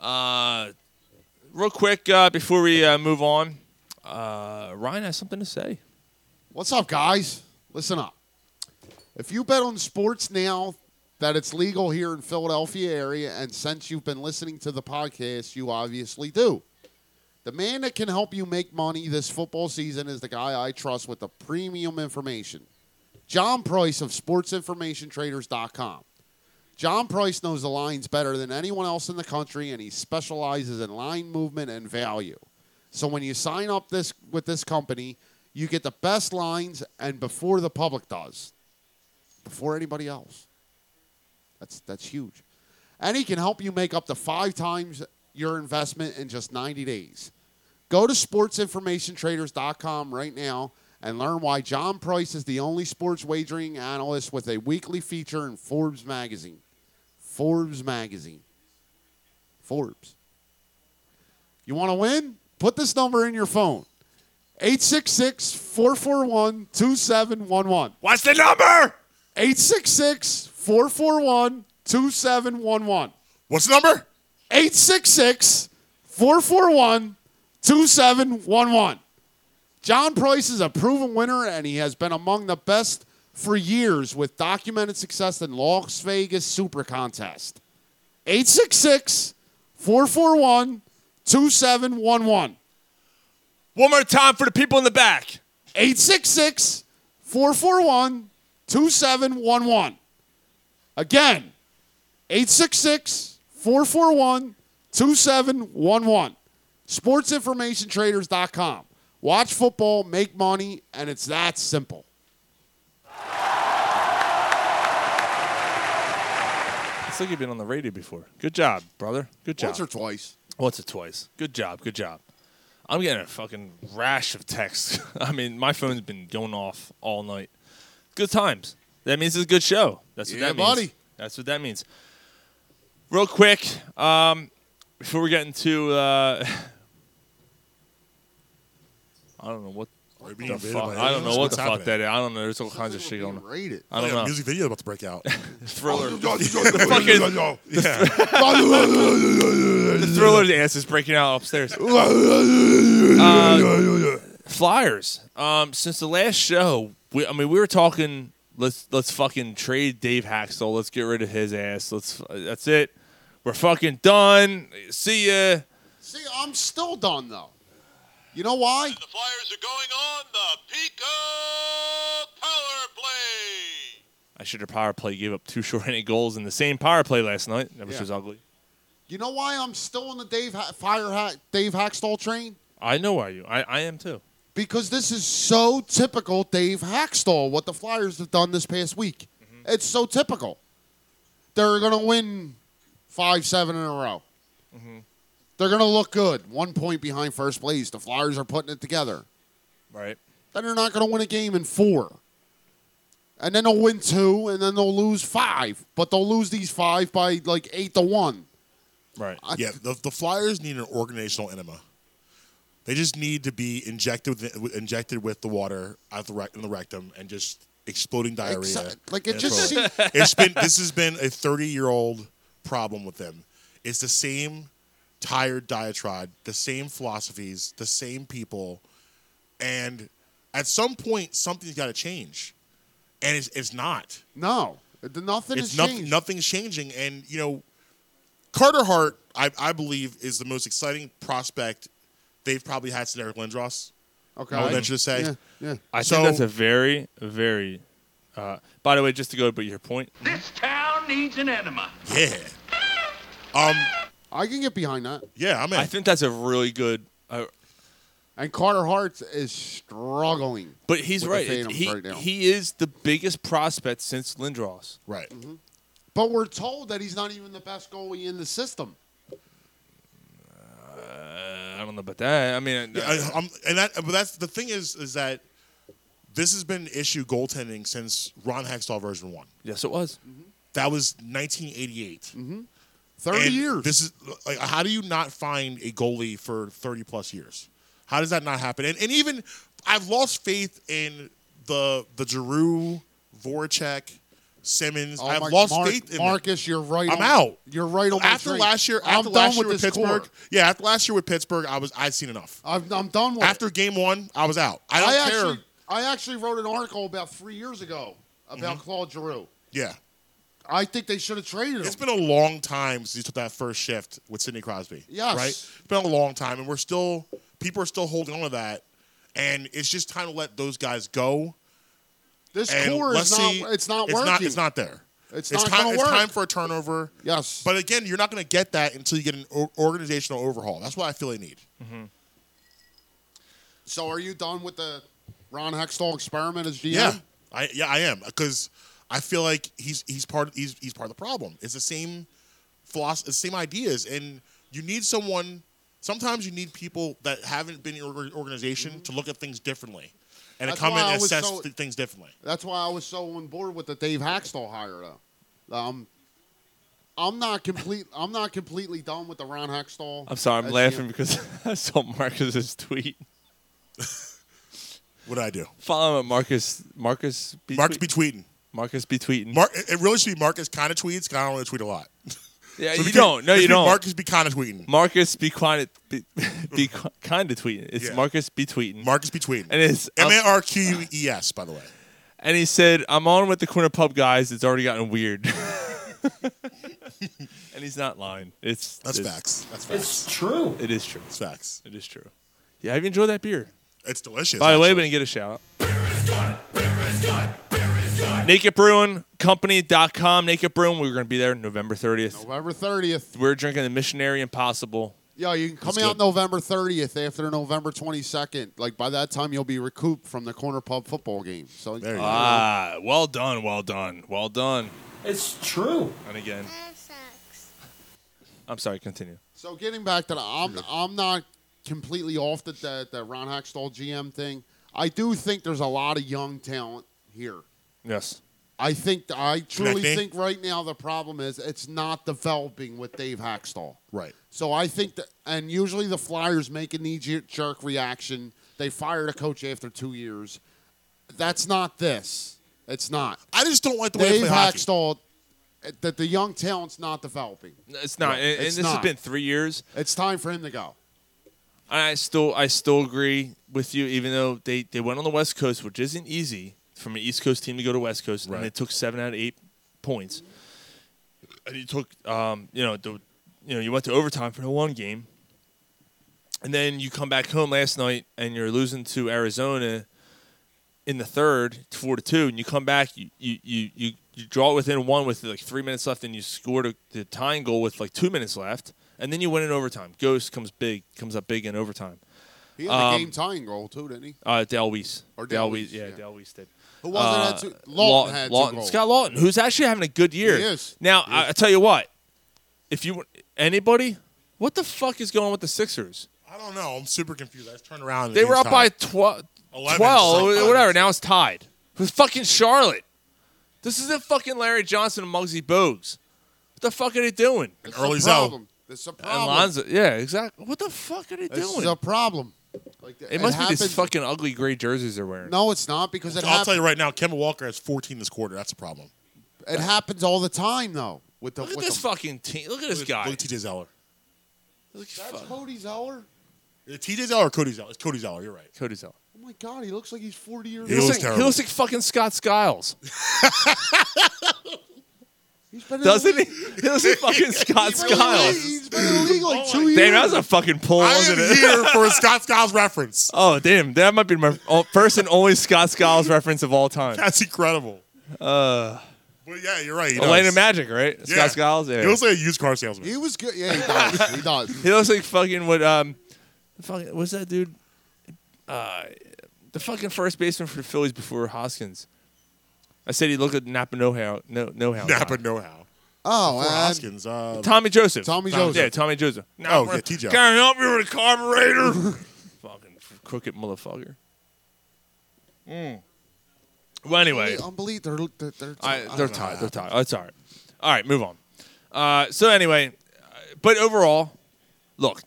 A: Uh, real quick uh, before we uh, move on, uh, Ryan has something to say.
E: What's up, guys? Listen up. If you bet on sports now that it's legal here in Philadelphia area, and since you've been listening to the podcast, you obviously do. The man that can help you make money this football season is the guy I trust with the premium information. John Price of sportsinformationtraders.com. John Price knows the lines better than anyone else in the country, and he specializes in line movement and value. So when you sign up this with this company, you get the best lines and before the public does, before anybody else. That's that's huge, and he can help you make up to five times your investment in just 90 days. Go to sportsinformationtraders.com right now and learn why John Price is the only sports wagering analyst with a weekly feature in Forbes magazine. Forbes magazine. Forbes. You want to win? Put this number in your phone 866 441 2711.
A: What's the number?
E: 866 441 2711.
D: What's the number?
E: 866 441 2711. John Price is a proven winner, and he has been among the best for years with documented success in Las Vegas Super Contest. 866 441 2711.
A: One more time for the people in the back.
E: 866 441 2711. Again, 866 441 2711. SportsInformationTraders.com. Watch football, make money, and it's that simple.
A: It's like you've been on the radio before. Good job, brother. Good job.
E: Once or twice.
A: Once or twice. Good job. Good job. I'm getting a fucking rash of texts. I mean, my phone's been going off all night. Good times. That means it's a good show. That's what
E: Yeah,
A: that means.
E: buddy.
A: That's what that means. Real quick, um, before we get into, uh, I don't know what.
D: Are you being
A: the
D: invaded
A: fuck,
D: by
A: I don't
D: aliens?
A: know what
D: What's
A: the fuck
D: happening? Oh,
A: that is. I don't know. There's all kinds of shit going on. I don't
D: Yeah,
A: know.
D: Music video about to break out.
A: Thriller.
D: Fucking-
A: the thriller dance is breaking out upstairs. Uh, flyers. Um, since the last show, we, I mean, we were talking. Let's let's fucking trade Dave Haxtell. Let's get rid of his ass. Let's. That's it. We're fucking done. See ya.
E: See, I'm still done though. You know why? The Flyers
A: I should have power play gave up two short-handed goals in the same power play last night, which
E: Yeah.
A: was ugly.
E: You know why I'm still on the Dave ha- Fire ha- Dave Hackstall train?
A: I know why you. I, I am too.
E: Because this is so typical Dave Hackstall. What the Flyers have done this past week,
D: Mm-hmm.
E: it's so typical. They're gonna win five, seven in a row.
D: Mm-hmm.
E: They're gonna look good. One point behind first place. The Flyers are putting it together.
A: Right.
E: Then they're not gonna win a game in four. And then they'll win two, and then they'll lose five. But they'll lose these five by like eight to one.
A: Right.
D: yeah, the, the Flyers need an organizational enema. They just need to be injected with, with- injected with the water out the rec- in the rectum and just exploding diarrhea.
E: Exact- like, it
D: And
E: just
D: throw
E: seem-
D: it's been this has been a 30 year old problem with them. It's the same tired diatribe, the same philosophies, the same people, and at some point something's got to change, and it's it's not.
E: No, nothing
D: it's
E: has
D: noth-
E: changed.
D: Nothing's changing, and you know, Carter Hart, I, I believe, is the most exciting prospect they've probably had since Eric Lindros.
E: Okay,
D: I would venture to say.
E: Yeah, yeah.
A: I
D: So-
A: think that's a very, very. Uh, by the way, just to go but your point,
F: This town needs an enema.
D: Yeah. Um.
E: I can get behind that.
D: Yeah, I'm in.
A: I think that's a really good. Uh,
E: And Carter Hart is struggling.
A: but he's
E: with the
A: right.
E: Phantoms
A: He,
E: right now.
A: he is the biggest prospect since Lindros.
D: Right.
E: Mm-hmm. but we're told that he's not even the best goalie in the system.
A: Uh, I don't know about that. I mean, uh,
D: Yeah, I, I'm, and that, but that's the thing is, is that this has been an issue goaltending since Ron Hextall version one.
A: yes, it was.
D: That was 1988. Mm-hmm.
E: 30 years.
D: This is like, how do you not find a goalie for 30 plus years? How does that not happen? And, and even I've lost faith in the the Giroux, Voracek, Simmons.
E: Oh
D: I've
E: my-
D: lost
E: Mark-
D: faith in them.
E: Marcus. You're right.
D: I'm
E: on-
D: out.
E: You're right on my
D: After
E: train.
D: last year,
E: I'm
D: after
E: done
D: last year
E: with
D: with
E: this
D: Pittsburgh,
E: core.
D: yeah, after last year with Pittsburgh, I was I'd seen enough.
E: I'm, I'm done with. it.
D: After game one, I was out. I don't
E: I
D: care.
E: Actually, I actually wrote an article about three years ago about
D: Mm-hmm.
E: Claude Giroux.
D: yeah,
E: I think they should have traded
D: it's
E: him.
D: been a long time since you took that first shift with Sidney Crosby.
E: Yes.
D: right. It's been a long time, and we're still people are still holding on to that, and it's just time to let those guys go.
E: This
D: and
E: core
D: let's
E: is not.
D: see-
E: it's not
D: it's
E: working.
D: Not, it's not there.
E: It's
D: it's
E: not
D: time.
E: gonna
D: It's
E: work.
D: time for a turnover.
E: Yes.
D: But again, you're not going to get that until you get an o- organizational overhaul. That's what I feel they need.
E: So are you done with the Ron Hextall experiment as GM?
D: Yeah, I yeah I am because I feel like he's he's part he's he's part of the problem. It's the same philosophy, the same ideas, and you need someone. Sometimes you need people that haven't been in your org- organization
A: Mm-hmm.
D: to look at things differently, and
E: That's
D: to come in
E: why I
D: and
E: was
D: assess
E: so-
D: th- things differently.
E: That's why I was so on board with the Dave Haxtell hire, though. Um, I'm not complete. I'm not completely done with the Ron Haxtell.
A: I'm sorry. I'm
E: as
A: laughing
E: GM.
A: because I saw Marcus's tweet.
D: What did I do?
A: Follow him at Marcus. Marcus. Be
D: Marcus
A: tweet-
D: be tweeting.
A: Marcus be tweeting.
D: Mark, it it really should be Marcus kind of tweets. 'cause I don't really tweet a lot.
A: yeah, you
D: So because-
A: don't. No,
D: it should
A: you
D: be
A: don't.
D: Marcus be kind of tweeting.
A: Marcus be quiet. Be, be kind of tweeting. It's
D: Yeah.
A: Marcus be tweeting.
D: Marcus be tweeting.
A: and it's
D: M A R Q U E S, by the way.
A: and he said, "I'm on with the corner pub guys. It's already gotten weird." and he's not lying. It's
D: That's
A: it's-
D: facts. That's facts. It's
A: true. It is true. It's
D: facts.
A: It is true. Yeah, have you enjoyed that beer?
D: It's delicious.
A: By the way, we didn't get a shout out. Naked Brewing Company.com. Naked Brewing. We're going to be there November 30th.
E: November 30th.
A: We're drinking the Missionary Impossible.
E: Yeah, you can come
A: That's
E: out
A: good.
E: November 30th after November 22nd. Like by that time, you'll be recouped from the corner pub football game. So
A: Ah, well done, well done, well done. It's true. And again. I'm sorry, continue.
E: So getting back to the, I'm I'm not completely off the, the the Ron Hextall GM thing. I do think there's a lot of young talent here.
A: Yes.
E: I think I truly
A: Connecting.
E: think right now the problem is it's not developing with Dave Hackstall.
D: Right.
E: So I think that, and usually the Flyers make a knee jerk reaction. They fire the coach after two years. That's not this. It's not.
D: I just don't like the way they
E: Dave
D: play hockey.
E: Hackstall. uh, That the young talent's not developing.
A: It's not. And, and
E: It's
A: this
E: not.
A: has been three years.
E: It's time for him to go.
A: And I still, I still agree with you, even though they, they went on the West Coast, which isn't easy from an East Coast team to go to West Coast,
D: Right.
A: and it took seven out of eight points. And you took, um, you know, the, you know, you went to overtime for the one game, and then you come back home last night and you're losing to Arizona in the third, four to two, and you come back, you you you you, you draw it within one with like three minutes left, and you score the, the tying goal with like two minutes left, and then you win in overtime. Ghost comes big, comes up big in overtime.
E: He had
A: Um,
E: a game tying goal too, didn't he?
A: Uh, Dale Weiss.
E: Or
A: Dale
E: Dale
A: Weiss.
E: Weiss,
A: Yeah,
E: yeah.
A: Dale Weiss did.
E: Who was it had two- Lawton had two goals.
A: Scott uh, Lawton, who's actually having a good year.
E: He is.
A: Now, I, I tell you what, if you anybody, what the fuck is going on with the Sixers?
D: I don't know. I'm super confused. I just turned around. and
A: They
D: the
A: were up
D: game's
A: by
D: tied.
A: tw-
D: 11,
A: 12,
D: it's like-
A: whatever. Now it's tied with fucking Charlotte. This isn't fucking Larry Johnson and Muggsy Bogues. What the fuck are they doing?
E: It's
D: early
E: a
D: zone.
E: problem. It's a
A: And
E: problem.
A: Lonzo, yeah, exactly. What the fuck are they
E: This
A: doing?
E: is a problem. Like,
A: it must be
E: happens-
A: these fucking ugly gray jerseys they're wearing.
E: No, it's not because it
D: I'll
E: happens.
D: tell you right now, Kevin Walker has 14 this quarter. That's a problem.
E: It happens all the time though. With the
A: Look at
E: with
A: this
E: the,
A: fucking team. Look at this guy.
D: Look at TJ Zeller.
E: That's Cody Zeller.
D: Is it TJ Uh, Zeller or Cody Zeller? It's Cody Zeller. You're right.
A: Cody Zeller.
E: Oh my god, he looks like he's forty years
D: He
E: old.
D: looks
A: He
D: terrible.
A: looks like fucking Scott Skiles.
E: He's been in the
A: Doesn't he?
E: league-
A: He looks like fucking Scott
E: he's been in the league-
A: Skiles.
E: He's been in the league like two years.
A: Oh Damn, that Oh, was a fucking pull,
D: I
A: wasn't
D: am
A: it?
D: here for a Scott Skiles reference.
A: Oh, damn. That might be my o- first and only Scott Skiles reference of all time.
D: That's incredible.
A: Uh,
D: But yeah, you're right. He
A: Elena
D: does.
A: Magic, right?
D: Yeah.
A: Scott Skiles. Yeah.
D: He looks like a used car salesman.
E: He was good. Yeah, he does. he does.
A: He looks like fucking what um, fucking what's that dude? Uh, the fucking first baseman for the Phillies before Hoskins. I said he looked at Napa No How No No How.
D: Napa know how.
E: Oh,
D: For
E: and
D: Hoskins. Uh,
A: Tommy Joseph.
E: Tommy
A: Tom-
E: Joseph.
A: Yeah, Tommy Joseph.
D: Oh, yeah, TJ.
A: Can I help you with a carburetor? fucking crooked motherfucker. Mm. Well, anyway,
E: unbelievable. They're they're, they're,
A: I,
E: I
A: they're
E: don't know.
A: tired. They're tired. Oh, it's all right. All right, move on. Uh, so anyway, uh, but overall, look,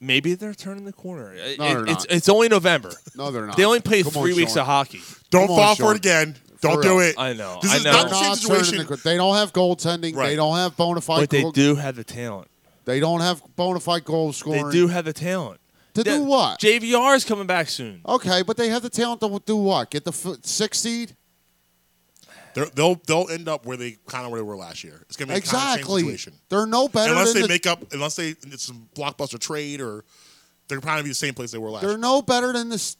A: maybe they're turning the corner. Uh, It-
E: No,
A: it-
E: they're
A: it's,
E: not.
A: it's only November.
E: No, they're not.
A: They only play
E: Come
A: three
E: on,
A: weeks
E: Sean.
A: of hockey.
D: Don't
E: Come on,
D: fall for
E: Sean.
D: it again. Don't
E: real.
D: do it.
A: I know.
D: This
A: I
D: is
A: know.
E: They're
D: not the same
E: not turning the
D: situation.
E: cor- they don't have goaltending.
D: Right.
E: They don't have bona fide.
A: But they
E: goal-
A: do have the talent.
E: They don't have bona fide goal
A: They
E: scoring.
A: do have the talent.
E: to
A: Yeah,
E: do what?
A: JVR is coming back soon.
E: Okay, but they have the talent to do what? Get the f- six seed?
D: They're- They'll they'll end up where they kind of where they were last year. It's gonna be kind of the same
E: Exactly.
D: situation.
E: They're no better
D: unless
E: than
D: they
E: the,
D: make up, unless they it's some blockbuster trade, or they're probably be the same place they were last.
E: They're
D: year.
E: no better than the s-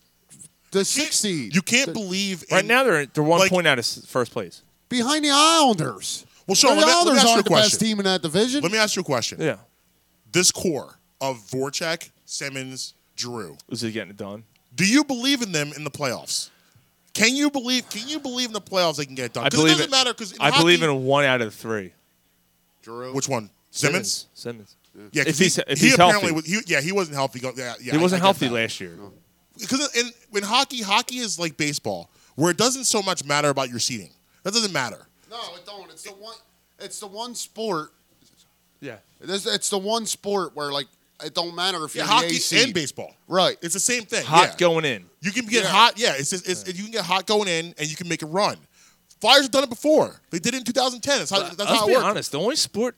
E: the six seed.
D: You can't believe
A: Right
D: in-
A: now they're they're one
D: like-
A: point out of s- first place.
E: behind the Islanders.
D: Well, Sean,
E: the
D: let me, let me
E: Islanders
D: ask you a
E: aren't the
D: question.
E: best team in that division.
D: Let me ask you a question.
A: Yeah,
D: This core of Voracek, Simmons, Drew.
A: is it getting it done?
D: Do you believe in them in the playoffs? Can you believe? Can you believe in the playoffs they can get it done?
A: I
D: 'Cause
A: believe
D: it doesn't
A: it-
D: matter. Because
A: I believe in one out of three.
E: Drew.
D: which one? Simmons.
A: Simmons.
D: Yeah, 'cause
A: If he's-
D: he,
A: if
D: he
A: he's
D: apparently
A: healthy.
D: was. He, yeah, he wasn't healthy. go- Yeah, yeah,
A: he
D: I-
A: wasn't
D: I get
A: healthy
D: that.
A: last year.
E: Oh.
D: because in when hockey, hockey is like baseball, where it doesn't so much matter about your seating. That doesn't matter.
E: No, it don't. It's the one. It's the one sport.
A: Yeah.
E: It's, it's the one sport where like it don't matter if
D: Yeah,
E: you're the
D: hockey
E: A seed.
D: and baseball.
E: Right.
D: It's the same thing.
A: Hot
D: yeah.
A: going in.
D: You can get
E: Yeah.
D: hot. Yeah, it's, just, it's you can get hot going in, and you can make a run. Flyers have done it before. They did it in 2010. That's how, that's
A: Let's
D: how
A: be
D: it worked.
A: honest. The only sport.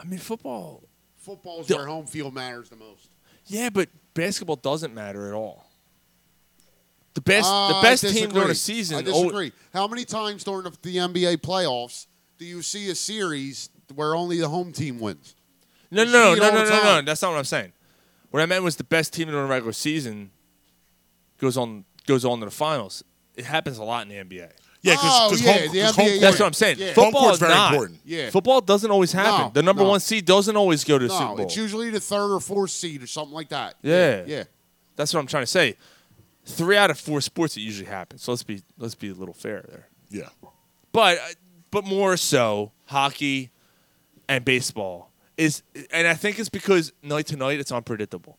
A: I mean, football.
E: Football's
A: Yeah.
E: where home field matters the most.
A: Yeah, but basketball doesn't matter at all. The best,
E: Ah, I
A: the best team
E: disagree.
A: during a season.
E: I
A: al-
E: disagree. How many times during the, the NBA playoffs do you see a series where only the home team wins?
A: No, no,
E: You
A: no,
E: see it
A: no,
E: all
A: no,
E: the
A: no, no.
E: time.
A: That's not what I'm saying. What I meant was the best team during the regular season goes on goes on to the finals. It happens a lot in the NBA.
D: Yeah, 'cause- Oh, 'cause yeah, home- the 'cause home NBA
A: that's
D: court-
A: what I'm saying.
D: yeah. Home
A: Football
D: court's
A: is
D: very
A: not.
D: important.
E: Yeah.
A: Football doesn't always happen.
E: No,
A: the number
E: no.
A: one seed doesn't always go to the Super
E: No,
A: Bowl.
E: it's usually the third or fourth seed or something like that.
A: Yeah.
E: yeah.
A: That's what I'm trying to say. Three out of four sports it usually happens. So let's be let's be a little fair there.
D: Yeah.
A: But uh, but more so hockey and baseball is and I think it's because night to night it's unpredictable.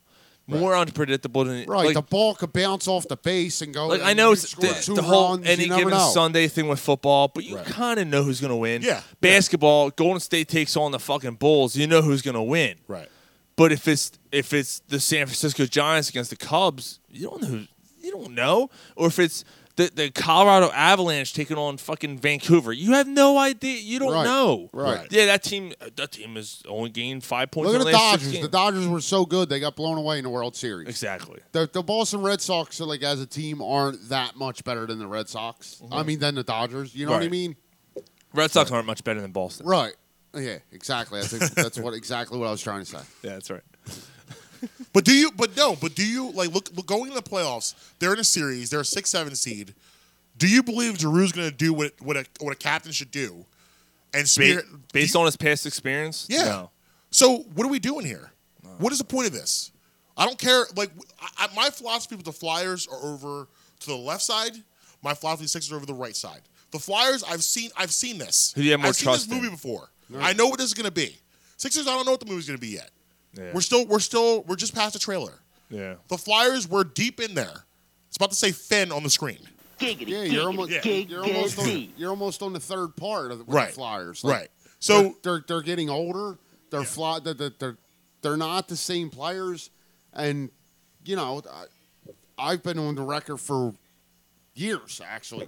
A: More unpredictable than
E: Right,
A: like-
E: the ball could bounce off the base and go.
A: like
E: and
A: I know
E: you
A: it's
E: score
A: the,
E: two
A: the whole
E: runs,
A: any
E: you never
A: given
E: know.
A: Sunday thing with football, but you kind of know who's going to win.
E: Yeah,
A: basketball, Golden State takes on the fucking Bulls. You know who's going to win.
D: Right.
A: But if it's if it's the San Francisco Giants against the Cubs, you don't know. Who, you don't know. Or if it's the, the Colorado Avalanche taking on fucking Vancouver, you have no idea. You don't
E: Right,
A: know.
E: right.
A: Yeah, that team. That team has only gained five points.
E: Look
A: in
E: at the
A: last six
E: Dodgers.
A: games.
E: The Dodgers were so good they got blown away in the World Series.
A: Exactly.
E: The, the Boston Red Sox, like as a team, aren't that much better than the Red Sox. I mean, than the Dodgers. You know what I
A: Mm-hmm. Right.
E: mean?
A: Red Sox aren't much better than Boston.
E: Right. Yeah. Exactly. I think that's what exactly what I was trying to say.
A: Yeah, that's right.
D: But do you? But no. But do you like look, look going to the playoffs? They're in a series. They're a six seven seed. Do you believe Giroux's going to do what what a what a captain should do? And
A: Ba-
D: spirit,
A: based on his past experience,
D: yeah.
A: no.
D: So what are we doing here? What is the point of this? I don't care. Like I, I- my philosophy with the Flyers are over to the left side. My philosophy with the Sixers are over to the right side. The Flyers, I've seen. I've seen this.
A: Who do you have more
D: I've seen
A: trust
D: this
A: in?
D: movie before. I know what this is going to be. Sixers, I don't know what the movie's going to be yet.
A: Yeah.
D: We're still. We're still. We're just past the trailer.
A: yeah.
D: The Flyers were deep in there. It's about to say Finn on the screen.
E: Giggity, yeah, you're almost,
D: giggity,
E: you're, almost on,
D: giggity.
E: you're almost on the third part of the, with
D: Right.
E: the Flyers.
D: Right. So-
E: they're, they're they're getting older. They're fly. They're, they're- they're they're not the same players, and you know, I, I've been on the record for years actually.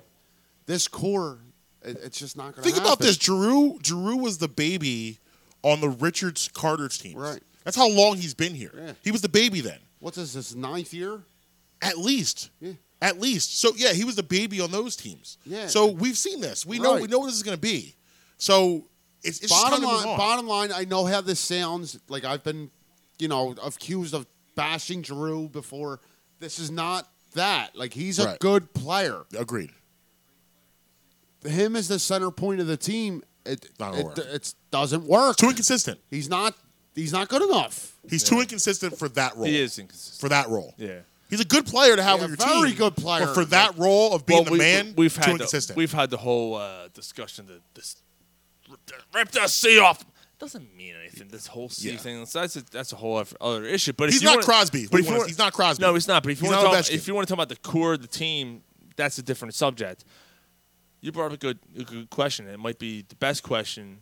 E: This core, it, it's just not going to
D: Think about this. Drew Drew was the baby on the Richards Carter's team. Right. That's how long he's been here. He was the baby then.
E: What's this? His ninth year?
D: At least. At least. So yeah, he was the baby on those teams.
E: Yeah.
D: So we've seen this. We know
E: Right.
D: we know what this is gonna be. So it's, it's
E: bottom
D: just time to move
E: line,
D: on.
E: bottom line, I know how this sounds. Like I've been, you know, accused of bashing Drew before. This is not that. Like he's a
D: Right.
E: good player.
D: Agreed.
E: Him as the center point of the team, it
D: Not gonna
E: it,
D: work.
E: it's doesn't work.
D: Too inconsistent.
E: He's not. He's not good enough.
D: He's too inconsistent for that role.
A: He is inconsistent.
D: For that role.
A: Yeah.
D: He's a good player to have
E: Yeah,
D: on your team.
E: very good player.
D: But for that role of being
A: Well,
D: the
A: we-
D: man,
A: we've
D: too
A: had the,
D: inconsistent.
A: we've had the whole uh, discussion that this rip the sea off doesn't mean anything. This whole sea
D: Yeah.
A: thing so that's a, that's a whole other- other issue. But if
D: He's
A: you
D: not
A: wanna-
D: Crosby.
A: But
D: We
A: if you
D: wanna-
A: wanna-
D: he's not Crosby.
A: No, he's not. But if you
D: He's
A: want
D: not
A: to
D: Ovechkin.
A: if you want to talk about the core of the team, that's a different subject. You brought up a good a good question. It might be the best question.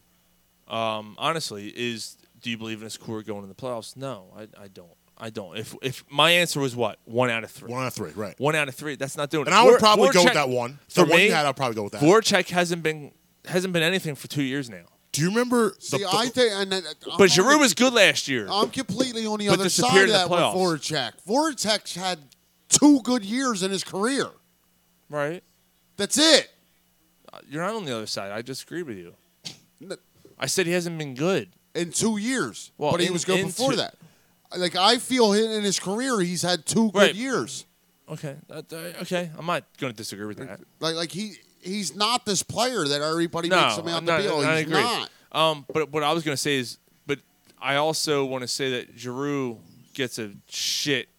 A: Um, honestly, is do you believe in this core going in the playoffs? No, I, I don't. I don't. If if my answer was what one out of three.
D: One out of three, right.
A: One out of three. That's not doing
D: And
A: it.
D: I would
A: Vor-
D: probably go with
A: Voracek-
D: that one. The
A: For
D: one you
A: me,
D: had, I'll probably go with that.
A: Voracek hasn't been hasn't been anything for two years now.
D: Do you remember
E: See, I think, and, and,
D: Uh,
E: I'm
A: But
E: on
A: Giroux
E: the-
A: was good last year.
E: I'm completely on the
A: But
E: other side
A: disappeared
E: of
A: in the
E: that with
A: playoffs.
E: Voracek. Voracek had two good years in his career.
A: right?
E: That's it.
A: You're not on the other side. I disagree with you. I said he hasn't been good.
E: in two years.
A: Well,
E: but he
A: in-
E: was good
A: in
E: before
A: two-
E: that. Like I feel hi- in his career, he's had two good
A: Right.
E: years.
A: Okay. that- uh, okay. I'm not going to disagree with that.
E: Like like he he's not this player that everybody
A: No,
E: makes him out
A: no,
E: to be.
A: no,
E: Oh,
A: I
E: he's
A: agree.
E: not.
A: Um, but what I was going to say is, but I also want to say that Giroux gets a shit.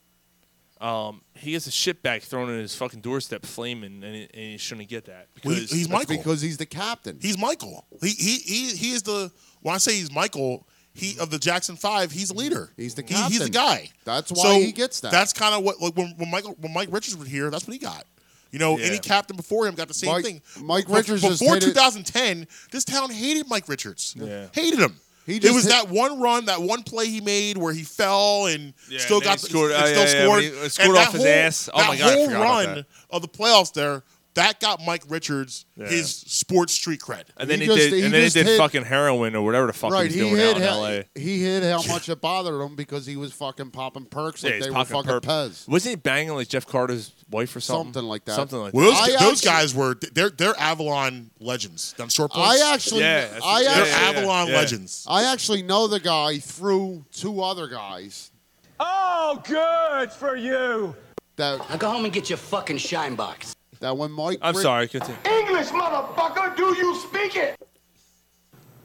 A: Um, he gets a shit bag thrown in his fucking doorstep, flaming, and he, and he shouldn't get that because
D: Well, he-
E: That's
D: he's Michael.
E: because he's the captain.
D: He's Michael. He he he he is the when I say he's Michael, he of the Jackson Five, he's the leader. He's the he's
E: captain.
D: the guy.
E: That's why
D: So
E: he gets that.
D: That's kind of what like when, when Michael when Mike Richards was here, that's what he got. You know,
E: Yeah.
D: any captain before him got the same
E: Mike-
D: thing.
E: Mike
D: But
E: Richards just
D: before
E: hit it-
D: 2010, this town hated Mike Richards.
A: Yeah.
D: hated him.
E: He
D: it
E: just
D: was
E: hit-
D: that one run, that one play he made where he fell and
A: Yeah,
D: still
A: and then
D: got
A: he
D: the-
A: scored.
D: and
A: Oh,
D: still
A: yeah, yeah,
D: scored.
A: when he- uh, scored
D: And that
A: off his
D: whole-
A: ass. Oh
D: that
A: my God, I
D: whole
A: forgot about
D: run
A: that.
D: of the playoffs there, That got Mike Richards
A: Yeah.
D: his sports street cred.
A: And then he, did, and then he did fucking heroin or whatever the fuck
E: right,
A: he's
E: he
A: doing
E: hid,
A: out in
E: how,
A: L.A.
E: he hid how much it bothered him because he was fucking popping perks like
A: he's
E: they were
A: popping
E: fucking
A: perp.
E: Pez.
A: Wasn't he banging like Jeff Carter's wife or something?
E: Something like that.
A: Something like
D: Well, those,
A: that.
D: those guys were they're they're Avalon legends. Them short
E: I
D: blokes.
E: actually, I
D: they're
E: actually,
D: Avalon legends.
E: I actually know the guy through two other guys.
K: Oh, good for you.
E: That
K: Now go home and get your fucking shine box.
E: that when Mike,
K: I'm
E: Ri-
A: sorry, continue.
K: English, motherfucker, do you speak it?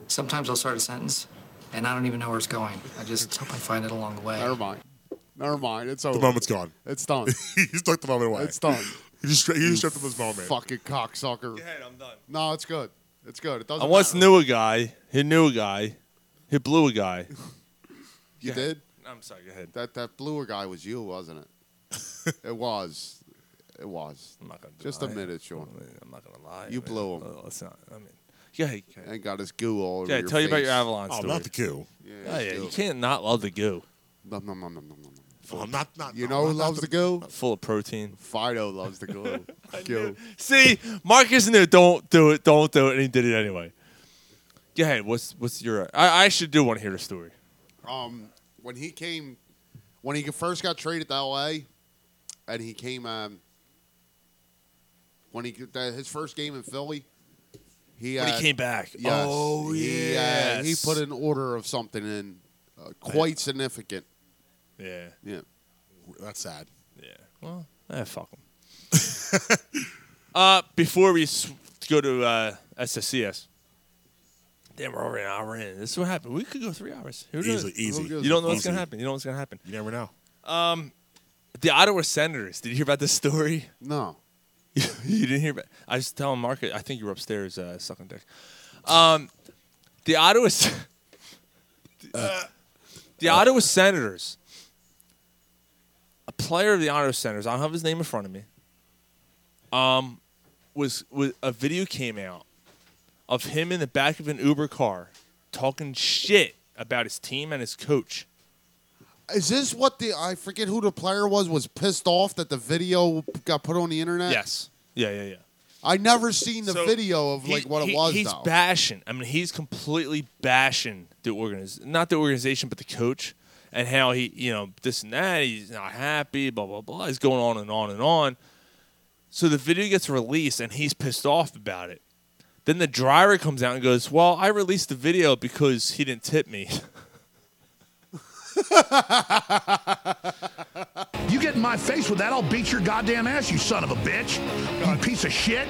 K: Sometimes I'll start a sentence, and I don't even know where it's going. I just hope I find it along the way.
E: Never mind. Never mind. It's over.
D: The moment's gone.
E: It's done.
D: he took the moment away.
E: It's done.
D: He just stra- he
E: You
D: just stripped him his moment.
E: Fucking cocksucker. Go
A: ahead. I'm done.
E: No, it's good. It's good. It doesn't.
A: I once
E: matter.
A: knew a guy. He knew a guy. He blew a guy.
E: You did.
A: I'm sorry. Go ahead.
E: That that bluer guy was you, wasn't it? it was. It was.
A: I'm not gonna
E: Just
A: deny
E: admit it, Sean.
A: I'm not gonna lie.
E: You
A: man.
E: blew him.
A: Uh, Let's not. I mean, yeah. he-
E: And got his goo all over
A: Yeah,
E: your
A: tell you about your
E: face.
A: Avalon
D: Oh,
A: story.
D: not the goo.
A: Oh, yeah,
E: his
A: you
E: goo.
A: can't not love the goo.
E: Nom, nom, nom, nom, nom, nom.
D: Oh, I'm not not.
E: You
D: I'm
E: know who
D: not- not
E: loves the goo?
A: Full of protein.
E: Fido loves the goo. goo.
A: See, Marcus knew don't do it, don't do it, and he did it anyway. Go ahead. What's what's your? I, I should do want to hear the story.
E: um, when he came, when he first got traded to LA, and he came, um, when he that- his first game in Philly, he
A: When he
E: uh,
A: came back.
E: Yes,
A: Oh,
E: he, uh, he
A: yes.
E: put an order of something in, uh, quite significant.
A: Yeah.
E: Yeah,
D: That's sad.
A: Yeah. Well, eh, fuck him. uh, before we s- go to uh, SSCS. Damn, we're already an hour in. This is what happened. We could go three hours. Who knows?
D: Easily, easy.
E: Who
A: You don't know what's
D: Easy.
A: gonna happen. You don't know what's gonna happen.
D: You never know.
A: Um, the Ottawa Senators. Did you hear about this story?
E: no,
A: you didn't hear about. I was telling Mark. I think you were upstairs uh, sucking dick. Um, the Ottawa. S- uh, the Ottawa Senators. A player of the Ottawa Senators. I don't have his name in front of me. Um, was was a video came out of him in the back of an Uber car, talking shit about his team and his coach.
E: is this what the I forget who the player was was pissed off that the video got put on the internet?
A: Yes. Yeah. Yeah. Yeah.
E: I never seen the
A: So,
E: video of like
A: He-
E: what
A: he-
E: it was
A: He's
E: though.
A: bashing. I mean, he's completely bashing the organization, not the organization, but the coach, and how he, you know, this and that. He's not happy. Blah blah blah. He's going on and on and on. So the video gets released, and he's pissed off about it. Then the driver comes out and goes, "Well, I released the video because he didn't tip me."
F: You get in my face with that, I'll beat your goddamn ass, you son of a bitch. You piece of shit.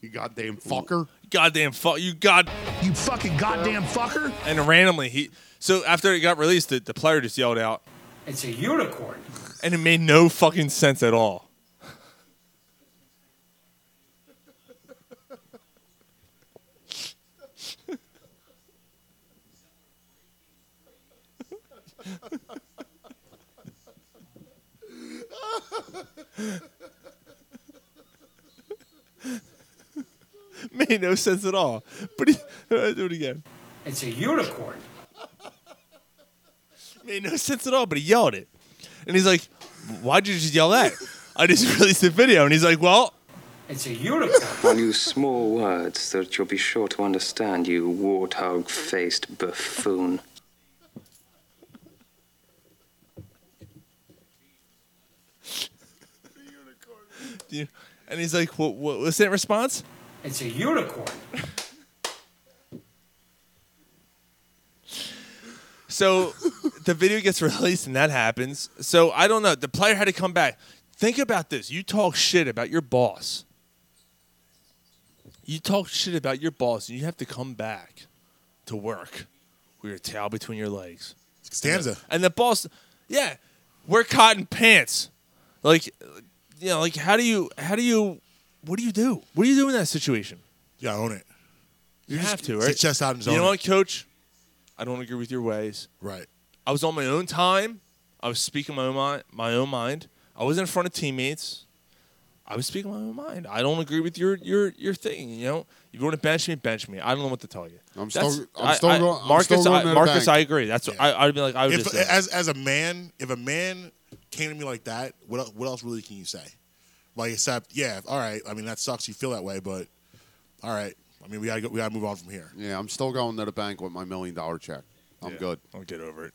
E: you goddamn fucker.
A: Goddamn fuck you, god!
F: You fucking goddamn fucker.
A: And randomly he. So after it got released, the, the player just yelled out,
K: It's a unicorn.
A: and it made no fucking sense at all. made no sense at all. But he, do it again.
K: It's a unicorn.
A: Made no sense at all. But he yelled it, and he's like, "Why'd you just yell that?" I just released the video, and he's like, "Well,
K: It's a unicorn.
L: I use small words that you'll be sure to understand, you warthog faced buffoon.
A: do you-" and he's like, "What? What was that response?"
K: It's a unicorn.
A: So the video gets released and that happens. So I don't know. The player had to come back. Think about this. You talk shit about your boss. You talk shit about your boss and you have to come back to work with your tail between your legs.
D: Stanza.
A: And the boss, yeah, wear cotton pants. Like, you know, like how do you, how do you, what do you do? What do you do in that situation?
D: Yeah, own it.
A: You have to,
D: sit
A: right?
D: chest out and
A: You know
D: zone
A: what, coach? I don't agree with your ways.
D: Right.
A: I was on my own time. I was speaking my own mind. My own mind. I was in front of teammates. I was speaking my own mind. I don't agree with your your your thing. You know, if you want to bench me, bench me. I don't know what to tell you.
E: I'm
A: That's-
E: still- I'm
A: I-
E: still
A: I-
E: go- I'm
A: Marcus,
E: still going to
A: I,
E: the
A: Marcus,
E: bank.
A: I agree. That's what I, I'd be like. I would
D: If,
A: just uh, say,
D: as as a man, if a man came to me like that, what el- what else really can you say? Like, except, yeah, all right. I mean, that sucks. You feel that way, but all right. I mean, we gotta go, we gotta move on from here.
E: Yeah, I'm still going to the bank with my million dollar check. I'm
A: Yeah.
E: good.
A: I'll get over it.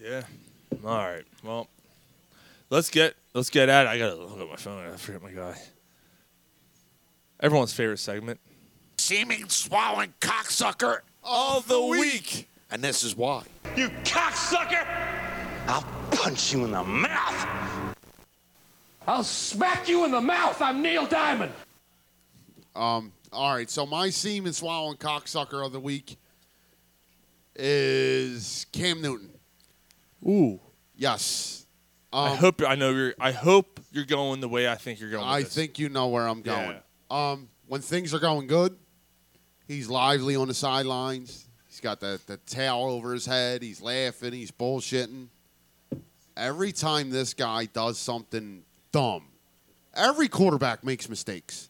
A: Yeah. All right. Well, let's get let's get at it. I gotta look at my phone. I forget my guy. Everyone's favorite segment.
M: Seeming swallowing cocksucker all the week. And this is why. You cocksucker! I'll punch you in the mouth.
N: I'll smack you in the mouth. I'm Neil Diamond.
E: Um, all right, so my semen swallowing cocksucker of the week is Cam Newton.
A: Ooh.
E: Yes.
A: I
E: Um,
A: hope I know you're. I hope you're going the way I think you're going. with
E: I
A: this.
E: think you know where I'm going.
A: Yeah.
E: Um, when things are going good, he's lively on the sidelines. He's got the, the towel over his head. He's laughing. He's bullshitting. Every time this guy does something dumb, every quarterback makes mistakes.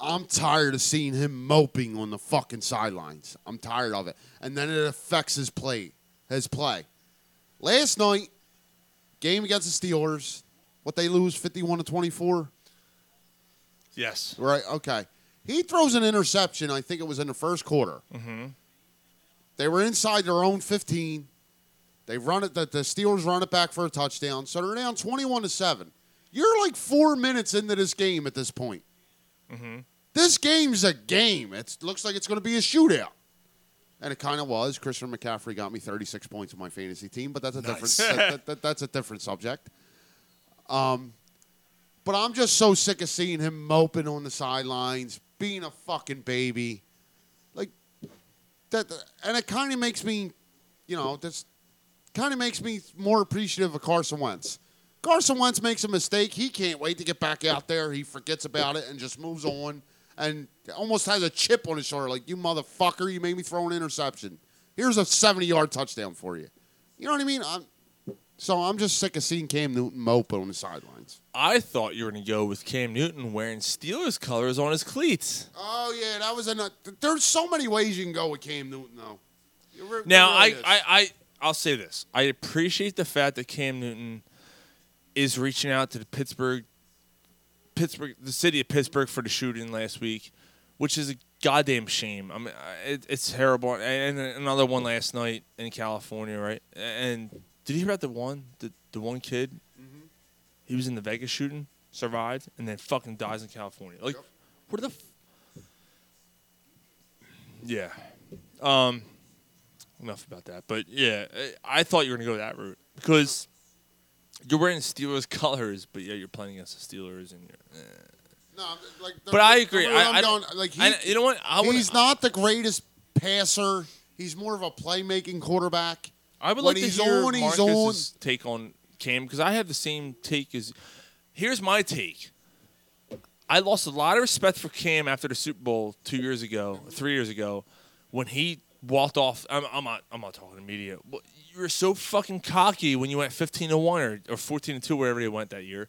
E: I'm tired of seeing him moping on the fucking sidelines. I'm tired of it. And then it affects his play. His play. Last night, game against the Steelers, what they lose 51 to 24.
A: Yes.
E: Right. Okay. He throws an interception. I think it was in the first quarter.
A: Mm-hmm.
E: They were inside their own 15. They run it. The, the Steelers run it back for a touchdown. So they're down 21 to seven. You're like four minutes into this game at this point.
A: Mm-hmm.
E: This game's a game. It looks like it's going to be a shootout. And it kind of was. Christian McCaffrey got me 36 points on my fantasy team, but that's a
M: Nice.
E: different that- that- that- that's a different subject. Um, but I'm just so sick of seeing him moping on the sidelines, being a fucking baby. Like that and it kind of makes me, you know, this kind of makes me more appreciative of Carson Wentz. Carson Wentz makes a mistake. He can't wait to get back out there. He forgets about it and just moves on and almost has a chip on his shoulder like, you motherfucker, you made me throw an interception. Here's a 70 yard touchdown for you. You know what I mean? I'm, so I'm just sick of seeing Cam Newton mope on the sidelines.
A: I thought you were going to go with Cam Newton wearing Steelers colors on his cleats.
E: Oh, yeah, that was a. There's so many ways you can go with Cam Newton, though. There re-
A: Now
E: there
A: I,
E: really is.
A: I I I'll say this. I appreciate the fact that Cam Newton is reaching out to the Pittsburgh Pittsburgh the city of Pittsburgh for the shooting last week, which is a goddamn shame. I mean I- it, it's terrible. And, and another one last night in California, right? And did you hear about the one the, the one kid? He was in the Vegas shooting, survived, and then fucking dies in California. Like where the f- yeah. Um, enough about that. But yeah, I I thought you were gonna go that route because you're wearing Steelers colors, but yeah, you're playing against the Steelers, and you're, eh.
E: No, I'm- like, the-
A: But I agree.
E: the way
A: I-
E: I'm
A: I don't-
E: going, like, he,
A: I- you know what? I wanna-
E: he's not the greatest passer. He's more of a playmaking quarterback.
A: I would
E: When
A: like to
E: he's
A: hear
E: on, he's on.
A: Marcus's take on Cam because I have the same take as. Here's my take. I lost a lot of respect for Cam after the Super Bowl two years ago, three years ago, when he walked off. I'm, I'm not. I'm not talking to media. But you were so fucking cocky when you went 15 to one or, or 14 to two, wherever they went that year,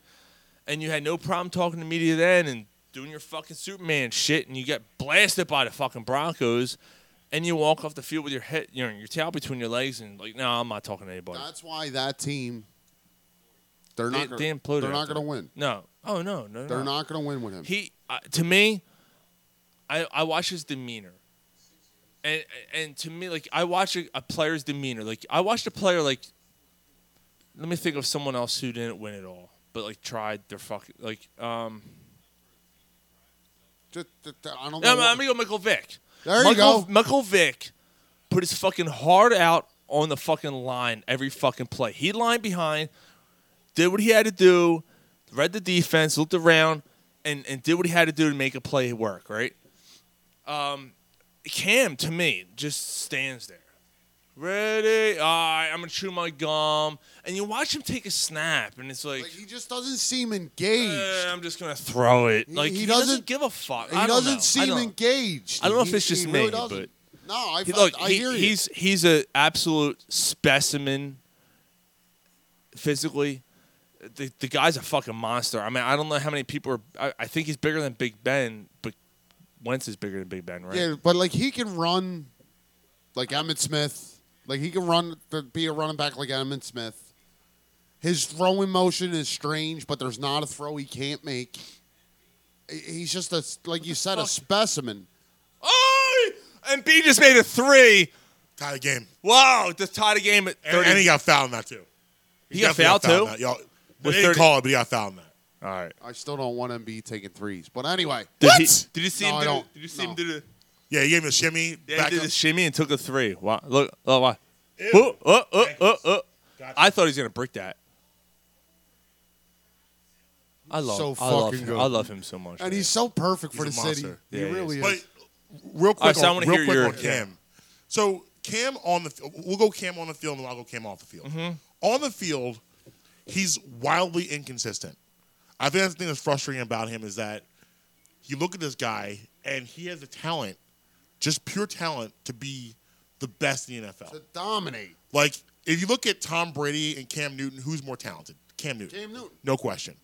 A: and you had no problem talking to media then and doing your fucking Superman shit, and you got blasted by the fucking Broncos, and you walk off the field with your head, you know, your towel between your legs, and like, no, I'm not talking to anybody.
E: That's why that team. They're not.
A: They- they
E: gonna,
A: imploded
E: they're not
A: after
E: going to
A: that.
E: win.
A: No. Oh no, no.
E: They're
A: no.
E: not going to win with him.
A: He uh, to me, I I watch his demeanor, and and to me, like I watch a, a player's demeanor. Like I watched a player like. Let me think of someone else who didn't win at all, but like tried their fucking like um.
E: Ju- ju- ju- I don't know.
A: I'm,
E: what-
A: I'm gonna go Michael Vick.
E: There you
A: Michael,
E: go.
A: Michael Vick put his fucking heart out on the fucking line every fucking play. He lined behind, did what he had to do, read the defense, looked around, and and did what he had to do to make a play work. Right. Um, Cam to me just stands there. Ready? All right, I'm gonna chew my gum, and you watch him take a snap, and it's like, eh,
E: he just doesn't seem engaged.
A: I'm just gonna throw it.
E: He-
A: Like
E: he
A: he, doesn't,
E: doesn't-
A: give a fuck.
E: he
A: I don't
E: doesn't
A: know. I
E: seem
A: don't-
E: engaged.
A: I don't know
E: He-
A: if it's
E: he
A: just
E: really
A: me,
E: doesn't.
A: but
E: No, I,
A: he-
E: I-
A: look,
E: I
A: he-
E: hear you.
A: he's he's an absolute specimen physically. The, the guy's a fucking monster. I mean, I don't know how many people are. I, I think he's bigger than Big Ben, but Wentz is bigger than Big Ben, right?
E: Yeah, but like he can run like Emmett Smith. Like he can run be a running back like Emmett Smith. His throwing motion is strange, but there's not a throw he can't make. He- He's just a like you said, a specimen.
A: Oh! And B just made a three.
D: Tie the game.
A: Wow, just tied a game at 30.
D: And, and he got fouled in that too.
A: He got
D: definitely
A: fouled,
D: in that.
A: too?
D: Y'all,
A: With
D: they didn't
A: 30
D: call it, but he got fouled in that.
A: All right.
E: I still don't want MB taking threes, but anyway.
A: Did he- did you see
E: No,
A: him
E: I
A: do?
E: don't.
A: Did you see
E: No.
A: him do the?
D: Yeah, he gave him a shimmy.
A: Yeah,
D: back
A: he did
D: up.
A: the shimmy and took a three. Wow. Look. Oh, wow. Oh, oh, oh, oh, oh. I thought he was gonna break that. I love.
E: So
A: I love
E: fucking
A: him.
E: good.
A: I love him so much.
E: And he's so perfect for
D: He's
E: the
D: a
E: city.
D: monster.
E: he
A: Yeah, he
E: really
A: is.
E: is.
D: Real
A: All right,
D: quick,
A: so I
D: on,
A: wanna
D: real
A: hear
D: quick
A: your-
D: on Cam. So Cam on the f- we'll go Cam on the field and I'll go Cam off the field.
A: Mm-hmm.
D: On the field, he's wildly inconsistent. I think that's the thing that's frustrating about him is that you look at this guy and he has the talent, just pure talent, to be the best in the NFL.
E: To dominate.
D: Like if you look at Tom Brady and Cam Newton, who's more talented? Cam Newton.
E: Cam Newton.
D: No question.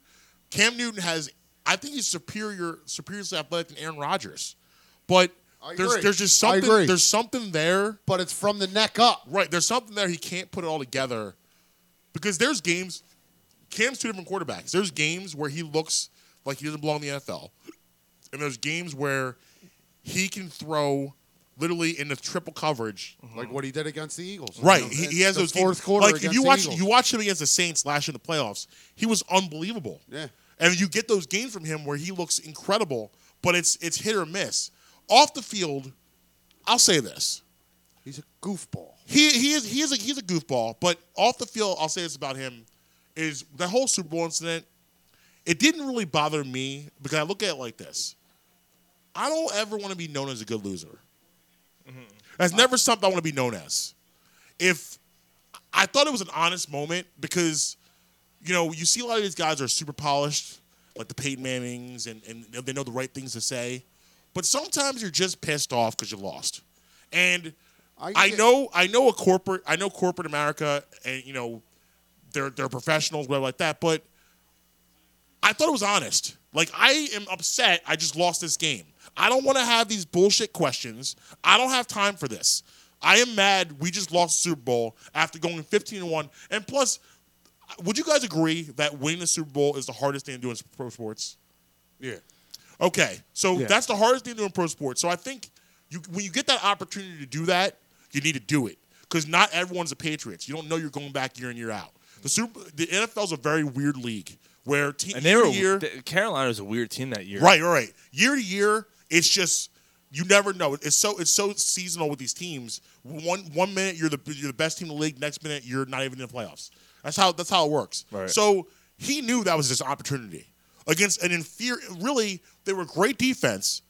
D: Cam Newton has, I think he's superior, superiorly athletic than Aaron Rodgers, but
E: I
D: there's
E: agree.
D: there's just
E: I
D: something
E: agree.
D: there's something there,
E: but it's from the neck up.
D: Right, there's something there he can't put it all together because there's games. Cam's two different quarterbacks. There's games where he looks like he doesn't belong in the NFL, and there's games where he can throw literally into triple coverage
E: Like what he did against the Eagles.
D: Right.
E: You know,
D: He, he has
E: the
D: those
E: fourth
D: games-
E: quarter.
D: Like if
E: against
D: you
E: the
D: watch
E: Eagles.
D: you watch him against the Saints last year in the playoffs, he was unbelievable.
E: Yeah.
D: And you get those games from him where he looks incredible, but it's it's hit or miss. Off the field, I'll say this.
E: He's a goofball.
D: He he is he is a he's a goofball, but off the field, I'll say this about him is the whole Super Bowl incident, it didn't really bother me because I look at it like this. I don't ever want to be known as a good loser. That's never something I want to be known as. If I thought it was an honest moment because, you know, you see a lot of these guys are super polished, like the Peyton Mannings, and, and they know the right things to say. But sometimes you're just pissed off because you lost. And I,
E: get-
D: know I know a corporate I know corporate America and you know they're they're professionals, whatever like that, but I thought it was honest. Like I am upset. I just lost this game. I don't want to have these bullshit questions. I don't have time for this. I am mad. We just lost the Super Bowl after going 15 and one. And plus, would you guys agree that winning the Super Bowl is the hardest thing to do in pro sports?
J: Yeah.
D: Okay, so
J: Yeah.
D: that's the hardest thing to do in pro sports. So I think you when you get that opportunity to do that, you need to do it because not everyone's a Patriots. You don't know you're going back year in year out. The Super, the NFL's a very weird league where team
A: and they were.
D: year
A: th- Carolina was a weird team that year.
D: Right, right, right. Year to year, it's just you never know. It's so it's so seasonal with these teams. One one minute you're the you're the best team in the league, next minute you're not even in the playoffs. That's how that's how it works.
A: Right.
D: So he knew that was his opportunity against an inferior. Really, they were great defense,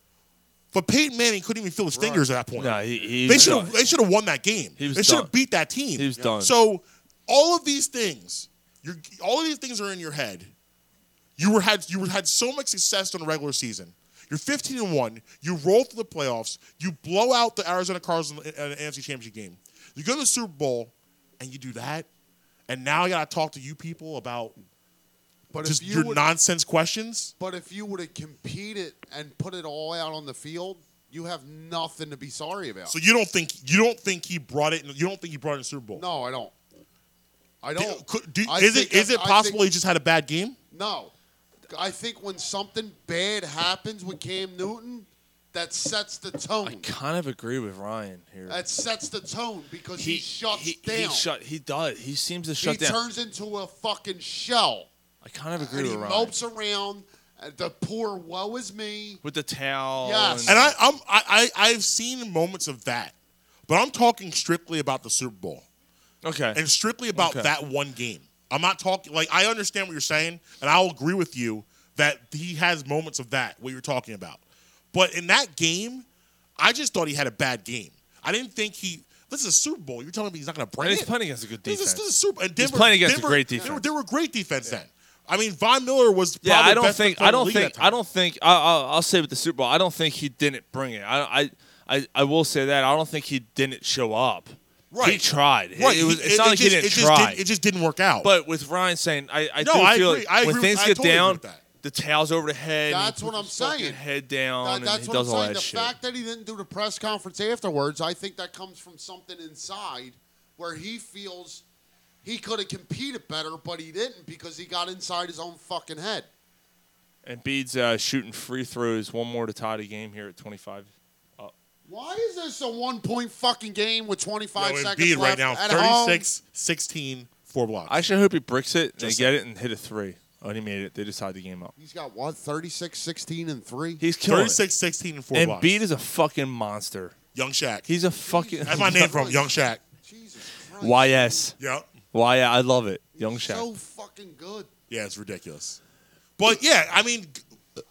D: but Peyton Manning couldn't even feel his fingers at that point.
A: No, he, he
D: they
A: was
D: should
A: done.
D: have they should have won that game.
A: He was
D: they should
A: done.
D: have beat that team.
A: He was done.
D: So all of these things, you're, all of these things are in your head. You were had you were had so much success in the regular season. You're 15 and one. You roll through the playoffs. You blow out the Arizona Cardinals in an AFC Championship game. You go to the Super Bowl, and you do that. And now I gotta talk to you people about
E: But
D: just
E: if you
D: your
E: would-
D: nonsense questions.
E: But if you would have competed and put it all out on the field, you have nothing to be sorry about.
D: So you don't think you don't think he brought it? You don't think he brought it in the Super Bowl?
E: no, I don't. I don't.
D: Could- do-
E: I
D: is
E: think
D: it is it
E: that's- I
D: possible
E: think-
D: he just had a bad game?
E: No. I think when something bad happens with Cam Newton, that sets the
A: I
E: tone.
A: kind of agree with Ryan here.
E: That sets the tone because he, shuts
A: he,
E: down.
A: He, shut, he does. He seems to
E: He
A: shut down.
E: turns into a fucking shell.
A: I kind of agree
E: And he
A: with Ryan.
E: mopes around. and The poor woe is me.
A: With the towel.
E: Yes.
D: And I, I'm I, I I've seen moments of that, but I'm talking strictly about the Super Bowl
A: Okay.
D: and strictly about
A: Okay.
D: that one game. I'm not talking like I understand what you're saying, and I'll agree with you that he has moments of that what you're talking about. But in that game, I just thought he had a bad game. I didn't think he. This is a Super Bowl. You're telling me he's not going to break
A: And he's
D: it?
A: playing against a good
D: This is,
A: defense.
D: this is Super. And
A: He's
D: Denver,
A: playing against a
D: Denver-
A: great
D: they were-
A: defense.
D: They were, great defense then. I mean, Von Miller was
A: Yeah, I
D: probably the
A: don't
D: best
A: think.
D: player
A: I
D: in the
A: don't
D: league at
A: think.
D: that
A: I don't think. I, I'll, I'll say with the Super Bowl, I don't think he didn't bring it. I, I, I, I will say that. I don't think he didn't show up.
D: Right.
A: He tried. It-
D: Right.
A: It, was,
D: He-
A: it's
D: it-
A: not
D: it
A: like he
D: just-
A: didn't
D: it just
A: try.
D: didn't- it just didn't work out.
A: But with Ryan saying, I, I
D: No,
A: do
D: I
A: feel
D: agree.
A: like
D: I
A: when
D: agree
A: things
D: with- I
A: get
D: totally agree
A: down,
D: with that.
A: the tails over the head. and he
E: That's what
A: puts
E: I'm
A: his fucking
E: saying.
A: Head down.
E: That-
A: and
E: that's
A: he
E: what I'm
A: does all
E: saying.
A: that
E: The
A: shit.
E: fact that he didn't do the press conference afterwards, I think that comes from something inside where he feels He could have competed better, but he didn't because he got inside his own fucking head.
A: Embiid's uh, shooting free throws one more to tie the game here at 25. Up.
E: Why is this a one point fucking game with 25
D: Yo,
E: seconds
D: Embiid
E: left
D: right now,
E: at home?
D: 36, 16, four blocks.
A: I actually hope he bricks it and they
D: Just-
A: get it and hit a three. Oh, and he made it. They just tied the game up.
E: He's got what, 36, 16, and 3?
A: He's killing
D: 36, 16, and four
A: and
D: blocks.
A: Beat is a fucking monster.
D: Young Shaq.
A: He's a fucking.
D: That's my name for him, Young Shaq.
A: YS.
D: Yep.
A: Why? I love it. Young Shaq.
E: So fucking good.
D: Yeah, it's ridiculous. But yeah, I mean,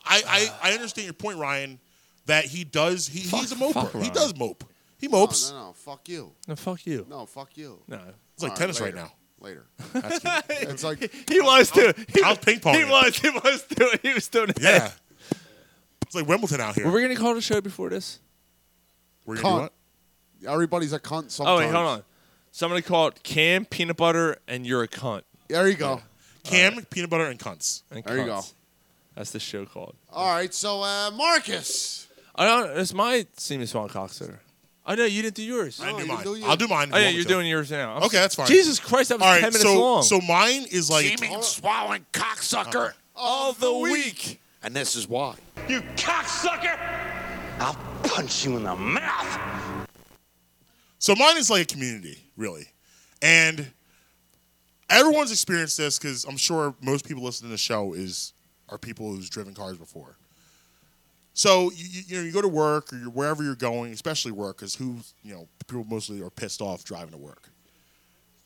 D: I
E: Uh,
D: I, I understand your point, Ryan. That he does. He, he's a
A: fuck
D: moper. He
A: Ryan.
D: does mope. He mopes.
E: No, no, no. Fuck you.
A: No, fuck you.
E: No, fuck you.
A: No.
D: It's like
E: All
D: tennis right
E: later.
D: now.
E: Later.
D: That's good.
E: it's like
A: He was too. He,
D: I'll ping pong
A: He
D: it.
A: was. He was doing. He was doing it.
D: Yeah. It's like Wimbledon out
A: Were
D: here.
A: we gonna call the show before this?
D: We're
E: cunt. Everybody's a cunt sometimes.
A: Oh wait, hold on. Somebody called Cam peanut butter and you're a cunt.
E: There you go.
D: Cam, peanut butter, and cunts.
A: And
E: There you go.
A: cunts. That's the show called.
E: All right, so uh, Marcus.
A: I don't. It's my Seamus Swan cocksutter. I know you didn't do yours.
D: I
E: No,
D: do
E: you
D: mine.
E: do yours.
D: I'll do mine. if
A: Oh
D: you
A: yeah,
D: want me
A: you're
D: to.
A: doing yours now. I'm
D: Okay, that's fine.
A: Jesus Christ, that was
D: All right,
A: ten minutes
D: so,
A: long.
D: So mine is like
M: Seeming swallowing cocksucker
E: of the week.
M: And this is why.
I: You cocksucker!
M: I'll punch you in the mouth.
D: So mine is like a community, really. And everyone's experienced this because I'm sure most people listening to the show is are people who's driven cars before. So you, you, you know you go to work or you're, wherever you're going, especially work, because who you know people mostly are pissed off driving to work.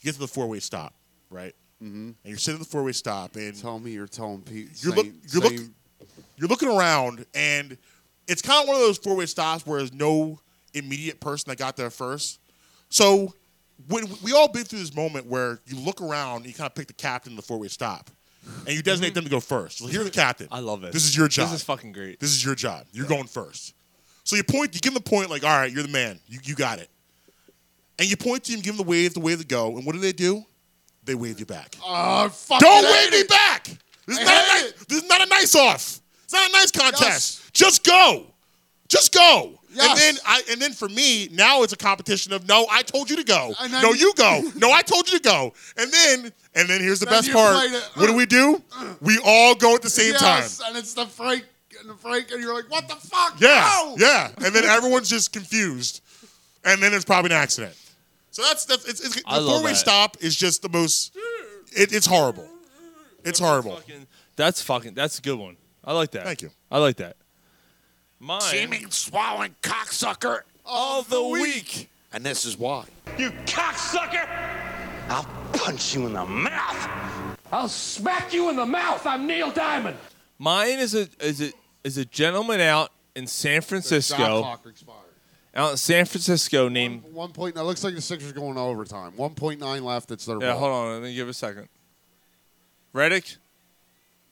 D: You get to the four way stop, right? Mm-hmm. And you're sitting at the four way stop, and
E: Tell me you're telling Pete.
D: you're,
E: same-
D: look, you're, look,
E: same-
D: you're looking around, and it's kind of one of those four way stops where there's no immediate person that got there first. So when we all been through this moment where you look around and you kind of pick the captain of the four way stop, and you designate them to go first. So you're the captain.
A: Mm-hmm. I love it.
D: This is your job.
A: This is fucking great.
D: This is your job. You're going first. So you point, you give him the point, like, all right, you're the man. You, you got it. And you point to him, give him the wave, the wave to go. And what do they do? They wave you back.
E: Oh, I fucking
D: Don't
E: hate
D: wave me
E: it.
D: back. This
E: I
D: is, not a
E: hate
D: nice, this is not a nice off. It's not a nice contest.
E: Yes.
D: Just go. Just go.
E: Yes.
D: And then I and then for me, now it's a competition of no, I told you to go.
E: And then
D: No,
E: you-
D: you go. No, I told you to go. And then and then here's the
E: Then
D: best
E: you
D: part.
E: played it.
D: What do we do? We all go at the same time.
E: Yes, and it's the Frank and the Frank, and you're like, what the fuck?
D: Yeah.
E: No!
D: Yeah. And then everyone's just confused. And then it's probably an accident. So that's that's it's, it's
A: I
D: the
A: love
D: four way
A: that.
D: stop is just the most it, it's horrible. It's horrible.
A: Fucking- that's fucking. That's a good one. I like that.
D: Thank you.
A: I like that. Mine.
M: Seeming swallowing cocksucker
A: of the week.
M: And this is why.
I: You cocksucker!
M: I'll punch you in the mouth.
N: I'll smack you in the mouth. I'm Neil Diamond.
A: Mine is a is a is a gentleman out in San
E: Shot
A: Francisco.
E: clock expired.
A: Out in San Francisco named.
E: One point. It looks like the Sixers going to overtime. One point nine left. It's their
A: Yeah,
E: ball.
A: hold on. Let me give it a second. Reddick.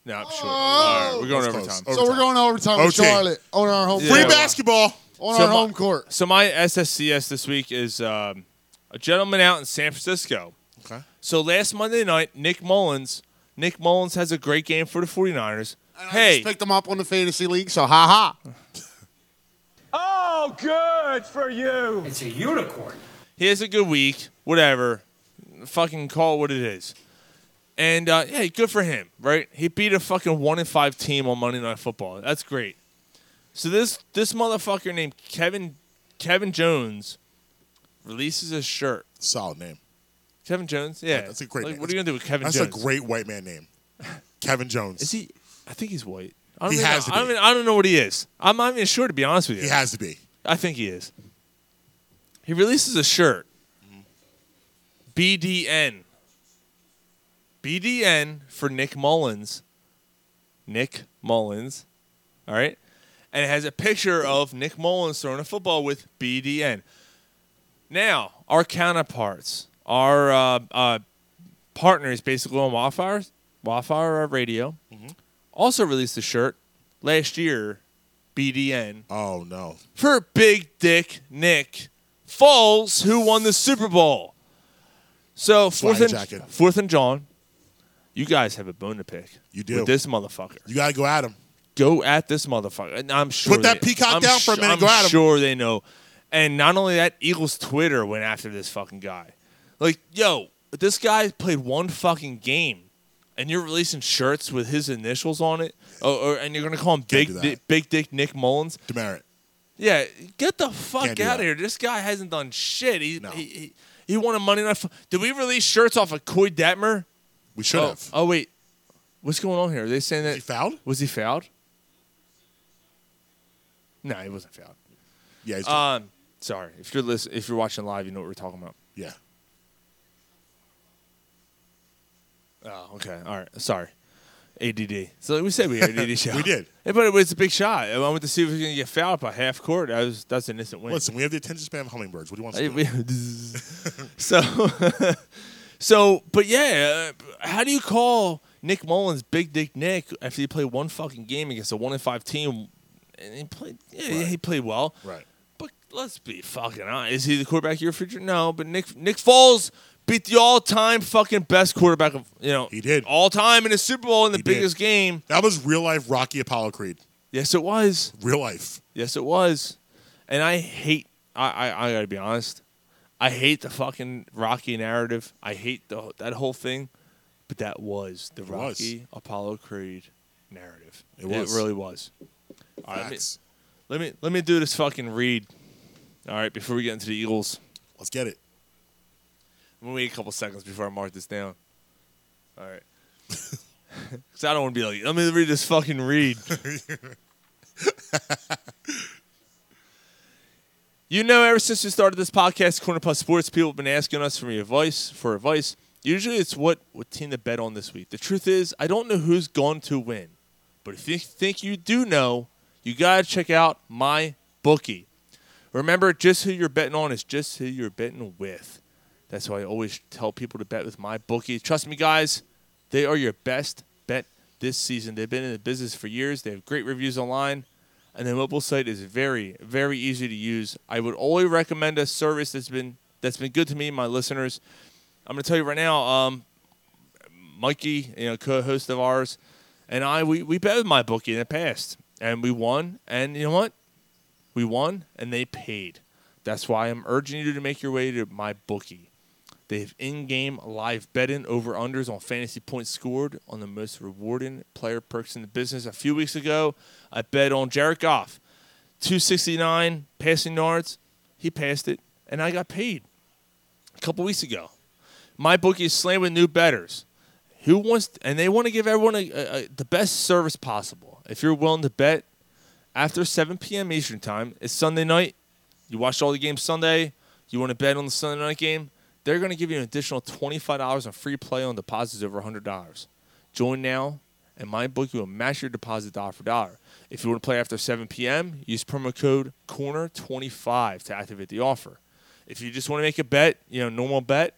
A: No, I'm sure. All right, we're going
D: That's close.
A: overtime.
D: Oh,
E: So we're going to overtime with
D: OT.
E: Charlotte on our home
A: Yeah.
D: Free
E: court.
D: basketball.
E: on
A: So
E: our
A: my-
E: home court.
A: So my SSCS this week is um, a gentleman out in San Francisco.
D: Okay.
A: So last Monday night, Nick Mullins. Nick Mullins has a great game for the 49ers.
E: I
A: hey,
E: just picked them up on the fantasy league. So ha ha.
N: Oh, good for you.
K: It's a unicorn.
A: he has a good week. Whatever. Fucking call it what it is. And uh, yeah, good for him, right? He beat a fucking one in five team on Monday Night Football. That's great. So this this motherfucker named Kevin Kevin Jones releases a shirt.
D: Solid name.
A: Kevin Jones, yeah,
D: That's a great
A: Like,
D: name.
A: what are you gonna do with Kevin
D: That's
A: Jones?
D: a great white man name. Kevin Jones.
A: Is he? I think he's white. I don't
D: He
A: even
D: has
A: know,
D: to
A: I don't
D: be.
A: even, I don't know what he is. I'm not even sure to be honest with you.
D: He has to be.
A: I think he is. He releases a shirt. BDN. BDN for Nick Mullins. Nick Mullins. All right. And it has a picture of Nick Mullins throwing a football with BDN. Now, our counterparts, our uh, uh, partners basically on Wildfire, Wildfire Radio, also released a shirt last year, BDN
D: Oh no.
A: for Big Dick Nick Foles, who won the Super Bowl. So fourth
D: Flyer
A: and
D: jacket.
A: fourth and John, you guys have a bone to pick.
D: You do.
A: with this motherfucker.
D: You gotta go at him.
A: Go at this motherfucker, and I'm sure
D: Put that
A: they-
D: peacock
A: I'm
D: down for a
A: su-
D: minute,
A: I'm
D: go at him.
A: Sure, they know. And not only that, Eagles Twitter went after this fucking guy. Like, yo, But this guy played one fucking game, and you're releasing shirts with his initials on it, oh, or, and you're gonna call him
D: Can't do
A: Big
D: that.
A: Dick, Big Dick Nick Mullins.
D: Demerit.
A: Yeah, get the
D: Can't
A: fuck
D: do
A: out of
D: that.
A: here. This guy hasn't done shit. He he, he he won a Monday Night. Fu- Did we release shirts off of Coy Detmer?
D: We should
A: oh,
D: have.
A: Oh wait, what's going on here? Are they saying that was he
D: fouled?
A: Was he fouled? No, he wasn't fouled.
D: Yeah. He's
A: Um, sorry. If you're listening, if you're watching live, you know what we're talking about.
D: Yeah.
A: Oh, okay. All right. Sorry. ADD. So we said we had ADD shot.
D: We did.
A: Yeah, but it was a big shot. I went to see if we was going to get fouled by half court. That was, that's an instant win.
D: Listen, we have the attention span of hummingbirds. What do you want us
A: Hey,
D: to
A: we-
D: do?
A: so, so, but yeah, uh, how do you call Nick Mullins Big Dick Nick after you play one fucking game against a one in five team? And he played, yeah, yeah, he played well.
D: Right.
A: But let's be fucking honest. Is he the quarterback of your future? No, but Nick Nick Foles beat the all time fucking best quarterback of you know he did all time in the Super Bowl in the biggest game.
D: That was real life Rocky Apollo Creed.
A: Yes, it was
D: real life.
A: Yes, it was. And I hate. I I, I gotta be honest. I hate the fucking Rocky narrative. I hate the that whole thing. But that was the
D: It was.
A: Rocky Apollo Creed narrative.
D: It was.
A: It really was. All right, let me-
D: Facts.
A: let me let me do this fucking read. All right, before we get into the Eagles.
D: Let's get it.
A: I'm gonna wait a couple seconds before I mark this down. All right. Because I don't want to be like, let me read this fucking read. you know, ever since we started this podcast, Corner Plus Sports, people have been asking us for advice. For advice, usually it's what what team to bet on this week. The truth is, I don't know who's going to win, but if you think you do know, you gotta check out my bookie. Remember, just who you're betting on is just who you're betting with. That's why I always tell people to bet with my bookie. Trust me, guys, they are your best bet this season. They've been in the business for years. They have great reviews online, and their mobile site is very, very easy to use. I would only recommend a service that's been that's been good to me, and my listeners. I'm going to tell you right now, um, Mikey, you know, co-host of ours, and I, we, we bet with my bookie in the past, and we won. And you know what? We won, and they paid. That's why I'm urging you to make your way to my bookie. They have in-game live betting over/unders on fantasy points scored on the most rewarding player perks in the business. A few weeks ago, I bet on Jared Goff, 269 passing yards. He passed it, and I got paid a couple weeks ago. My bookie is slammed with new betters. Who wants and they want to give everyone a, a, a- the best service possible. If you're willing to bet after 7 p.m. Eastern time, it's Sunday night. You watched all the games Sunday. You want to bet on the Sunday night game? They're going to give you an additional $25 on free play on deposits over $100. Join now, and my bookie will match your deposit dollar for dollar. If you want to play after 7 p.m., use promo code CORNER25 to activate the offer. If you just want to make a bet, you know, normal bet,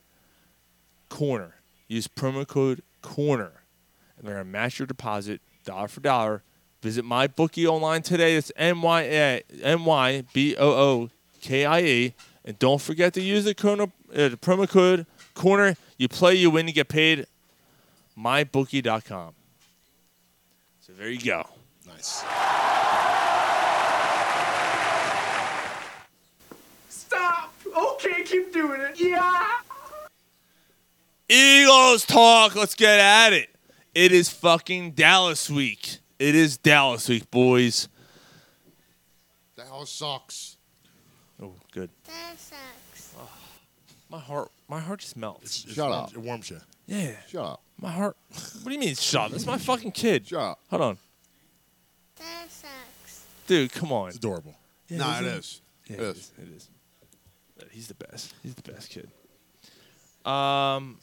A: corner. Use promo code corner, and they're gonna match your deposit dollar for dollar. Visit my bookie online today. It's M Y A M Y B O O K I E, and don't forget to use the corner uh, the promo code corner. You play, you win, you get paid. MyBookie.com. So there you go.
D: Nice.
N: Stop! Okay, keep doing it. Yeah!
A: Eagles talk. Let's get at it. It is fucking Dallas week. It is Dallas week, boys.
E: The hell sucks.
A: Oh, good. My heart, my heart just melts.
D: Shut up. It warms you.
A: Yeah.
E: Shut up.
A: My heart. What do you mean, shut up? That's my fucking kid. Shut
E: up.
A: Hold on. Dude, come on. It's
D: adorable.
E: Nah, it
A: isn't
E: is.
A: Yeah,
E: It
A: it is. It is. He's the best. He's the best kid. Um,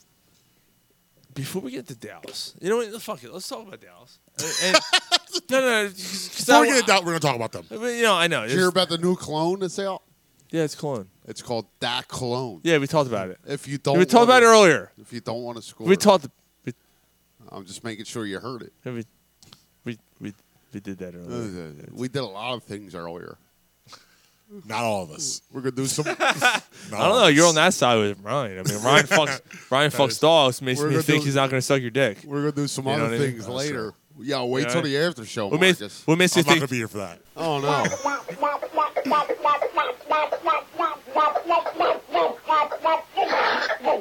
A: before we get to Dallas, you know what? Fuck it. Let's talk about Dallas. And, and- no, no. no, 'cause- 'cause I
D: Before we
A: wa-
D: get it out, we're gonna talk about them.
A: But, you know, I know.
E: Did you hear about the new clone that's out?
A: Yeah, it's clone.
E: It's called that clone.
A: Yeah, we talked about it.
E: If you don't,
A: we talked about
E: wanna-
A: it earlier.
E: If you don't want to score,
A: We talked. We,
E: I'm just making sure you heard it.
A: we, we, we, we did that earlier.
E: We did a lot of things earlier.
D: Not all of us.
E: We're gonna do some.
A: I don't know. You're on that side with Ryan. I mean, Ryan fucks Ryan
E: That
A: fucks
E: is-
A: dogs makes
E: we're
A: me
E: gonna
A: think
E: do-
A: he's not going to suck your dick.
E: We're gonna do some
A: You know
E: other
A: what I mean?
E: things
A: That's
E: later.
A: true.
E: Yeah, wait
A: Yeah.
E: till the after show.
A: What makes-
E: Marcus.
A: what makes you I'm not think-
D: gonna be here for that.
E: Oh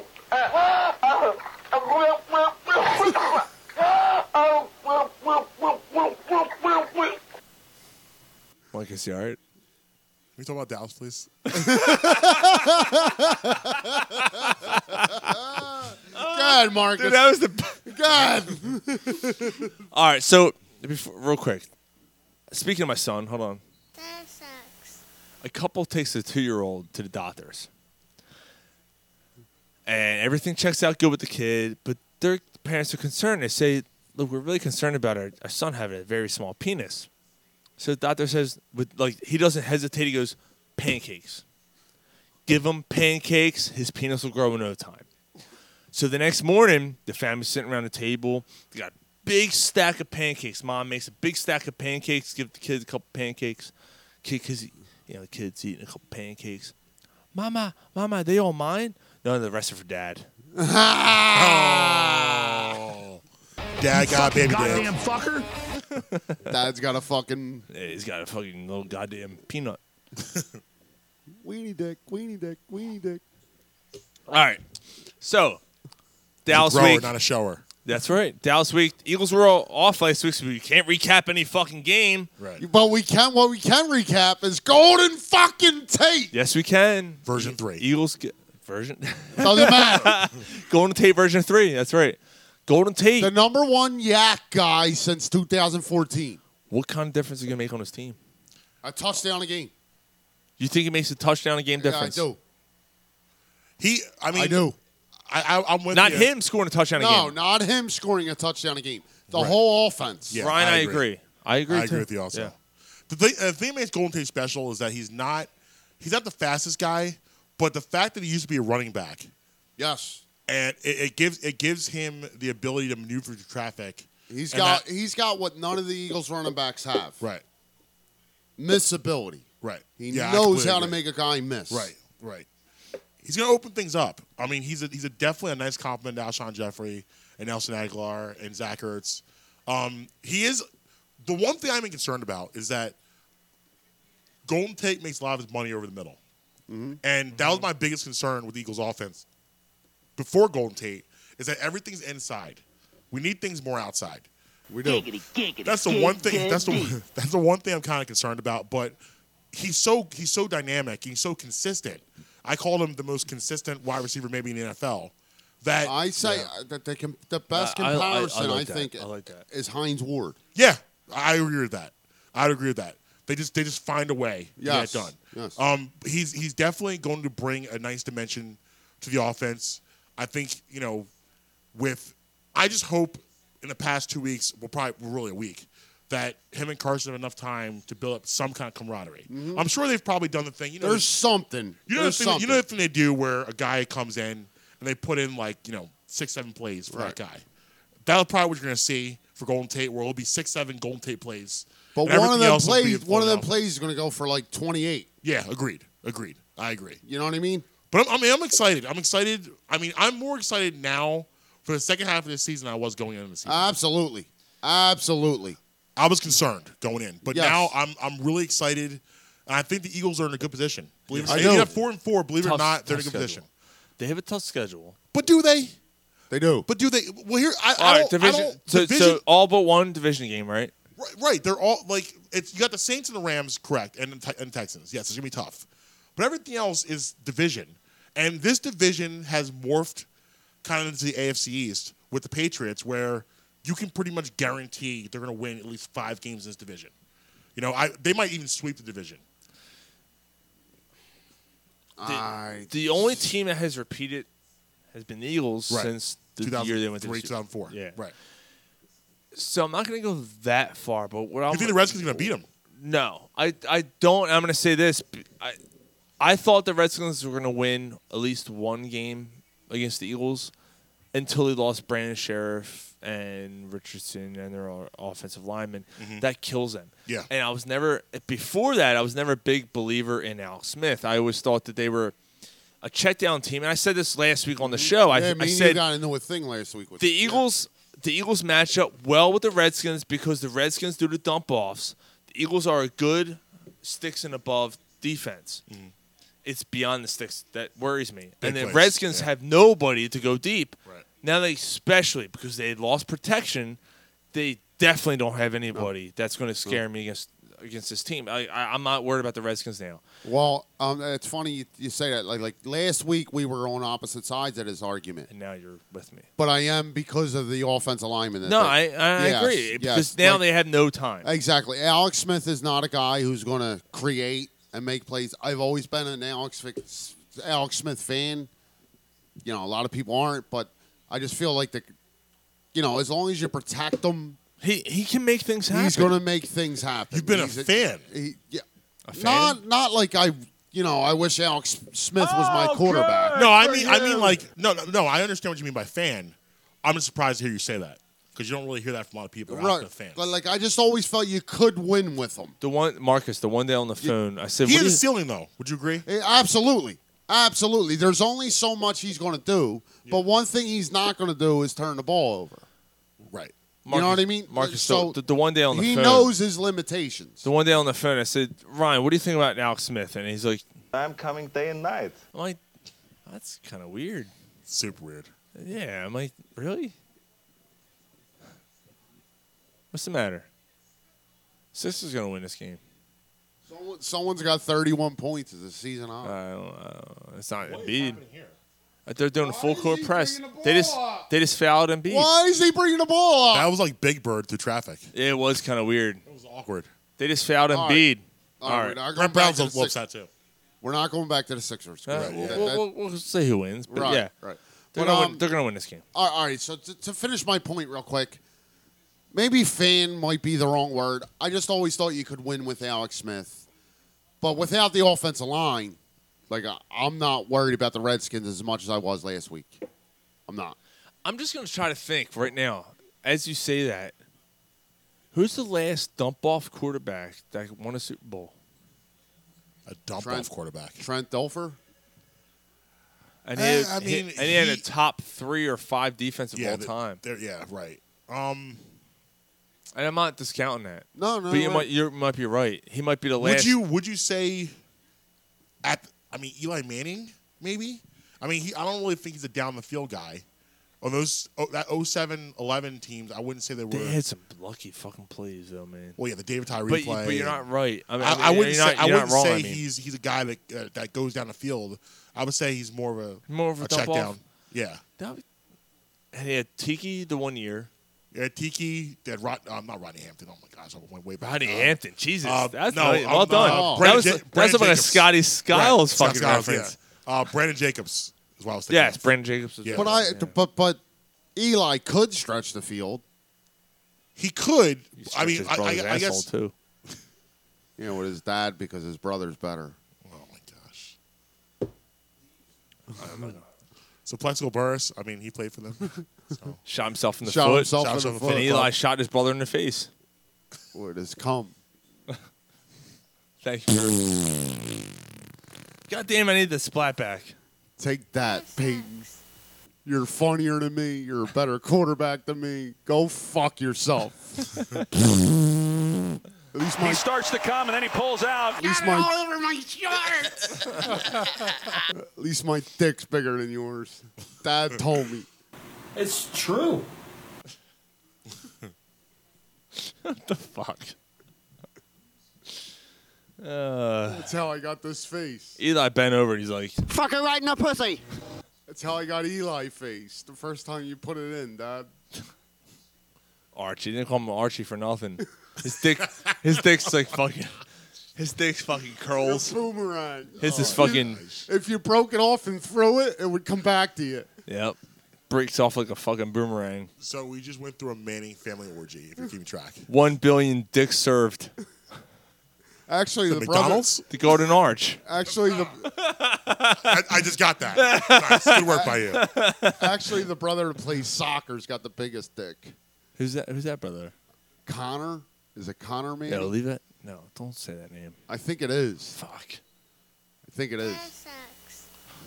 E: no.
N: Uh,
O: Marcus, you all right?
D: we talk about Dallas, please?
E: God, Marcus.
O: Dude, that was the
E: God.
A: All right, so before, real quick. Speaking of my son, hold on. A couple takes a two-year-old to the doctors, and everything checks out good with the kid, but their parents are concerned. They say, "Look, we're really concerned about our, our son having a very small penis." So the doctor says, with like he doesn't hesitate. He goes, "Pancakes. Give him pancakes. His penis will grow in no time." So the next morning, the family's sitting around the table. They got a big stack of pancakes. Mom makes a big stack of pancakes. Give the kids a couple pancakes. Kid, cause he- you know the kids eating a couple pancakes. Mama, mama, they all mine. No, the rest are for dad.
D: Dad got baby
F: Goddamn
D: dad.
F: fucker.
E: Dad's got a fucking
A: Yeah, he's got a fucking little goddamn peanut.
E: weenie dick, weenie dick, weenie dick.
A: All right. So, Dallas
D: grower,
A: week.
D: not a shower.
A: That's right. Dallas week. Eagles were all off last week, so we can't recap any fucking game.
D: Right.
E: But we can what we can recap is Golden fucking Tate.
A: Yes, we can.
D: Version three.
A: Eagles get version.
E: Doesn't matter.
A: Golden Tate version three. That's right. Golden Tate.
E: The number one yak guy since 2014.
A: What kind of difference is he gonna make on his team?
E: A touchdown a game.
A: You think he makes a touchdown a game
E: Yeah, I
A: difference?
E: do.
D: He, I mean,
E: I do.
D: I, I, I'm with
A: Not
D: you.
A: him scoring a touchdown a
E: no,
A: game.
E: not him scoring a touchdown a game. The whole offense.
D: Yeah,
A: Ryan,
D: I
A: I
D: agree.
A: agree. I agree.
D: I agree
A: too.
D: with you also.
A: Yeah.
D: The thing, uh, the thing that makes Golden Tate special is that he's not he's not the fastest guy, but the fact that he used to be a running back
E: Yes.
D: and it, it gives it gives him the ability to maneuver through traffic.
E: He's
D: And
E: got
D: that-
E: he's got what none of the Eagles running backs have.
D: right,
E: Missability.
D: right.
E: He
D: Yeah, I
E: knows
D: completely
E: how to
D: agree.
E: make a guy miss.
D: Right, right. He's gonna open things up. I mean, he's a, he's a definitely a nice compliment to Alshon Jeffrey and Nelson Aguilar and Zach Ertz. Um, he is the one thing I'm concerned about is that Golden Tate makes a lot of his money over the middle, and that was my biggest concern with the Eagles' offense before Golden Tate is that everything's inside. We need things more outside.
E: We
D: do. That's the one thing. That's the that's the one thing I'm kind of concerned about. But he's so he's so dynamic. He's so consistent. I call him the most consistent wide receiver maybe in the NFL. That
E: I say
D: yeah,
E: uh, that the, com- the best
A: I- I- I- I
E: comparison I,
A: like that.
E: think
A: I like that.
E: is Heinz Ward.
D: Yeah, I agree with that. I'd agree with that. They just they just find a way to get
E: Yes,
D: it done.
E: yes.
D: Um, he's he's definitely going to bring a nice dimension to the offense. I think you know, with I just hope in the past two weeks, well, probably well, really a week, that him and Carson have enough time to build up some kind of camaraderie. I'm sure they've probably done the thing. You know,
E: Mm-hmm. There's something.
D: you know, the
E: There's
D: thing,
E: something.
D: you know the thing they do where a guy comes in and they put in like you know six seven plays for
E: Right.
D: that guy. That'll probably what you're gonna see for Golden Tate, where it'll be six seven Golden Tate plays.
E: but
D: and
E: one of
D: everything
E: them
D: else will be
E: plays, one of them
D: Philadelphia.
E: plays is going to go for like 28.
D: Yeah, agreed, agreed. I agree.
E: You know what I mean?
D: But I'm, I mean, I'm excited. I'm excited. I mean, I'm more excited now for the second half of this season than I was going into the season.
E: Uh, Absolutely, absolutely.
D: I was concerned going in, but
E: Yes.
D: now I'm I'm really excited, and I think the Eagles are in a good position. Believe it
E: I
D: or not,
E: do.
D: They have four and four. Believe it or
A: Tough-
D: not, they're in a good
A: tough
D: position.
A: schedule. They have a tough schedule.
D: But do they?
E: They do.
D: But do they? Well, here I,
A: All
D: I
A: right,
D: don't. I
A: division.
D: don't
A: So,
D: division
A: so all but one division game, right?
D: Right, right. They're all like it's you got the Saints and the Rams correct, and the Te- and Texans. Yes, it's gonna be tough, but everything else is division, and this division has morphed kind of into the AFC East with the Patriots, where you can pretty much guarantee they're gonna win at least five games in this division. You know, I they might even sweep the division.
E: I
A: The only team that has repeated has been the Eagles
D: Right.
A: since the year they went to the
D: 2003,
A: Super Bowl.
D: 2004.
A: Yeah.
D: right.
A: So I'm not going to go that far, but what I'm
D: You think the Redskins are gonna beat them?
A: No, I I don't. I'm going to say this. b- I I thought the Redskins were going to win at least one game against the Eagles until they lost Brandon Sheriff and Richardson and their o- offensive linemen.
E: Mm-hmm.
A: That kills them.
D: Yeah.
A: And I was never before that. I was never a big believer in Al Smith. I always thought that they were a check down team, and I said this last week on the show. I,
E: Mm-hmm. yeah, me
A: I
E: and you
A: said
E: got into a thing last week with
A: the Eagles the Eagles match up well with the Redskins because the Redskins do the dump offs. The Eagles are a good sticks and above defense. It's beyond the sticks that worries me.
D: Big
A: and the
D: plays,
A: Redskins
D: yeah.
A: have nobody to go deep.
D: Right.
A: Now they especially because they lost protection, they definitely don't have anybody that's going to scare me against against this team. I, I I'm not worried about the Redskins now.
E: Well, um, it's funny you, you say that. Like, like last week we were on opposite sides at his argument,
A: and now you're with me.
E: but I am because of the offensive lineman. that
A: No, I, I
E: they- Yes,
A: agree.
E: yes.
A: Because now
E: Like-
A: they have no time.
E: Exactly. Alex Smith is not a guy who's going to create and make plays. I've always been an Alex Fi- Alex Smith fan. You know, a lot of people aren't, but I just feel like the, you know, as long as you protect him,
A: he he can make things
E: He's
A: happen.
E: going to make things happen. You've
A: been a fan.
E: he, yeah,
A: fan?
E: not not like I. You know, I wish Alex Smith was my quarterback.
D: No, I mean, I mean, like, no, no, no. I understand what you mean by fan. I'm just surprised to hear you say that because you don't really hear that from a lot of people. who are
E: right.
D: Alpha fans.
E: But like, I just always felt you could win with him.
A: The one Marcus, the one day on the phone, I said
E: He
A: what
E: has a
A: is-
E: ceiling,
D: though. Would you agree?
E: Eh, Absolutely. Absolutely. There's only so much he's going to do, but one thing he's not going to do is turn the ball over.
D: Right.
E: you know
A: Marcus-
E: what I mean?
A: Marcus,
E: so
A: the, the one day on the
E: he
A: phone,
E: knows his limitations.
A: The one day on the phone, I said, Ryan, what do you think about Alex Smith? And he's like,
O: I'm coming day and night.
A: I'm like, that's kind of weird.
D: Super weird.
A: Yeah, I'm like, really? What's the matter? Sister's gonna win this game.
E: Someone, someone's got 31 points as a season on.
A: I don't, I don't- it's not Embiid. Uh, They're doing a full court press. they just they just fouled Embiid.
E: Why is he bringing the ball up?
D: That was like Big Bird through traffic.
A: It was kind of weird. It was
D: awkward.
A: They just fouled
E: All right.
A: Embiid.
E: All right, we're not going
D: Brett
E: back
D: Brown's
E: to the
D: loves
E: Six-
D: that too.
E: We're not going back to the Sixers.
A: Uh,
E: correct.
A: we'll,
E: That-
A: we'll-
E: that-
A: we'll- we'll say who wins, but
E: Right,
A: yeah,
E: right.
A: They're,
E: But,
A: gonna
E: um,
A: win, they're gonna win this game.
E: All all right. So to, to finish my point real quick, maybe fan might be the wrong word. I just always thought you could win with Alex Smith, but without the offensive line, like I, I'm not worried about the Redskins as much as I was last week. I'm not.
A: I'm just gonna try to think right now as you say that. Who's the last dump off quarterback that won a Super Bowl?
D: A dump
E: Trent-
D: off quarterback.
E: Trent Dilfer.
A: And he,
D: Eh,
A: had,
D: I
A: he-
D: mean,
A: and he had a
D: he-
A: top three or five defense of
D: Yeah,
A: all
D: the-
A: time.
D: There, yeah, right. Um,
A: And I'm not discounting that.
E: No, no,
A: But you
E: no.
A: might, you might be right. He might be the last.
D: Would you would you say at I mean Eli Manning maybe? I mean he, I don't really think he's a down the field guy. On those oh, that 07 11 teams, I wouldn't say they were.
A: They had some lucky fucking plays though, man.
D: Well, yeah, the David Tyree
A: But you-
D: play.
A: but you're not right. I mean,
D: I,
A: I mean,
D: I wouldn't
A: you're
D: say
A: not-
D: I
A: you're not
D: wouldn't
A: wrong,
D: say
A: I mean.
D: he's he's a guy that uh, that goes down the field. I would say he's more of a
A: More of a
D: check
A: dump off?
D: down. Yeah,
A: That was- and he had Tiki the one year.
D: yeah. Uh, Tiki, that Rod, um, not Rodney Hampton. Oh my gosh, I went way back.
A: Rodney
D: Uh,
A: Hampton, Jesus,
D: uh,
A: that's not-
D: no,
A: well
D: um,
A: done.
D: uh,
A: that
D: Brandon
A: was
D: Ja-
A: that's
D: Brandon
A: about a
D: Jacobs.
A: Scotty Skiles
D: Right, Scott
A: fucking
D: Skiles,
A: reference.
D: yeah. Uh, Brandon Jacobs is what I was thinking.
A: Yes,
D: of.
A: Brandon Jacobs. Was
D: Yeah.
E: But I but but Eli could stretch the field.
D: He could.
A: I mean, I- I- I guess- too.
E: You know, with his dad because his brother's better.
D: Oh, So Plexico Burris, I mean, he played for them. So.
A: shot himself in the
E: Shot
A: foot.
E: himself in the foot.
A: And Eli shot his brother in the face.
E: Where does come?
A: Thank you. God damn, I need the splat back.
E: Take that, Peyton. You're funnier than me. You're a better quarterback than me. Go fuck yourself. At least my,
P: He starts to come and then he pulls out.
E: At least Got it my- all
P: over my shorts.
E: at least my dick's bigger than yours. Dad told me.
P: it's true.
A: what the fuck? Uh,
E: That's how I got this face.
A: Eli bent over and he's like,
E: Fuck her right in the pussy. That's how I got Eli face the first time you put it in, Dad.
A: Archie. They didn't call him Archie for nothing. His dick, his dick's like fucking, his dick's fucking curls.
E: Boomerang.
A: His is
E: Oh,
A: fucking,
E: If you broke it off and threw it, it would come back to you.
A: yep, breaks off like a fucking boomerang.
D: So we just went through a Manning family orgy, if you're keeping track.
A: One billion dicks served.
E: Actually, the, brother-
D: McDonald's?
A: The Golden Arch.
E: Actually, the
D: I, I just got that. Nice. Good work by you. Oh,
E: Actually, the brother that plays soccer's got the biggest dick.
A: Who's that? Who's that brother?
E: Connor is it Connor man?
A: No, leave it. No, don't say that name.
E: I think it is.
A: Fuck.
E: I think it is.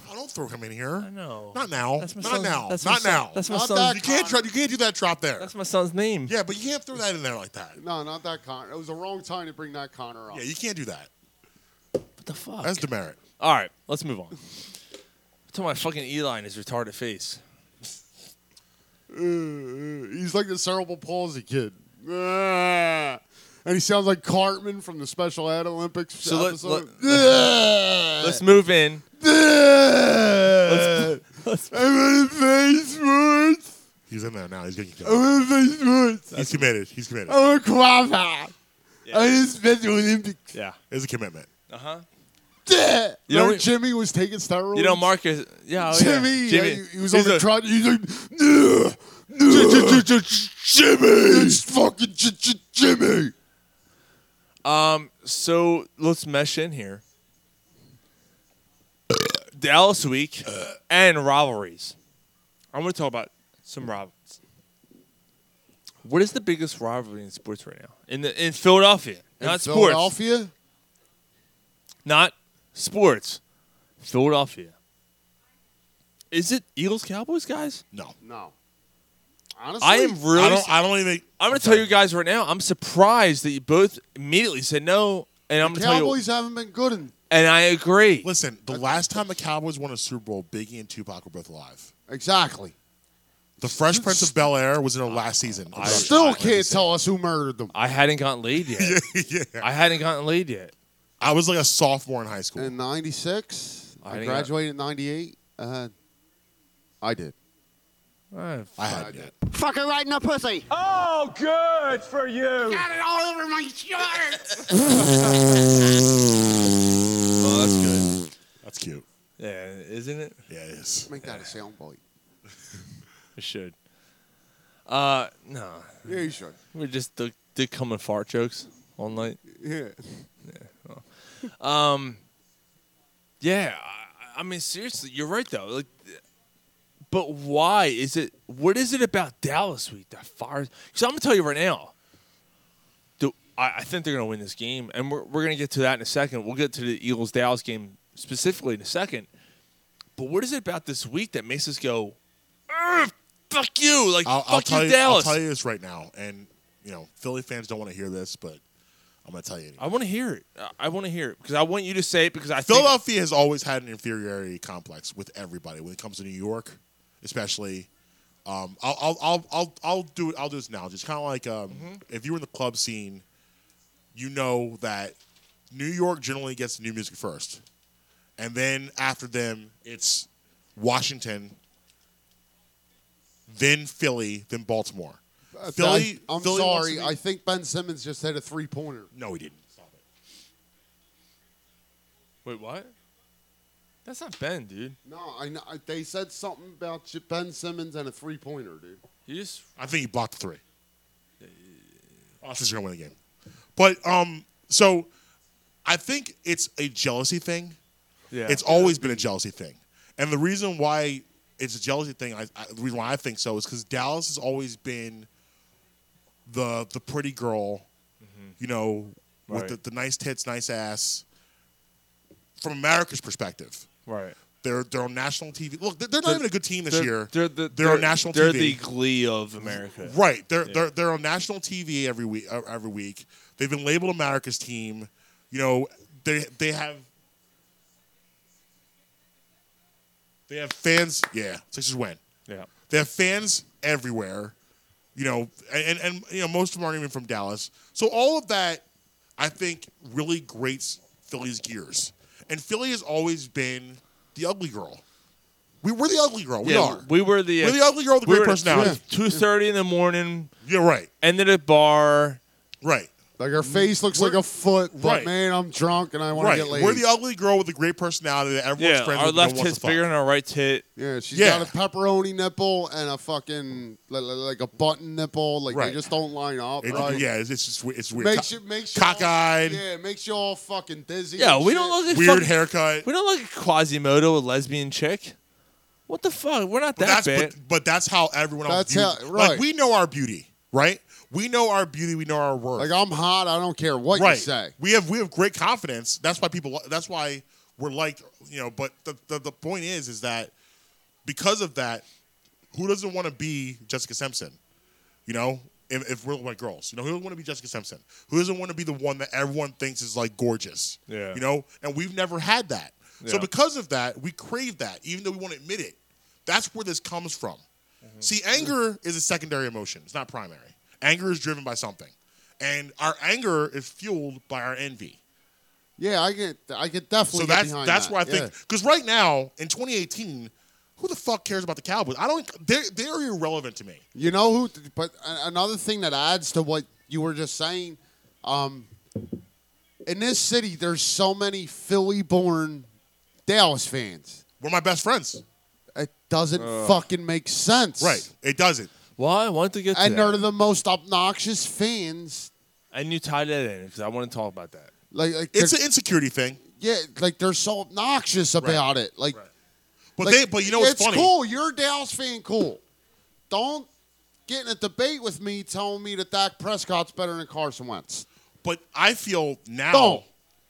D: Oh, don't throw him in here. I
A: know.
D: Not now.
A: That's my
D: Not
A: son's-
D: now.
A: that's my
D: Not
A: son-
D: now.
A: that's my
D: Not
A: son's-
D: that- You can't, try, you can't do that drop there.
A: That's my son's name.
D: Yeah, but you can't throw that in there like that.
E: No, not that Connor. It was the wrong time to bring that Connor up.
D: Yeah, you can't do that.
A: What the fuck?
D: That's demerit.
A: All right, let's move on. To my fucking Eli and his retarded face.
E: Uh, uh, he's like the cerebral palsy kid. Ah. and he sounds like Cartman from the Special Ed Olympics
A: So let-
E: episode.
A: Let's move in.
E: Let's, I'm to play sports.
D: He's in there now. He's getting
E: I want to play sports.
D: He's committed. He's committed.
E: I want to qualify. I want to Special Olympics.
A: Yeah.
D: It's a commitment.
A: Uh huh.
E: Yeah.
A: You know
E: Remember
A: what-
E: Jimmy was taking steroids?
A: You know, Mark is yeah. oh, yeah.
E: Jimmy,
A: Jimmy.
E: uh, he was
A: He's
E: on the
A: a-
E: trot. He's like, "Ugh, ugh, Jimmy, it's fucking J- J- Jimmy.
A: Um, so let's mesh in here. Dallas week and rivalries. I'm going to talk about some rivalries. What is the biggest rivalry in sports right now? In the in Philadelphia,
E: In
A: not sports,
E: Philadelphia.
A: not sports. Philadelphia. Is it Eagles Cowboys guys?
D: No.
E: No. Honestly,
A: I am really.
D: I don't. I don't even.
A: I'm going to tell you guys right now. I'm surprised that you both immediately said no, and I'm going to tell you.
E: Cowboys haven't been good in
A: And I agree.
D: Listen, the last time the Cowboys won a Super Bowl, Biggie and Tupac were both alive.
E: exactly.
D: The Fresh Prince of Bel Air was in their last season.
A: I-
E: Still can't tell us who murdered them.
A: I hadn't gotten laid yet.
D: yeah.
A: I hadn't gotten laid yet.
D: I was like a sophomore in high school.
E: In '96,
A: I
E: I,
A: didn't
E: graduated in '98. Uh, I did.
A: Uh,
D: I had it.
M: Fucker right in the pussy.
P: Oh, good for you.
M: Got it all over my shirt.
A: Oh, that's good.
D: That's cute.
A: Yeah, isn't it?
D: Yeah, it is.
E: Make that a soundbite.
A: It should. Uh, no.
E: Yeah, you should.
A: We just did, did come and fart jokes all night.
E: Yeah.
A: Um, yeah. I, I mean, seriously, you're right though. Like, but why is it? What is it about Dallas week that fires? Because I'm gonna tell you right now. Do I, I think they're gonna win this game, and we're we're gonna get to that in a second. We'll get to the Eagles Dallas game specifically in a second. But what is it about this week that makes us go, "Ugh, "Fuck you"? Like,
D: I'll,
A: fuck
D: I'll
A: you,
D: tell you,
A: Dallas.
D: I'll tell you this right now, and you know, Philly fans don't want to hear this, but I'm gonna tell you.
A: I want to hear it. I- I want to hear it because I want you to say it because I think
D: Philadelphia has always had an inferiority complex with everybody when it comes to New York, especially. Um, I'll, I'll, I'll, I'll, I'll do it. I'll do this now. Just kind of like um,
A: Mm-hmm.
D: if you were in the club scene, you know that New York generally gets new music first, and then after them, it's Washington, then Philly, then Baltimore.
E: Uh,
D: Philly.
E: I, am
D: Philly wants to
E: sorry. uh,
D: be-
E: I think Ben Simmons just hit a three pointer.
D: no, he didn't. Stop it.
A: Wait, what? That's not Ben, dude.
E: No, I, kn- I they said something about J- Ben Simmons and a three pointer, dude.
A: You just
D: I think he blocked three. Austin's gonna win the game, but um, so I think it's a jealousy thing.
A: yeah.
D: It's always been a jealousy thing, and the reason why it's a jealousy thing, I, I, the reason why I think so is because Dallas has always been the the pretty girl, you know,
A: Mm-hmm. Right.
D: with the, the nice tits, nice ass. From America's perspective,
A: right.
D: they're they're on national TV. Look, they're, they're not
A: They're-
D: even a good team this
A: they're,
D: year.
A: They're, the-
D: They're on national
A: They're
D: TV.
A: the glee of America.
D: Right. They're
A: Yeah.
D: they're they're on national TV every week. uh, Every week, they've been labeled America's team. You know, they they have they have fans. Yeah, Sixers win.
A: Yeah.
D: They have fans everywhere. You know, and and you know most of them aren't even from Dallas. So all of that, I think, really grates Philly's gears. And Philly has always been the ugly girl. We we're the ugly girl. We
A: yeah,
D: are.
A: We were the.
D: We're the ugly girl with the great personality.
A: Two thirty in the morning.
D: You're right.
A: Ended at a bar.
D: Right.
E: Like her face looks
D: Mm, We're-
E: like a foot, but
D: right.
E: man, I'm drunk and I want
D: Right.
E: to get laid.
D: We're the ugly girl with a great personality that everyone's
A: Yeah.
D: friends
A: Our
D: with.
A: left
D: no
A: hit's bigger than our right hit.
E: yeah, she's
D: Yeah.
E: got a pepperoni nipple and a fucking li- li- like, a button nipple. Like
D: Right.
E: they just don't line up.
D: It,
E: right?
D: Yeah, it's, it's just we- it's weird.
E: Makes
D: Co-
E: you makes you
D: cockeyed,
E: All, yeah, it makes you all fucking dizzy.
A: Yeah.
E: and
A: We
E: shit.
A: don't look like
D: weird
A: fucking-
D: haircut.
A: We don't look like Quasimodo, a lesbian chick. What the fuck? We're not
D: But
A: that
D: that's
A: bad.
D: but, but that's how everyone
E: That's
D: else. views-
E: how-
D: Like
E: right.
D: we know our beauty, right? We know our beauty. We know our worth.
E: Like I'm hot. I don't care what
D: right.
E: you say.
D: We have we have great confidence. That's why people. li- That's why we're like you know. But the the, the point is is that because of that, who doesn't want to be Jessica Simpson? You know, if, if we're like girls, you know, who doesn't want to be Jessica Simpson? Who doesn't want to be the one that everyone thinks is like gorgeous?
A: Yeah.
D: You know, and we've never had that. So
A: Yeah.
D: because of that, we crave that, even though we won't admit it. That's where this comes
E: Mm-hmm.
D: from. See, anger is a secondary emotion. It's not primary. Anger is driven by something. and our anger is fueled by our envy.
E: Yeah, I get, I get definitely.
D: So
E: get
D: that's
E: behind
D: that's
E: that.
D: where I
E: Yeah.
D: think because right now in 2018, who the fuck cares about the Cowboys? I don't. They're they're irrelevant to me.
E: You know who? But a- another thing that adds to what you were just saying, um, in this city, there's so many Philly-born Dallas fans.
D: We're my best friends.
E: It doesn't
D: Ugh.
E: fucking make sense,
D: Right. It doesn't.
A: Well, I wanted to get to
E: And
A: that.
E: they're the most obnoxious fans.
A: and you tied that in because I want to talk about that.
E: Like, like
A: It's
E: they're-
A: an
D: insecurity thing.
E: Yeah, like they're so obnoxious about it. Like,
D: But
E: like,
D: they- but you know what's
E: it's
D: funny?
E: cool. You're a Dallas fan. Cool. Don't get in a debate with me telling me that Dak Prescott's better than Carson Wentz.
D: But I feel now
E: Don't.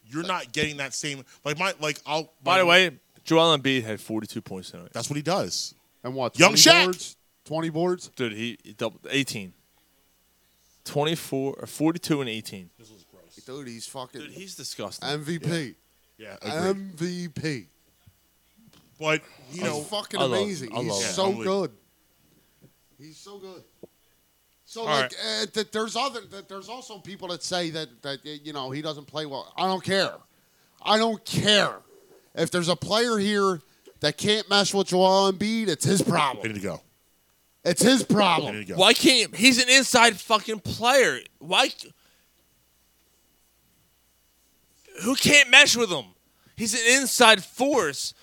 D: you're not getting that same like my like I'll.
A: By the way, Joel Embiid had 42 points tonight.
D: That's what he does.
E: And what?
A: Young
E: 20
A: Shaq.
E: Boards, Twenty boards,
A: dude. He, he doubled 18, 24, or 42 and 18.
E: Dude, he's fucking. Dude,
A: he's disgusting.
E: MVP.
D: Yeah,
E: MVP.
D: But you
E: He's
D: know,
E: fucking I love him. amazing. I He's love him. so good. He's so good. So
D: All
E: like, uh, th- there's other. That there's also people that say that that uh, you know he doesn't play well. I don't care. I don't care. If there's a player here that can't mesh with Joel Embiid, it's his problem.
D: They need to go.
E: It's his problem.
A: Why can't he's an inside fucking player? Why? Who can't mesh with him? He's an inside force.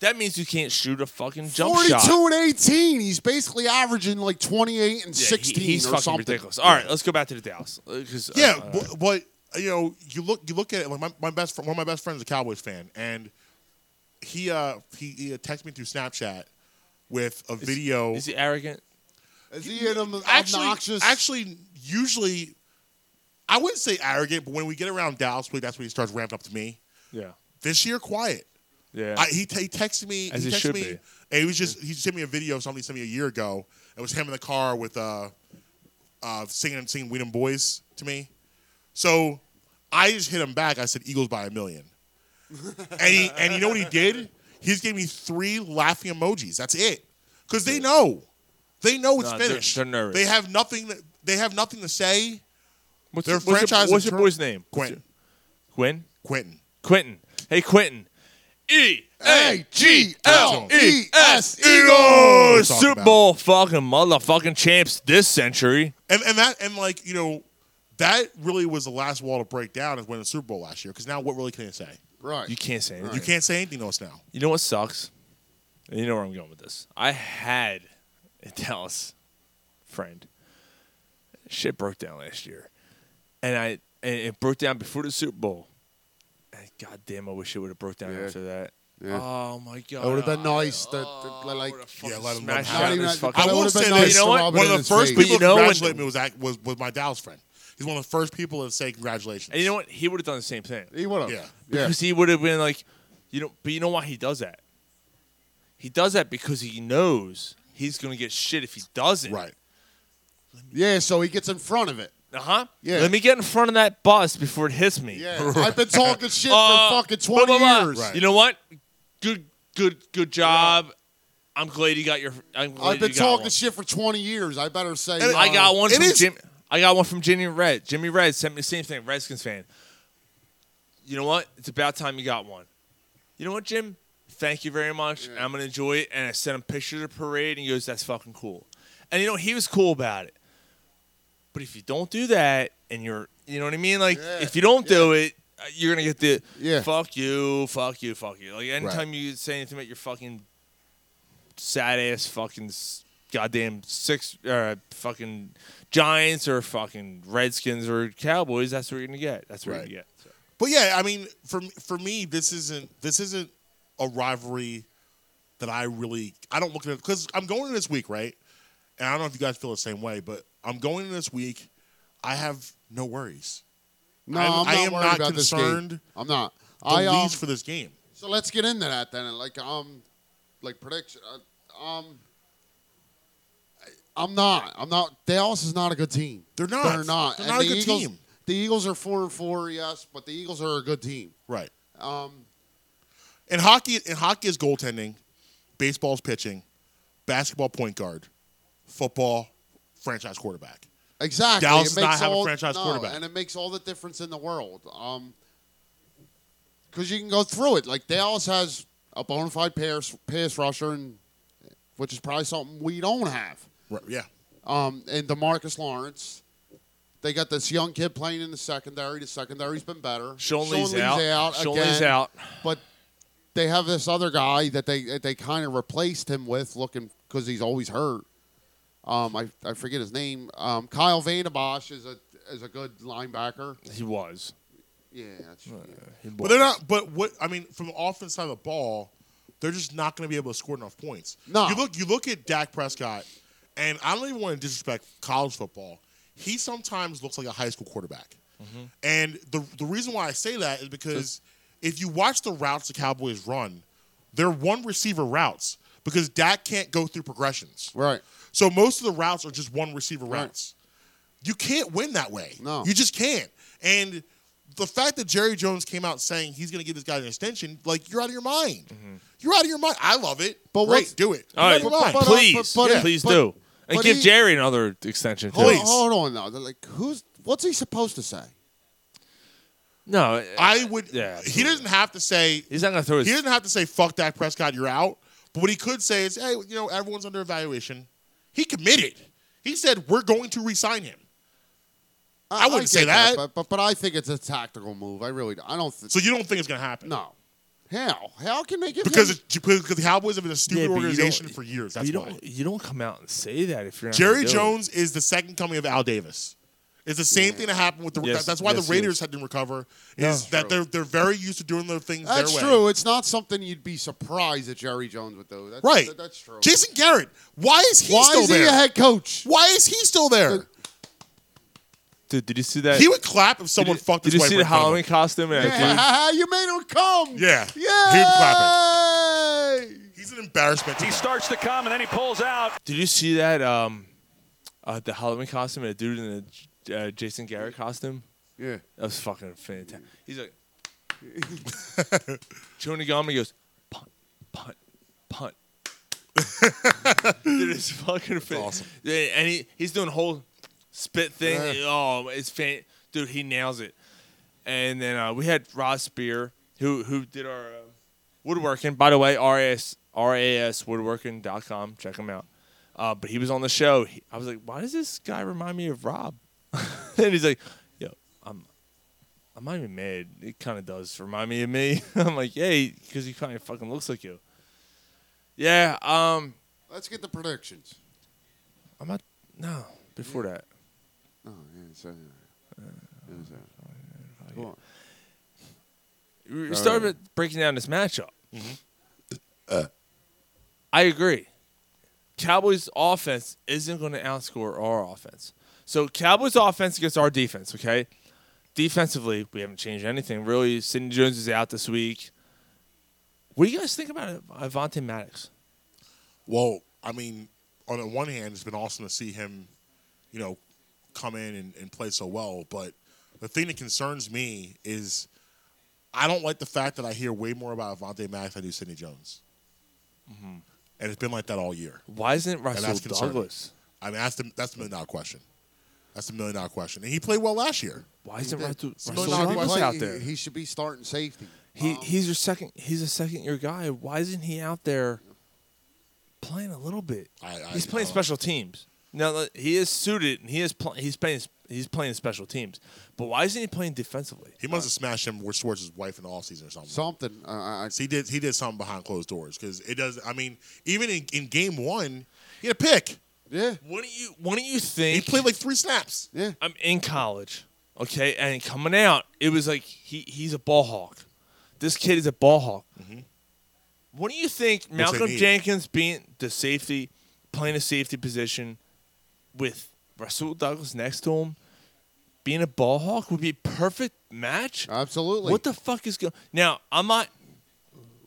A: That means you can't shoot a fucking jump
E: 42
A: shot.
E: and 18. He's basically averaging like 28 and
A: Yeah, he-
E: 16
A: he's
E: or
A: fucking
E: something.
A: ridiculous. All right, let's go back to the Dallas. Uh, 'cause, uh,
D: Yeah,
A: uh,
D: but, but you know, you look you look at it like my, my best friend, one of my best friends is a Cowboys fan, and he uh he, he texted me through Snapchat with a video.
A: is he arrogant?
E: Is he an um,
D: actually,
E: obnoxious?
D: Actually, usually, I wouldn't say arrogant, but when we get around Dallas, week, that's when he starts ramping up to me.
A: Yeah.
D: This year, quiet.
A: Yeah.
D: I, he, t- he texted me.
A: As
D: he
A: he
D: texted
A: should
D: me,
A: be.
D: And he was just he sent me a video of something he sent me a year ago. It was him in the car with uh, uh singing singing Weedham Boys to me. So I just hit him back. I said Eagles by a million. and he, and you know what he did? He just gave me three laughing emojis. That's it. Because they know, they know it's
A: Nah, they're-
D: finished.
A: they're nervous.
D: They have nothing. that- They have nothing to say.
A: What's
D: Their
A: your- what's your-
D: franchise
A: What's
D: is
A: your
D: turn-
A: boy's name?
D: Quentin.
A: Quinn.
D: Quentin.
A: Quentin. Hey, Quentin. E A G
D: L
A: E
E: S
A: Eagles
D: Talk
A: Super
D: about.
A: Bowl fucking motherfucking champs this century.
D: And and that and like you know, that really was the last wall to break down is winning the Super Bowl last year. Because now what really can they say?
E: right.
A: You can't say anything.
D: You can't say anything else now.
A: You know what sucks? And you know where I'm going with this. I had a Dallas friend. Shit broke down last year, and I and it broke down before the Super Bowl. And God damn, I wish it would have broke down after that. Oh my god!
E: That would have been nice. that- that, like,
D: Yeah, let him
A: smash
D: let
A: out
D: him
A: his
D: have it.
A: Oh, fucking-
D: I
A: That
D: will
A: would've
D: say
A: been nice
D: this:
A: to rub it
D: one
A: in
D: of the
A: his
D: first
A: face.
D: people
A: But you
D: to
A: know when-
D: congratulate me was, act- was was my Dallas friend. He's one of the first people to say congratulations.
A: And you know what? He would have done the same thing.
E: He would have.
D: Yeah.
A: Because he would have been like, you know, but you know why he does that? He does that because he knows he's going to get shit if he doesn't.
D: Right.
E: Yeah, so he gets in front of it.
A: Uh huh.
E: Yeah.
A: Let me get in front of that bus before it hits me.
E: Yeah, I've been talking shit
A: Uh,
E: for fucking
A: blah,
E: 20
A: blah, blah.
E: years.
A: You know what? Good, good, good job. I'm glad you got your. I'm glad
E: I've been
A: you got
E: talking
A: one.
E: shit for 20 years. I better say. uh, um,
A: And I got one
E: It
A: from
E: is-
A: Jim. I got one from Jimmy Red. Jimmy Red sent me the same thing. Redskins fan. You know what? It's about time you got one. You know what, Jim? Thank you very much. I'm gonna enjoy it. And I sent him pictures of the parade, and he goes, "That's fucking cool." And you know he was cool about it. But if you don't do that, and you're, you know what I mean? Like if you don't do it, uh, you're gonna get the
E: Yeah.
A: fuck you, fuck you, fuck you. Like anytime you say anything about your fucking sad ass fucking s- goddamn six uh, fucking Giants or fucking Redskins or Cowboys, that's what you're gonna get. That's what
D: Right.
A: you're gonna get.
D: But yeah, I mean, for for me, this isn't this isn't a rivalry that I really I don't look at it because I'm going in this week, right? And I don't know if you guys feel the same way, but I'm going in this week. I have no worries.
E: No,
D: I'm-
E: I'm,
D: I
E: not
D: am
E: worried
D: not
E: about this game.
D: concerned
E: I'm not.
D: The
E: I um,
D: least for this game.
E: So let's get into that then. and, Like um, like prediction. Uh, um, I- I'm not. I'm not. Dallas is not a good team.
D: They're not.
E: They're not.
D: They're
E: And
D: not
E: the
D: a good
E: Eagles-
D: team.
E: The Eagles are four and four, yes, but the Eagles are a good team.
D: Right.
E: Um,
D: In hockey, in hockey is goaltending, baseball's pitching, basketball point guard, football franchise quarterback.
E: Exactly.
A: Dallas
E: It
A: does not
E: makes
A: have a
E: all-
A: franchise
E: no,
A: quarterback.
E: And it makes all the difference in the world. Um, because you can go through it. Like Dallas has a bona fide pass, pass rusher, and which is probably something we don't have.
D: Right, yeah.
E: Um, and Demarcus Lawrence. They got this young kid playing in the secondary. The secondary's been better.
A: Sean
E: Sean
A: Lee's out. Sean Lee's
E: again.
A: out.
E: But they have this other guy that they they kind of replaced him with, looking because he's always hurt. Um, I, I forget his name. Um, Kyle Vandenbosch is a is a good linebacker.
A: He was.
E: Yeah, that's, yeah.
D: But they're not. But what I mean from the offense side of the ball, they're just not going to be able to score enough points.
E: No.
D: you look. You look at Dak Prescott, and I don't even want to disrespect college football. He sometimes looks like a high school quarterback, and the the reason why I say that is because if you watch the routes the Cowboys run, they're one receiver routes because Dak can't go through progressions.
E: Right.
D: So most of the routes are just one receiver routes. You can't win that way. No. You just can't. And the fact that Jerry Jones came out saying he's going to give this guy an extension, like you're out of your mind. You're out of your mind. I love it. But
E: Mm-hmm.
D: Great,
E: what's-
D: do it.
A: All
D: You're
A: right,
D: out of your mind.
A: please,
E: but- but-
A: please
E: but-
A: do, and
E: but
A: give
E: he-
A: Jerry another extension.
D: Oh,
A: Too.
E: Hold, hold on though. They're Like who's what's he supposed to say?
A: No,
D: I would.
A: Yeah,
D: he doesn't have to say.
A: He's not going to throw his.
D: He doesn't have to say "fuck Dak Prescott, you're out." But what he could say is, "Hey, you know, everyone's under evaluation." He committed. He said, "We're going to re-sign him." I wouldn't
E: get
D: say that.
E: but, but but I think it's a tactical move. I really I don't. Th-
D: So you don't think it's going to happen?
E: No. How? How can they give
D: Because
E: him?
D: it, because the Cowboys have been a stupid
A: Yeah, but you
D: organization
A: don't-
D: for years.
A: but
D: That's
A: you
D: why.
A: don't. You don't come out and say that if you're not
D: Jerry
A: gonna do
D: Jones is the second coming of Al Davis. It's the same thing that happened with the.
A: Yes,
D: that's why
A: yes,
D: the
A: he is.
D: Raiders had to recover.
A: No.
D: Is that they're they're very used to doing their things
E: That's
D: their way.
E: true. It's not something you'd be surprised that Jerry Jones would do. That's,
D: Right.
E: that- that's true.
D: Jason Garrett. Why is he
E: Why
D: still
E: is he
D: there?
E: a head coach?
D: Why is he still there?
A: it. Dude, did you see that?
D: he would clap if someone
A: did you,
D: fucked
A: Did
D: his
A: you
D: wife
A: see
D: right
A: the
D: in front of
A: Halloween
D: him.
A: costume? Yeah. Dude,
E: Yeah, you made him come.
D: Yeah.
E: Yeah.
D: He'd clap
E: Hey.
D: it. He's an embarrassment. To
P: He
D: them.
P: starts to come and then he pulls out.
A: did you see that? Um, uh, the Halloween costume and a dude in the uh, Jason Garrett costume.
E: Yeah.
A: That was fucking fantastic. He's like, Tony Gama goes, punt, punt, punt. Dude, it's fucking fan-
D: awesome.
A: Yeah, and he, he's doing whole spit thing.
D: Yeah.
A: Oh, it's fan. Dude, he nails it. And then uh, we had Ross Spear, who who did our uh, woodworking. By the way, RAS, RASwoodworking.com. Check him out. Uh, but he was on the show. He, I was like, why does this guy remind me of Rob? and he's like, yo, I'm I'm not even mad. It kind of does remind me of me. I'm like, yeah, because he kind of fucking looks like you. Yeah. Um.
E: Let's get the predictions.
A: I'm not. No. Before that.
E: Oh, yeah, it's, uh, it's, uh, go on.
A: We we started with breaking down this matchup. Mm-hmm. I agree. Cowboys offense isn't going to outscore our offense. So Cowboys offense against our defense, okay? Defensively, we haven't changed anything. Really, Sidney Jones is out this week. What do you guys think about Avante Maddox?
D: Well, I mean, on the one hand, it's been awesome to see him, you know, come in and, and play so well. But the thing that concerns me is I don't like the fact that I hear way more about Avante Maddox than I do Sidney Jones. And it's been like that all year.
A: Why isn't
D: And that's
A: Russell
D: concerning.
A: Douglas?
D: I mean, that's the, that's the million dollar question. That's the million dollar question. And he played well last year.
A: Why isn't
E: He
A: Russell, Russell
E: did. He should be
A: Douglas
E: play-
A: out there?
E: He, he should be starting safety. Uh,
A: He he's your second. He's a second year guy. Why isn't he out there playing a little bit?
D: I, I,
A: he's playing special teams. Now look, he is suited and he is pl- he's playing he's playing special teams. But why isn't he playing defensively?
D: He must have smashed him with Schwartz's wife in the offseason or something.
E: Something. Uh, I,
D: So he did he did something behind closed doors because it does. I mean, even in, in game one, he had a pick.
E: yeah.
A: What do you what do you
D: He
A: think?
D: played like three snaps.
E: Yeah.
A: I'm in college, okay, and coming out, it was like he he's a ball hawk. This kid is a ball hawk.
E: Mm-hmm.
A: What do you think
D: they
A: Malcolm
D: need.
A: Jenkins being the safety, playing a safety position with Russell Douglas next to him, being a ball hawk would be a perfect match?
E: Uh, Absolutely.
A: What the fuck is going Now, I'm not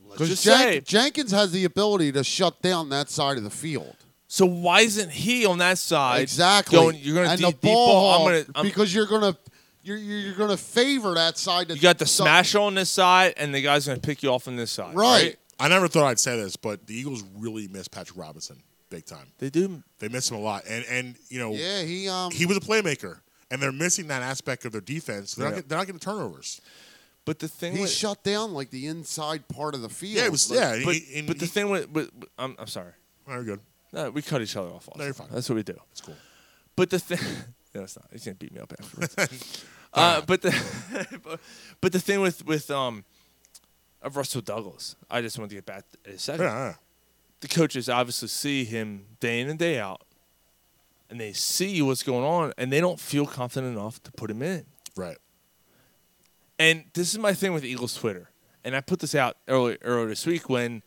A: let's
E: Because
A: just say
E: Jenkins has the ability to shut down that side of the field.
A: so why isn't he on that side?
E: Exactly.
A: Going, you're going to
E: and
A: deep,
E: the
A: deep ball.
E: hawk,
A: I'm going to
E: because you're gonna you're you're you're gonna favor that side. That
A: You got the smasher on this side, and the guy's going to pick you off on this side.
E: Right.
D: I never thought I'd say this, but the Eagles really miss Patrick Robinson. big time.
A: They do.
D: They miss him a lot, and and you know,
E: Yeah, he, um,
D: he was a playmaker, and they're missing that aspect of their defense. They're,
E: Yeah.
D: not, get- they're not getting turnovers.
A: But the thing
E: He shut down like the inside part of the field.
D: Yeah, it was-
E: Like-
D: yeah,
A: But, but the thing with, but, but- I'm, I'm sorry.
D: No, oh, you're good.
A: No, we cut each other off. Also.
D: No, you're fine.
A: That's what we do.
D: It's cool.
A: But the thing, no, it's not. He's gonna beat me up afterwards. uh, but the, but, but the thing with with um, of Russell Douglas, I just wanted to get back to a second.
D: Yeah, yeah.
A: The coaches obviously see him day in and day out, and they see what's going on, and they don't feel confident enough to put him in.
D: Right.
A: And this is my thing with Eagles Twitter, and I put this out earlier earlier this week when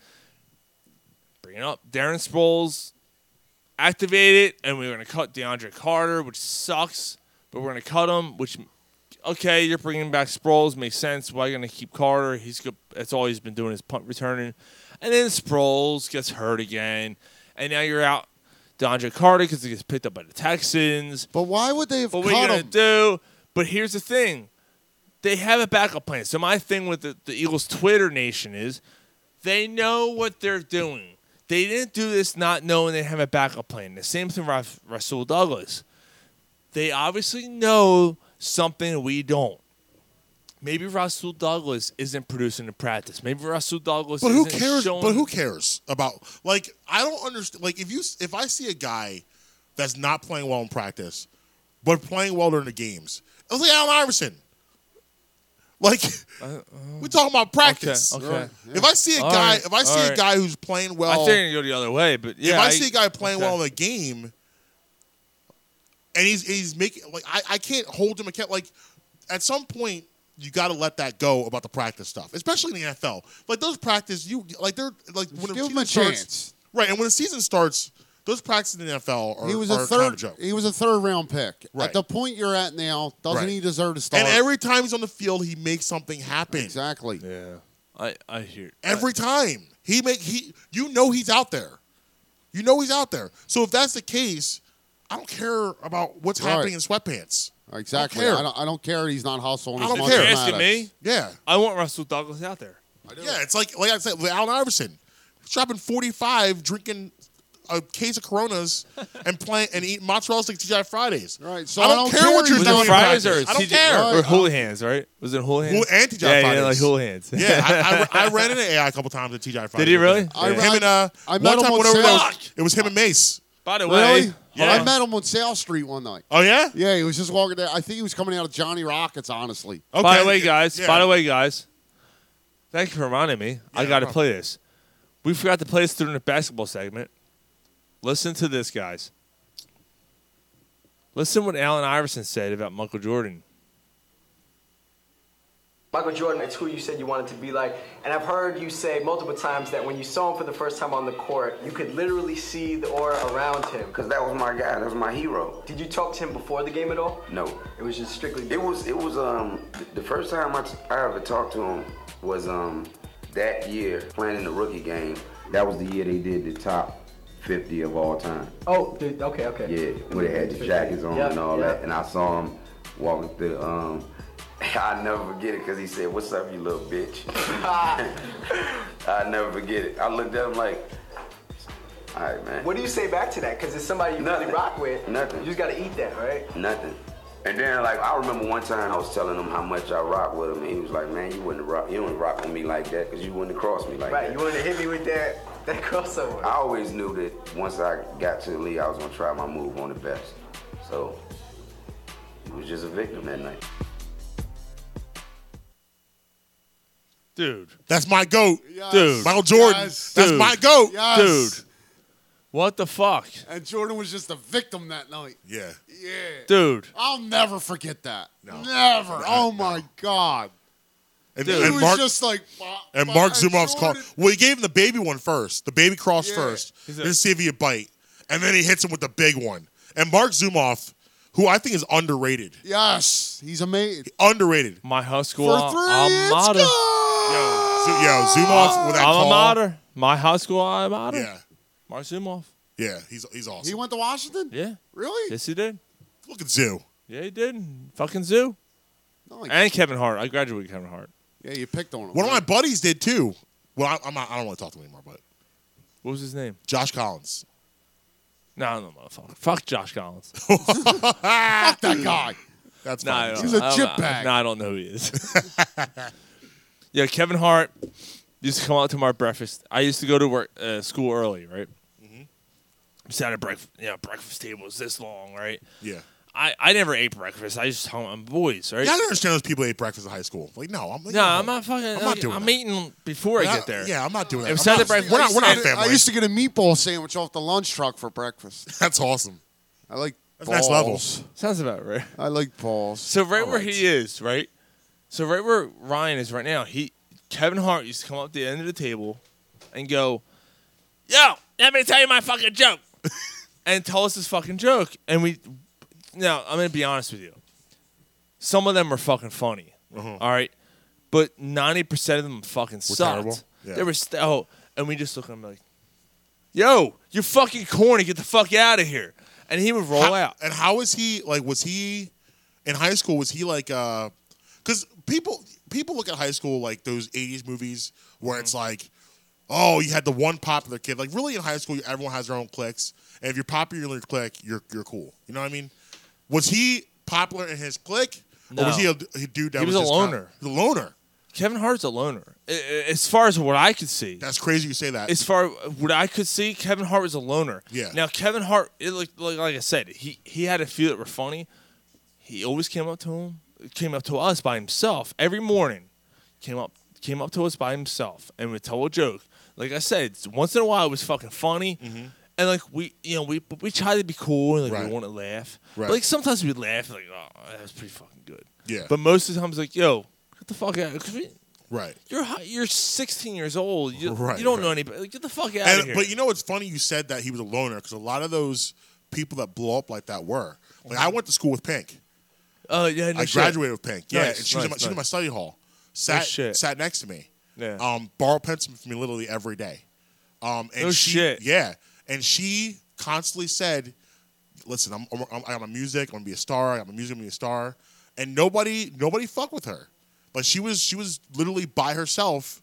A: bringing up Darren Sproles activated, and we were going to cut DeAndre Carter, which sucks, but we're going to cut him, which okay, you're bringing back Sproles makes sense. Why are you going to keep Carter? He's good. That's all he's been doing is punt returning, and then Sproles gets hurt again, and now you're out. DeAndre Carter because he gets picked up by the Texans.
E: But why would they have
A: but uh, what
E: cut
A: are you
E: him?
A: gonna do? But here's the thing: they have a backup plan. So my thing with the, the Eagles Twitter Nation is they know what they're doing. They didn't do this not knowing they have a backup plan. The same thing with Russell Douglas. They obviously know something we don't. Maybe Russell Douglas isn't producing in practice. Maybe Russell Douglas.
D: But who
A: isn't
D: cares?
A: Showing
D: But who cares about like I don't understand. Like if you s- if I see a guy that's not playing well in practice, but playing well during the games, it was like Allen Iverson. Like we're talking about practice.
A: uh, okay, okay.
D: If I see a
A: All
D: guy,
A: right,
D: if I see
A: all
D: a
A: right.
D: guy who's playing well,
A: I think you're gonna go the other way, but yeah.
D: Oh. if I, see a guy playing
A: okay.
D: well in a game, and he's he's making like I, I can't hold him account. Like at some point, you got to let that go about the practice stuff, especially in the NFL. Like those practice, you like they're like when
E: give
D: the
E: him a
D: season starts,
E: chance.
D: right? And when the season starts, those practices in the NFL are
E: he was
D: are
E: a
D: kind of
E: third.
D: joke.
E: He was a third round pick.
D: Right.
E: At the point you're at now, doesn't
D: Right.
E: he deserve to start?
D: And every time he's on the field, he makes something happen.
E: exactly.
A: Yeah. I I hear
D: Every time he make he, you know he's out there. You know he's out there. So if that's the case, I don't care about what's
E: Right.
D: happening in sweatpants.
E: Exactly.
D: care.
E: I don't, I don't care. He's not hustling.
D: I
E: as
D: don't
E: much
D: care.
E: as
D: You're
A: asking
E: Maddox.
A: me?
D: Yeah,
A: I want Russell Douglas out there.
D: yeah. It's like like I said, with Allen Iverson, dropping forty five, drinking a case of Coronas, and playing and eating mozzarella sticks TGI Fridays.
E: Right. So
D: I don't, care what you're
A: was
D: doing.
A: it
D: in
A: Fridays or
D: practice. I don't
A: TJ
D: care.
A: or Holy Hands, right? Was it Holy Hands?
D: Well, and TGI
A: yeah,
D: Fridays.
A: yeah, like Holy Hands.
D: Yeah, I, I, I ran into AI a couple times at TGI Fridays.
A: Did he really?
E: I
D: I
E: ran-
D: him and uh,
E: I
D: one
E: met him
D: time
E: on
D: whatever that
E: Sales.
D: was, it was him and Mace.
A: By the way,
E: Really?
A: yeah.
E: I met him on South Street one night.
D: Oh yeah.
E: Yeah, he was just walking down. I think he was coming out of Johnny Rockets. Honestly,
D: Okay.
A: By the way, guys.
D: Yeah.
A: By the way, guys. Thank you for reminding me. I
D: no
A: got to
D: problem.
A: play this. We forgot to play this during the basketball segment. Listen to this, guys. Listen what Allen Iverson said about Michael Jordan.
O: Michael Jordan, it's who you said you wanted to be like. And I've heard you say multiple times that when you saw him for the first time on the court, you could literally see the aura around him. Because that was my guy, that was my hero. Did you talk to him before the game at all?
G: No.
O: It was just strictly.
G: It was it was um th- the first time I, t- I ever talked to him was um that year playing in the rookie game. That was the year they did the top 50 of all time.
O: Oh, dude, okay, okay.
G: Yeah, where they had the jackets on
O: Yep,
G: and all
O: yep.
G: that. And I saw him walking through. the, Um, I never forget it because he said, "What's up, you little bitch?" I never forget it. I looked at him like, "All right, man."
O: What do you say back to that? Because it's somebody you
G: Nothing.
O: really rock with.
G: Nothing.
O: You just gotta eat that, right?
G: Nothing. And then like I remember one time I was telling him how much I rock with him, and he was like, "Man, you wouldn't rock, you wouldn't rock with me like that, cause you wouldn't have crossed me like
O: right.
G: that."
O: You wanted to hit me with that that crossover.
G: I always knew that once I got to the league, I was gonna try my move on the best. So he was just a victim that night.
A: Dude.
D: That's my goat,
E: Yes.
A: Dude.
D: Michael Jordan.
E: Yes.
D: That's
A: Dude.
D: my goat,
E: Yes.
A: Dude. What the fuck?
E: And Jordan was just a victim that night.
D: Yeah.
E: Yeah.
A: Dude.
E: I'll never forget that. Never. oh my God.
D: And,
E: Dude,
D: and
E: he was
D: Mark
E: just like. bah,
D: and
E: bah,
D: Mark
E: and
D: Zumoff's call.
E: Jordan-
D: Well, he gave him the baby one first, the baby cross
E: Yeah.
D: first,
A: He's a-
D: then see if he would bite, and then he hits him with the big one. And Mark Zumoff, who I think is underrated,
E: Yes, he's amazing.
D: underrated.
A: My high school
E: For
A: al-
E: three,
A: alma
E: it's
A: mater.
E: good.
D: Zu- yo, Zumoff with that
A: Alma
D: call.
A: mater. My high school alma mater.
D: Yeah,
A: Mark Zumoff.
D: yeah, he's he's awesome.
E: He went to Washington.
A: Yeah.
E: Really?
A: Yes, he did.
D: Look at Zoo.
A: Yeah, he did. Fucking zoo.
E: Nice.
A: And Kevin Hart. I graduated with Kevin Hart.
E: yeah, you picked on him.
D: One of my buddies did too. Well, I, I'm not, I don't want to talk to him anymore, but
A: What was his name?
D: Josh Collins.
A: No, no, motherfucker. Fuck Josh Collins.
E: Fuck that guy.
D: That's
A: no, I
E: fine.
A: don't-
E: He's a
A: I don't-
E: chipbag.
A: No, I don't know who he is. yeah, Kevin Hart used to come out to my breakfast. I used to go to work uh, school early, right? Mm-hmm. We sat at breakfast. Yeah, breakfast table was this long, right?
D: Yeah.
A: I, I never ate breakfast. I just hung on boys, right?
D: Yeah, I don't understand those people who ate breakfast in high school. Like, no, I'm like,
A: No, I'm not fucking.
D: I'm
A: I'm,
D: not doing that.
A: eating before I
D: Yeah,
A: get there.
D: yeah, I'm not doing that.
A: If
D: I'm
A: Saturday
D: not-
A: breakfast,
D: we're not- we're not
E: I-
D: family.
E: I used to get a meatball sandwich off the lunch truck for breakfast.
D: That's awesome.
E: I like
A: That's
E: balls.
A: next level. Sounds about right.
E: I like balls.
A: So right where he is, right? So right where Ryan is right now, he Kevin Hart used to come up to the end of the table and go, Yo, let me tell you my fucking joke. and tell us his fucking joke. And we now I'm gonna be honest with you. Some of them are fucking funny.
D: Mm-hmm.
A: all right. But ninety percent of them fucking
D: terrible?
A: sucked.
D: Yeah.
A: They were st- oh, and we just look at him like, Yo, you're fucking corny, get the fuck out of here. And he would roll
D: How-
A: out.
D: And how was he? Like, was he in high school? Was he like? uh Because people people look at high school like those '80s movies where
A: Mm-hmm.
D: it's like, oh, you had the one popular kid. Like, really, in high school, everyone has their own cliques, and if you're popular in your clique, you're you're cool. You know what I mean? Was he popular in his clique, or was he
A: No.
D: a, a dude that
A: He was a
D: just kinda-
A: loner.
D: The loner.
A: Kevin Hart's a loner. I- I- As far as what I could see,
D: that's crazy. You say that.
A: As far what I could see, Kevin Hart was a loner.
D: Yeah.
A: Now Kevin Hart, it looked like, like I said, he he had a few that were funny. He always came up to him, came up to us by himself every morning. Came up, came up to us by himself and would tell a joke. Like I said, once in a while it was fucking funny. And like we, you know, we but we tried to be cool and like
D: Mm-hmm. Right.
A: we want to laugh.
D: Right.
A: But like sometimes we laugh like, oh, that was pretty fucking good.
D: Yeah.
A: But most of the time it's like, yo, get the fuck out. 'Cause we-
D: Right.
A: You're hi- you're 16 years old. You,
D: Right,
A: you don't
D: right.
A: know anybody. Like, get the fuck out
D: And-
A: of here.
D: But you know what's funny? You said that he was a loner because a lot of those people that blow up like that were. Like
A: Mm-hmm.
D: I went to school with Pink.
A: Oh yeah, no
D: I
A: shit.
D: graduated with Pink. Yeah,
A: Nice,
D: and she was,
A: nice,
D: in my, she was in my
A: nice.
D: study hall. Sat
A: shit.
D: sat next to me.
A: Yeah.
D: Um, borrowed pencil from me literally every day. Um, and
A: No
D: she,
A: shit.
D: Yeah, and she constantly said, "Listen, I'm I'm, I'm, I'm a music. I'm gonna be a star. I'm a music. I'm gonna be a star." And nobody nobody fucked with her. Like she was she was literally by herself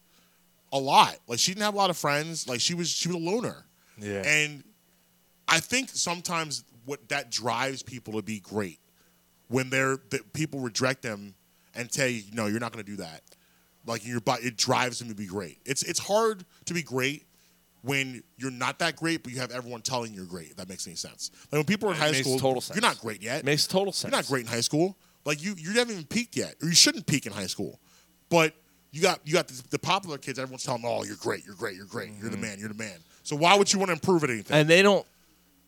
D: a lot. Like she didn't have a lot of friends. Like she was she was a loner.
A: Yeah.
D: And I think sometimes what that drives people to be great when they're that people reject them and tell you, no, you're not going to do that. Like your body, it drives them to be great. It's it's hard to be great when you're not that great, but you have everyone telling you're great. If that makes any sense. Like when people are in
A: It
D: high
A: makes
D: school,
A: total sense.
D: you're not great yet.
A: makes total
D: You're
A: sense.
D: not great in high school. Like you, you haven't even peaked yet, or you shouldn't peak in high school. But you got you got the, the popular kids. Everyone's telling them, "Oh, you're great, you're great, you're great, you're the man, you're the man." So why would you want to improve at anything?
A: Mm-hmm. And they don't.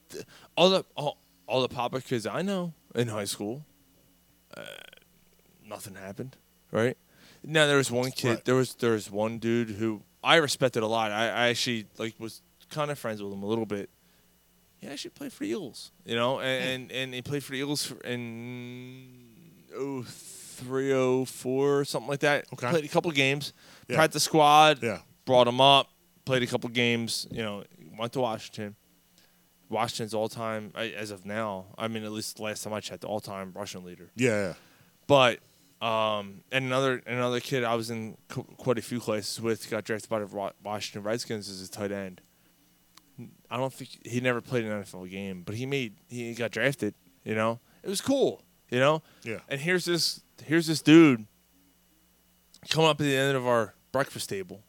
A: th- All the all, all the pop kids I know in high school, uh, nothing happened. Right. Now there was one kid. There was there was one dude who I respected a lot. I, I actually like was kind of friends with him a little bit. He actually played for the Eagles, you know,
D: Hmm.
A: and and, and he played for the Eagles for- in oh three oh four something like that.
D: Okay.
A: Played a couple games.
D: Yeah.
A: Practice squad.
D: Yeah.
A: Brought him up. Played a couple games. You know, went to Washington. Washington's all time I- as of now. I mean, at least the last time I checked, all time Russian leader.
D: yeah,
A: But um, and another another kid I was in qu- quite a few classes with got drafted by the Wa- Washington Redskins as a tight end. I don't think he never played an NFL game, but he made he got drafted. You know, it was cool. You know,
D: Yeah.
A: And here's this here's this dude coming up at the end of our breakfast table,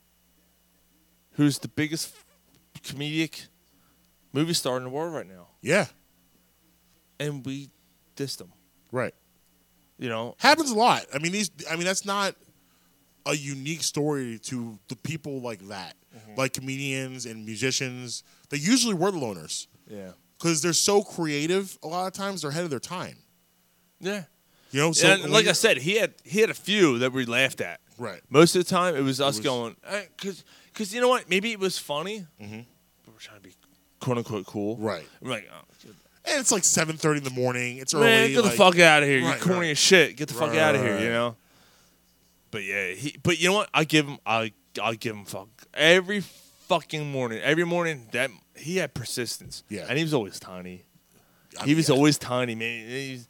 A: who's the biggest comedic movie star in the world right now,
D: yeah,
A: and we dissed him.
D: right.
A: You know,
D: happens a lot. I mean, these. I mean, that's not a unique story to the people like that,
A: Mm-hmm.
D: like comedians and musicians. They usually were the loners
A: yeah,
D: because they're so creative. A lot of times, they're ahead of their time.
A: yeah.
D: You know, so
A: and
D: when
A: like I
D: you're-
A: said, he had he had a few that we laughed at.
D: right,
A: Most of the time, it was us
D: was-
A: going because because you know what? Maybe it was funny. Mm-hmm. But we're trying to be quote unquote cool.
D: right.
A: We're like, oh,
D: And it's like seven thirty in the morning. It's early.
A: man, get
D: like-
A: the fuck out of here!
D: Right,
A: you corny
D: right.
A: as shit. Get the fuck
D: Right,
A: out of
D: right,
A: here!
D: right.
A: You know. But yeah, he. But you know what? I give him. I I give him fuck every fucking morning. Every morning that he had persistence.
D: Yeah.
A: and he was always tiny.
D: I
A: he
D: mean,
A: was
D: yeah.
A: always tiny, man. He's,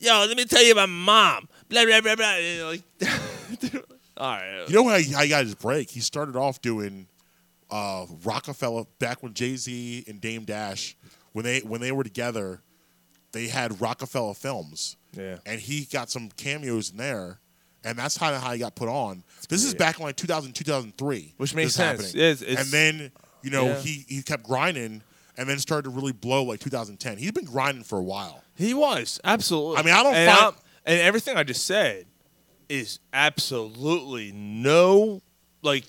A: Yo, let me tell you about mom. Blah blah blah blah. Like, all right.
D: You know how he, how he got his break? He started off doing uh, Rockefeller back when Jay Z and Dame Dash when they when they were together, they had Rockefeller Films.
A: Yeah.
D: and he got some cameos in there, and that's kind of how he got put on. This is back in like 2000, 2003.
A: Which makes
D: this
A: sense.
D: happening.
A: It's- it's-
D: and then you know
A: Yeah.
D: he he kept grinding, and then started to really blow like 2010. He's been grinding for a while.
A: He was absolutely.
D: I mean, I don't
A: and
D: find-
A: I'm- and everything I just said is absolutely no like.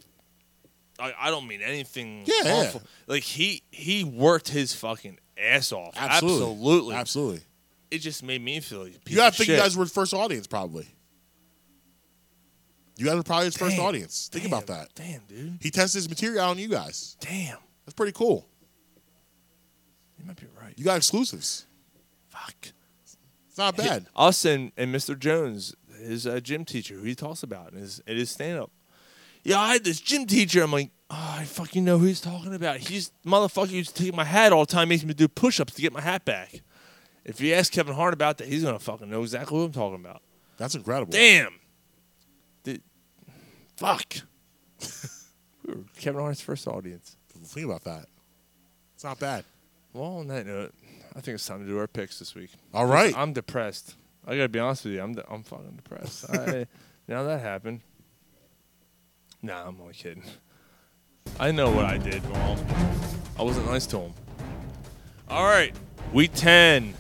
A: I, I don't mean anything.
D: Yeah, yeah.
A: awful. Like he he worked his fucking ass off.
D: Absolutely.
A: absolutely.
D: Absolutely.
A: It just made me feel like a piece
D: you gotta
A: of
D: think
A: shit.
D: you guys were the first audience, probably. You guys were probably his first
A: Damn.
D: audience. Think about that.
A: Damn, dude.
D: He tested his material out on you guys.
A: Damn.
D: That's pretty cool.
A: You might be right.
D: You got exclusives.
A: Fuck.
D: It's not bad.
A: Us and, and Mr. Jones, his uh, gym teacher, who he talks about in his, in his stand up. Yeah, I had this gym teacher. I'm like, oh, I fucking know who he's talking about. He's motherfucker used to take my hat all the time, makes me do push ups to get my hat back. If you ask Kevin Hart about that, he's gonna fucking know exactly what I'm talking about.
D: That's incredible.
A: Damn. Did, fuck. we were Kevin Hart's first audience.
D: Think about that. It's not bad.
A: Well, on that note, I think it's time to do our picks this week.
D: All right.
A: I'm depressed. I gotta be honest with you. I'm de- I'm fucking depressed. I, now that happened. Nah, I'm only kidding. I know what I did wrong. I wasn't nice to him. All right, week ten.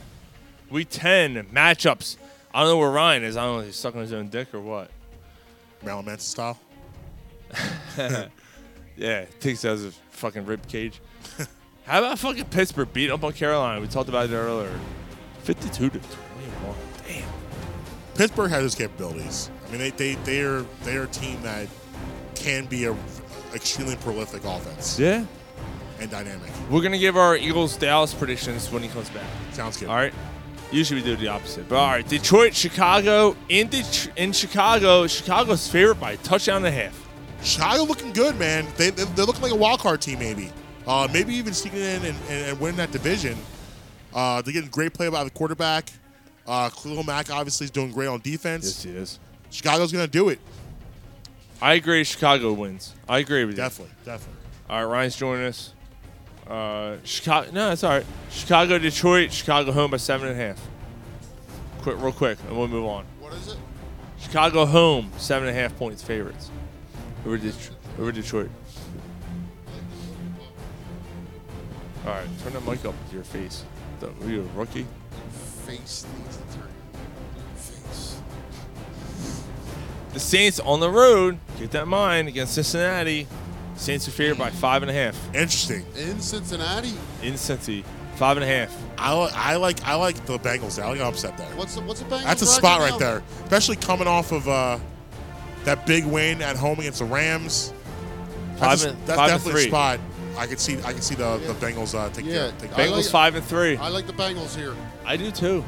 A: Week ten matchups. I don't know where Ryan is. I don't know if he's sucking his own dick or what.
D: Marilyn Manson style.
A: yeah, takes it as a fucking rib cage. How about fucking Pittsburgh beat up on Carolina? We talked about it earlier. Fifty-two to twenty-one. Damn.
D: Pittsburgh has its capabilities. I mean, they they they are they are a team that can be a extremely prolific offense
A: Yeah.
D: and dynamic.
A: We're gonna give our Eagles Dallas predictions when he comes back.
D: Sounds good.
A: All right. Usually we do the opposite, but all right. Detroit, Chicago in Det- in Chicago. Chicago's favorite by a touchdown and a half.
D: Chicago looking good, man. They they they're looking like a wild card team, maybe. Uh, maybe even sneaking in and, and, and winning that division. Uh, they're getting great play by the quarterback. Uh, Khalil Mack obviously is doing great on defense. Yes,
A: he is.
D: Chicago's gonna do it.
A: I agree. Chicago wins. I agree with you.
D: Definitely, definitely.
A: All right, Ryan's joining us. Uh, Chicago. No, that's all right. Chicago, Detroit, Chicago home by seven and a half. Quick, real quick, and we'll move on.
E: What is it?
A: Chicago home seven and a half points favorites over Det- over Detroit. All right, turn that mic up to your face. The- Are you a rookie?
E: Face needs to turn. Face.
A: The Saints on the road. Keep that in mind against Cincinnati. Saints are favored by five and a half
D: Interesting.
E: In Cincinnati,
A: in Cincy. Five and a half.
D: I li- I like I like the Bengals. I like an upset there.
E: what's the, what's the Bengals
D: That's a spot
E: record
D: right
E: now?
D: there, especially coming off of uh, that big win at home against the Rams.
A: Five
D: That's, a-
A: and-
D: that's
A: five and
D: definitely a
A: three.
D: spot. I could see I could see the, the Bengals uh, take
E: Yeah,
D: care. Take
E: I
A: Bengals
E: like-
A: five and three.
E: I
A: I,
E: like the Bengals here.
A: do too.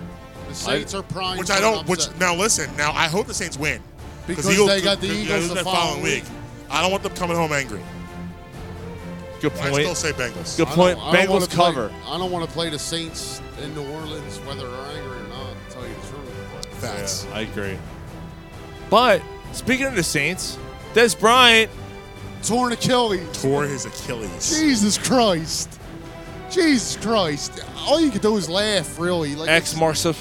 E: The Saints are prime.
D: Which I don't. Which now listen. Now I hope the Saints win
E: Because
D: the Eagles-
E: they got the
D: because
E: Eagles the
D: that
E: following week.
D: I don't want them coming home angry.
A: Good
D: I
A: point.
D: still say Bengals.
A: Good point. Bengals cover.
E: I don't want to play the Saints in New Orleans, whether they're angry or not. To tell you the truth.
D: Facts.
A: I agree. But speaking of the Saints, Des Bryant.
E: Torn Achilles.
D: Tore his Achilles.
E: Jesus Christ. Jesus Christ. All you can do is laugh, really. Like
A: X marks the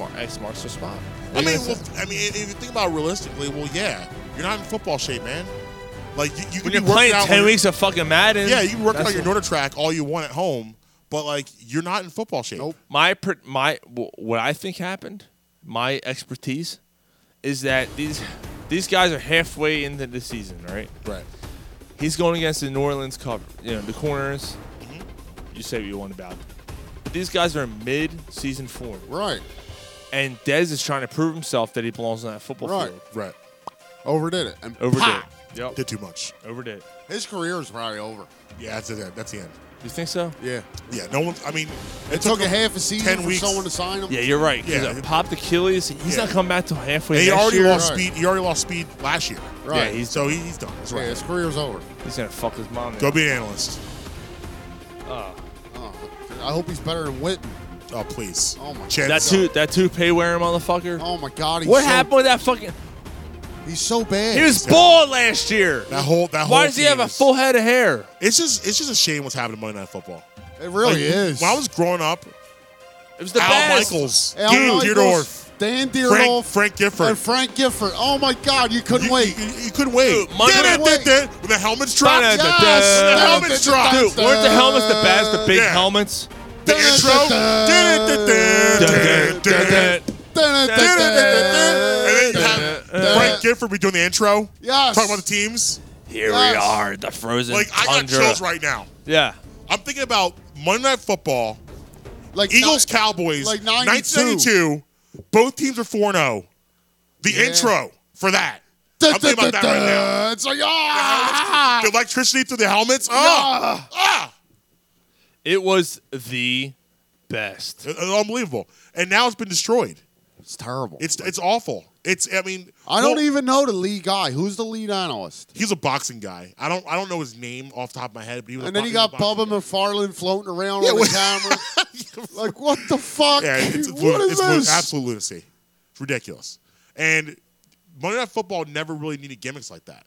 A: mar- X marks the spot.
D: I mean, well, I mean, if you think about it realistically, well, yeah, you're not in football shape, man. Like you, you
A: when you're
D: can be working
A: playing
D: out
A: ten
D: when-
A: weeks of fucking Madden,
D: Yeah, you can work
A: that's
D: out your
A: what-
D: Northern track all you want at home, but like you're not in football shape. Nope.
A: My per- my wh- what I think happened, my expertise, is that these these guys are halfway into the season, right?
D: Right.
A: He's going against the New Orleans cover, you know, the corners.
D: Mm-hmm.
A: You say what you want about, it. but these guys are in mid-season form,
E: Right.
A: and Dez is trying to prove himself that he belongs on that football
E: Right.
A: field.
D: Right.
E: Overdid it. And
A: Overdid
E: pop!
A: it. Yep.
D: Did too much.
A: Overdid it.
E: His career is probably over.
D: Yeah, that's it. That's the end.
A: You think so?
E: Yeah.
D: Yeah, no one. I mean,
E: It, took, a
D: him
E: half a season
D: 10
E: for
D: weeks.
E: someone to sign him.
A: Yeah, you're right. He's
D: Yeah.
A: a popped Achilles. He's
D: Yeah.
A: not coming back till halfway.
D: And he
A: next
D: already
A: year.
D: lost
E: Right.
D: speed. He already lost speed last year.
E: Right.
A: Yeah, he's
D: So he, he's done. That's
E: Yeah,
D: right.
E: his career's over.
A: he's gonna fuck his mom.
D: Go be an analyst.
A: Oh.
E: Oh, I hope he's better than Witten.
D: Oh please.
E: Oh my
D: Chances
A: That
D: are-
A: two that two pay wearing motherfucker.
E: Oh my God. He's
A: what
E: so-
A: happened with that fucking?
D: He's so bad.
A: He was bald last year.
D: That whole that whole
A: Why does he
D: team
A: have a
D: is-
A: full head of hair?
D: It's just it's just a shame what's happening to Monday Night Football.
E: It really
D: Like,
E: is.
D: When I was growing up,
A: it was
E: the
D: Al
E: best.
D: Michaels,
E: Al
D: Dan
E: Michaels,
D: Dierdorf,
E: Dan
D: Frank,
E: Dierdorf,
D: Frank Gifford.
E: and Frank Gifford. Oh my God, you couldn't wait.
D: You, you couldn't wait.
E: Monday-
D: Did it, did it, When the helmets dropped,
E: Yes,
D: When the
E: dun,
D: helmets
E: dun, dun,
D: dropped,
E: dun, Dude,
A: Weren't the helmets the best? The big
D: Yeah.
A: helmets.
D: The intro, Dun, dun, dun, dun. and then you have Frank Gifford be doing the intro.
E: Yes.
D: talking about the teams.
A: Here
D: Yes.
A: we are, the frozen
D: Like I got
A: tundra.
D: chills right now.
A: Yeah.
D: I'm thinking about Monday Night Football,
E: like
D: Eagles, Cowboys,
E: like 92.
D: 1992. Both teams are four 0 The intro for that.
E: Dun,
D: I'm thinking
E: dun,
D: about that
E: dun,
D: right now.
E: dun. It's like
D: ah, the electricity through the helmets. Ah, ah,
A: It was the best.
D: It- it's Uh, unbelievable. And now it's been destroyed.
E: It's terrible.
D: It's it's awful. It's I mean
E: I don't
D: well,
E: even know the lead guy. Who's the lead analyst?
D: He's a boxing guy. I don't I don't know his name off the top of my head, but he was. a
E: And then
D: bo-
E: you
D: he was a
E: got Bubba McFarland floating around on the camera. like, what the fuck?
D: Yeah, it's, it's,
E: what is
D: it's lu-
E: this?
D: absolute lunacy. It's ridiculous. And Monday Night Football never really needed gimmicks like that.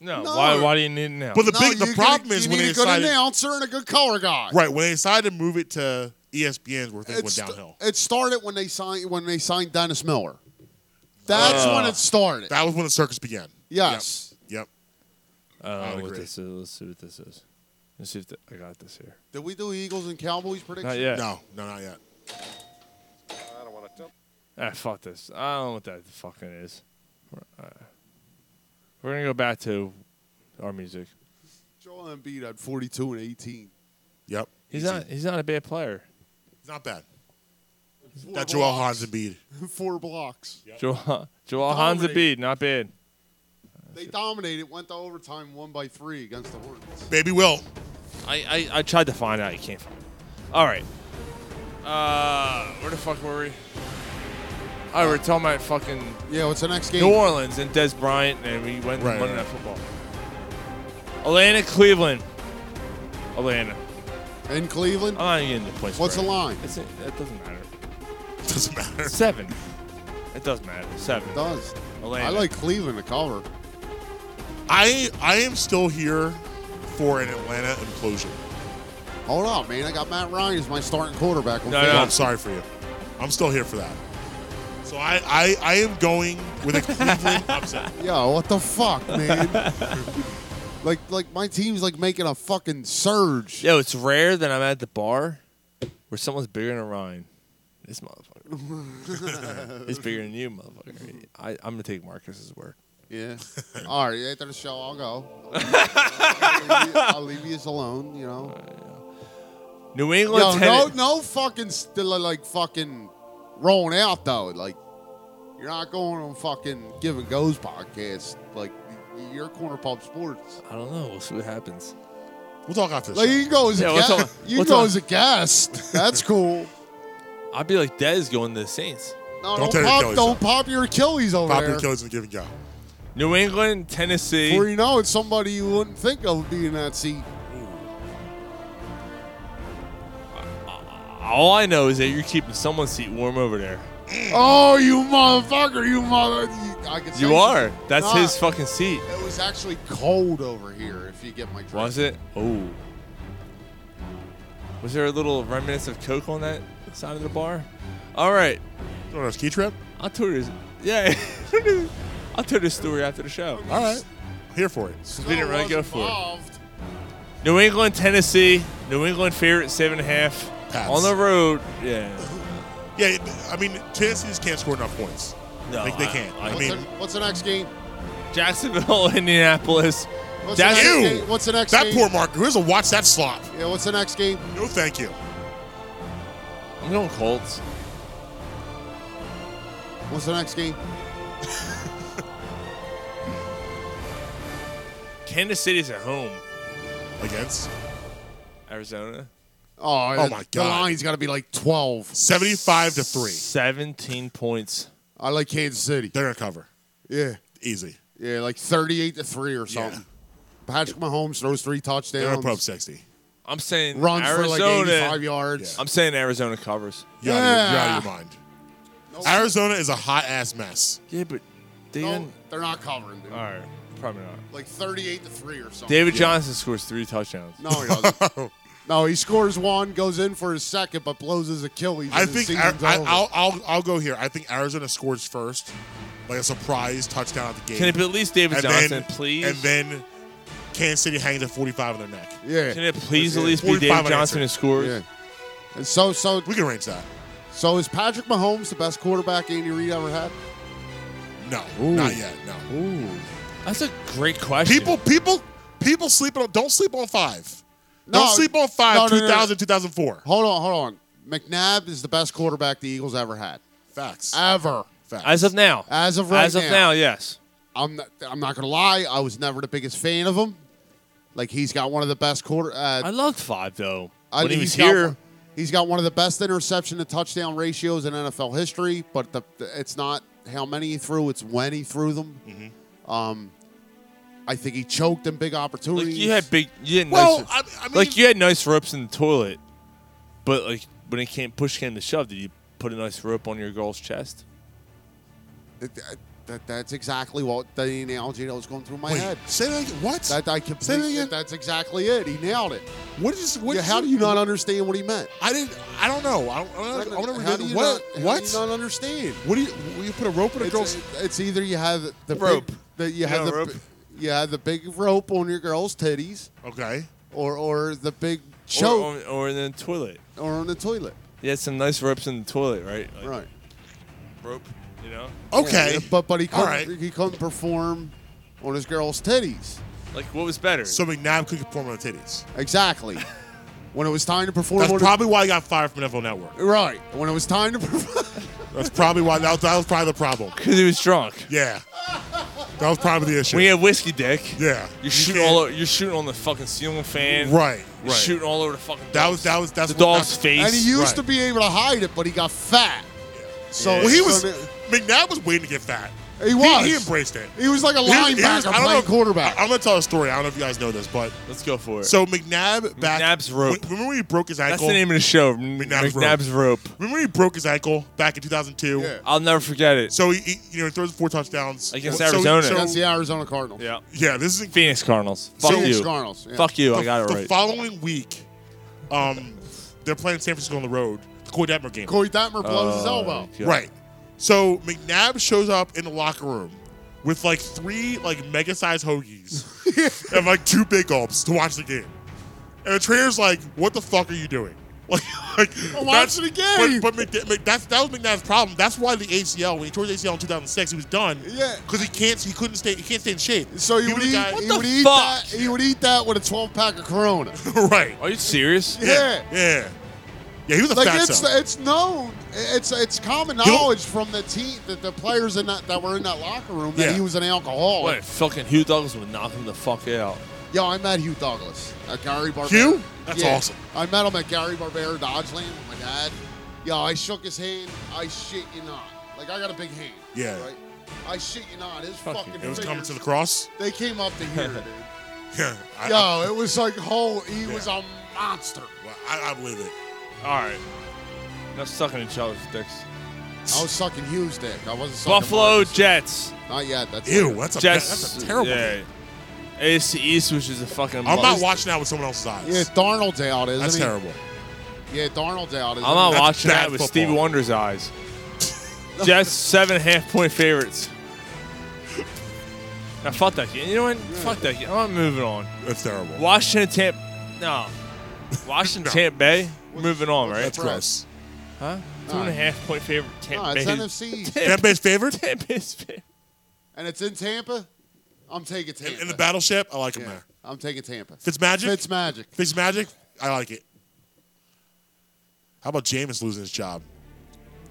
A: No,
E: No.
A: why? Why do you need it now?
D: But the
E: No,
D: big the
E: you
D: problem
E: gotta-
D: is
E: you
D: when
E: need
D: they
E: a good
D: decided
E: announcer and a good color guy.
D: right when they decided to move it to E ESPN's where things
E: It,
D: went
E: st-
D: downhill.
E: it started when they signed when they signed Dennis Miller. That's
D: Uh.
E: when it started.
D: That was when the circus began.
E: Yes.
D: Yep.
A: I
D: I
A: don't
D: would
A: know Oh, what
D: agree.
A: this is. Let's see what this is. Let's see if the, I got this here.
E: Did we do Eagles and Cowboys prediction?
A: Not yet.
D: No, no, not yet.
E: I don't want to.
A: Ah, fuck this. I don't know what that fucking is. We're, uh, we're gonna go back to our music.
E: Joel Embiid had 42 and 18.
D: Yep.
A: He's
E: Easy.
A: not. He's not a bad player.
D: It's not bad.
E: Four
D: That Joel
E: blocks.
D: Hans Embiid.
E: Four blocks.
A: Joel Joel Hans Embiid,
E: Dominated.
A: not bad.
E: They dominated, went to overtime, one by three against the Hornets.
D: Baby Will.
A: I, I, I tried to find out. You can't find it. All right. Uh, where the fuck were we? Oh, we're talking about fucking
E: Yeah, what's the next game?
A: New Orleans and Des Bryant, and we went
D: Right,
A: to Monday
D: right.
A: Night Football. Atlanta, Cleveland. Atlanta.
E: In Cleveland?
D: Uh,
A: I'm not even getting the points.
E: What's the
A: spread.
E: line?
A: It's, it doesn't matter.
D: Doesn't matter.
A: Seven. It does matter. Seven.
E: It does.
A: Atlanta.
E: I like Cleveland to cover.
D: I I am still here for an Atlanta implosion.
E: Hold on, man. I got Matt Ryan as my starting quarterback.
A: No,
D: Well,
A: no.
D: I'm sorry for you. I'm still here for that. So I I, I am going with a Cleveland upset.
E: Yo, what the fuck, man? like, like my team's like making a fucking surge.
A: Yo, it's rare that I'm at the bar where someone's bigger than Ryan. This motherfucker. He's bigger than you, motherfucker. I, I'm going to take Marcus's word.
E: Yeah. All right, after the show, I'll go. I'll leave you- I'll leave you alone. You know.
A: New England,
E: Yo, no,
A: Tennessee.
E: no fucking still like fucking rolling out though. Like you're not going on fucking give and goes podcast. Like your corner pop sports.
A: I don't know. We'll see what happens.
D: We'll talk after
E: Like
D: this.
E: you can go as a
A: Yeah, what's
E: guest.
A: on-
E: you can
A: what's
E: go
A: on-
E: as a guest. That's cool.
A: I'd be like Dez going to the Saints.
E: No,
D: Don't
E: don't,
D: tear your
E: pop,
D: Achilles,
E: don't pop your Achilles over
D: Pop
E: there.
D: your killers and give and go.
A: New England, Tennessee.
E: Before you know it, somebody you wouldn't think of would be in that seat.
A: All I know is that you're keeping someone's seat warm over there.
E: Oh, you motherfucker! You mother! You, I could say
A: You are. That's
E: Nah.
A: his fucking seat.
E: It was actually cold over here. If you get my drift.
A: Was it? Oh. Was there a little remnants of Coke on that side of the bar? All right.
D: You want a ski trip?
A: I'll tell this. Yeah. I'll tell this story after the show.
D: All right. Here for it.
A: We didn't really go for it.
E: involved.
A: New England, Tennessee. New England favorite seven and a half
D: Pats.
A: on the road. Yeah.
D: Yeah, I mean Tennessee just can't score enough points.
A: No,
D: they, they
A: I-
D: can't.
A: I-
D: I,
E: What's,
D: mean,
E: the, what's the next game?
A: Jacksonville, Indianapolis.
E: What's the
A: That's
E: next
D: Ew.
E: game? What's the next
D: that
E: game?
D: poor Mark. Who has to watch that slop?
E: Yeah, what's the next game?
D: No, thank you.
A: I'm going Colts.
E: What's the next game?
A: Kansas City's at home.
D: Against
A: Arizona.
E: Oh,
D: Oh
E: the-
D: my
E: The
D: God.
E: line's got to be like 12.
D: seventy-five to three,
A: 17 points.
E: I like Kansas City.
D: they're gonna cover
E: Yeah.
D: easy.
E: Yeah, like 38 to 3 or something. Patrick Mahomes throws three
D: They're gonna
E: touchdowns.
D: put up sixty.
A: I'm saying
E: runs
A: Arizona.
E: for like 85 yards.
A: I'm saying Arizona covers.
D: You're, yeah. out, of your,
E: Yeah.
D: you're out of your mind. Arizona is a hot ass mess.
A: Yeah, but
E: No,
A: Dan?
E: they're not covering, dude.
A: All right, probably not.
E: Like 38 to 3 or something.
Q: David
E: Yeah.
Q: Johnson scores three touchdowns.
E: No, he doesn't. no, he scores one, goes in for his second, but blows his Achilles.
D: I
E: and his
D: think I,
E: season's
D: I,
E: over.
D: I'll, I'll I'll go here. I think Arizona scores first, like a surprise touchdown at the game.
A: Can it be at least David
D: And
A: Johnson,
D: then-
A: please?
D: And then Kansas City hangs their forty-five on their neck.
E: Yeah.
A: Can it please at
D: Yeah.
A: least be
D: 45
A: David
D: on
A: Johnson
D: answer.
A: who scores?
E: And so, so
D: we can range that.
E: So is Patrick Mahomes the best quarterback Andy Reid ever had?
D: No,
E: Ooh.
D: not yet. No.
E: Ooh.
A: That's a great question.
D: People, people, people sleep on. Don't sleep on five.
E: No,
D: don't sleep on
E: no,
D: five.
E: no, no, no.
D: 2000, 2004.
E: Hold on, hold on. McNabb is the best quarterback the Eagles ever had.
D: Facts.
E: Ever.
D: Facts.
A: As of now.
E: As of right
A: As of now, yes.
E: I'm not, I'm not gonna lie. I was never the biggest fan of him. Like he's got one of the best quarter. Uh,
A: I loved five though.
E: I
A: when
E: mean,
A: he was
E: he's got
A: here,
E: one- he's got one of the best interception to touchdown ratios in NFL history. But the, it's not how many he threw; it's when he threw them.
D: Mm-hmm.
E: Um, I think he choked in big opportunities.
A: you had big. You had
E: Well,
A: nice,
E: I- I mean-
A: like you had nice ropes in the toilet, but like when it came push came to shove, did you put a nice rope on your girl's chest?
E: That- that- that- that's exactly what the analogy that was going through my
D: Wait,
E: head.
D: Say that again. What?
E: That I
D: Say that
E: completely.
D: again.
E: That's exactly it. He nailed it.
D: What is? What
E: Yeah,
D: is
E: how do you not understand what he meant?
D: I didn't. I don't know. I don't. I don't, I don't
E: How do you
D: what?
E: not- how
D: what?
E: do you not understand?
D: What do you? will You put a rope in a
E: It's,
D: girl's?
E: it's either you have the
D: Rope.
E: Big, that you have
D: Yeah,
E: the
D: rope.
E: you have the big rope on your girl's titties,
D: Okay.
E: or or the big
A: Or,
E: choke,
A: on- or in the toilet.
E: or, on the toilet.
A: You had some nice ropes in the toilet, right? Like,
E: Right. Oh.
A: Rope. You know.
D: Okay.
E: Yeah, but but he
D: All
E: couldn't, he couldn't perform on his girl's titties.
A: Like what was better?
D: So McNabb could perform on the titties.
E: Exactly. when it was time to perform,
D: That's
E: on
D: probably why I got fired from NFL Network.
E: his, right. When it was time to perform,
D: That's probably why. That was, that was probably the problem.
A: Because he was drunk.
D: Yeah. That was probably the issue.
A: When you have whiskey, dick.
D: Yeah.
A: You're shooting all. Over, you're shooting on the fucking ceiling fan.
D: Right,
A: You're
D: right.
A: Shooting all over the fucking.
D: That
A: dog's-
D: was that was that's
A: the dog's
D: that-
A: face.
E: and he used to be able to hide it, but he got fat. So
D: Well, he
E: so
D: was
E: the-
D: McNabb was waiting to get fat.
E: He was.
D: He, embraced it.
E: He was like a
D: He was- he was-
E: linebacker
D: I don't
E: playing
D: know-
E: quarterback.
D: I, am gonna tell a story. I don't know if you guys know this, but
A: Let's go for it.
D: so McNabb back.
A: McNabb's rope.
D: when- remember when he broke his ankle?
A: That's the name of the show.
D: McNabb's
A: McNabb's,
D: rope.
A: rope.
D: Remember when he broke his ankle back in 2002?
E: Yeah.
A: I'll never forget it.
D: So he, he you know he throws four touchdowns
A: Against
D: So he-
A: Arizona.
D: so-
E: That's the Arizona Cardinals.
A: Yeah.
D: yeah, this is
A: Phoenix Cardinals. Fuck
E: Phoenix
A: you.
E: Cardinals, yeah.
A: Fuck you.
D: the,
A: I got it
D: the
A: right.
D: following week, um, they're playing San Francisco on the road. The Coy Detmer game.
E: Corey Detmer blows his
D: Uh,
A: Oh,
E: elbow.
A: God.
D: Right. So McNabb shows up in the locker room with like three like mega sized hoagies and like two big gulps to watch the game. And the trainer's like, "What the fuck are you doing?" Like, like
E: I'm
D: that's-
E: watching the game.
D: But, but Mc, Mc, that's, that was McNabb's problem. That's why the ACL when he tore his ACL in 2006, he was done.
E: Yeah.
D: because he can't he couldn't stay he can't stay in shape.
E: So he,
D: He
E: would
D: was a
E: eat,
D: guy-
E: he
A: What
E: would
A: the
E: eat
A: fuck?
E: that. He would eat that with a 12 pack of Corona.
D: right?
A: Are you serious?
E: Yeah.
D: Yeah, yeah. He was a
E: Like
D: fat
E: it's
D: cell.
E: it's known, it's it's common
D: You'll-
E: knowledge from the team that the players in that, that were in that locker room that
A: Yeah.
E: he was an alcoholic.
A: What? Fucking Hugh Douglas would knock him the fuck out.
E: Yo, I met Hugh Douglas at Gary Barbera.
D: Hugh? That's
E: Yeah.
D: awesome.
E: I met him at Gary Barbera Dodgeland with my dad. Yo, I shook his hand. I shit you not. Like I got a big hand.
D: Yeah.
E: Right. I shit you not. His
A: Fuck
E: fucking.
D: It was
E: fingers-
D: coming to the cross.
E: They came up to here, dude.
D: Yeah, I,
E: Yo, it was like whole. He was
D: Yeah.
E: a monster.
D: I, I believe it.
A: All right. That's sucking each other's dicks.
E: I was sucking Hughes' dick. I wasn't sucking
A: Buffalo
E: Marcus.
A: Jets.
E: Not yet. That's
D: Ew,
E: later.
D: that's a bad-
A: Jets.
D: that's a terrible.
A: Yeah.
D: game.
A: AFC East, which is a fucking.
D: I'm not
A: must.
D: watching that with someone else's eyes.
E: Yeah, Darnold's out, isn't
D: That's
E: he?
D: terrible.
E: Yeah, Darnold's out. Isn't
A: I'm not
E: he?
A: watching
D: bad
A: that with
D: football.
A: Stevie Wonder's eyes. Jets seven and a half point favorites. Now fuck that game. You know what? Fuck that game. I'm moving on.
D: That's terrible.
A: Washington Tampa. No. Washington Tampa Bay. Moving on, right?
D: That's gross.
A: Huh? Two and a half point favorite Tampa
E: No,
A: Bay.
E: it's NFC,
D: Tampa Bay's favored
A: Tampa Bay's favorite.
E: and it's in Tampa. I'm taking Tampa.
D: in the battleship. I like him
E: Yeah,
D: there.
E: I'm taking Tampa.
D: Fitzmagic.
E: It's magic.
D: Fitzmagic. I like it. How about Jameis losing his job?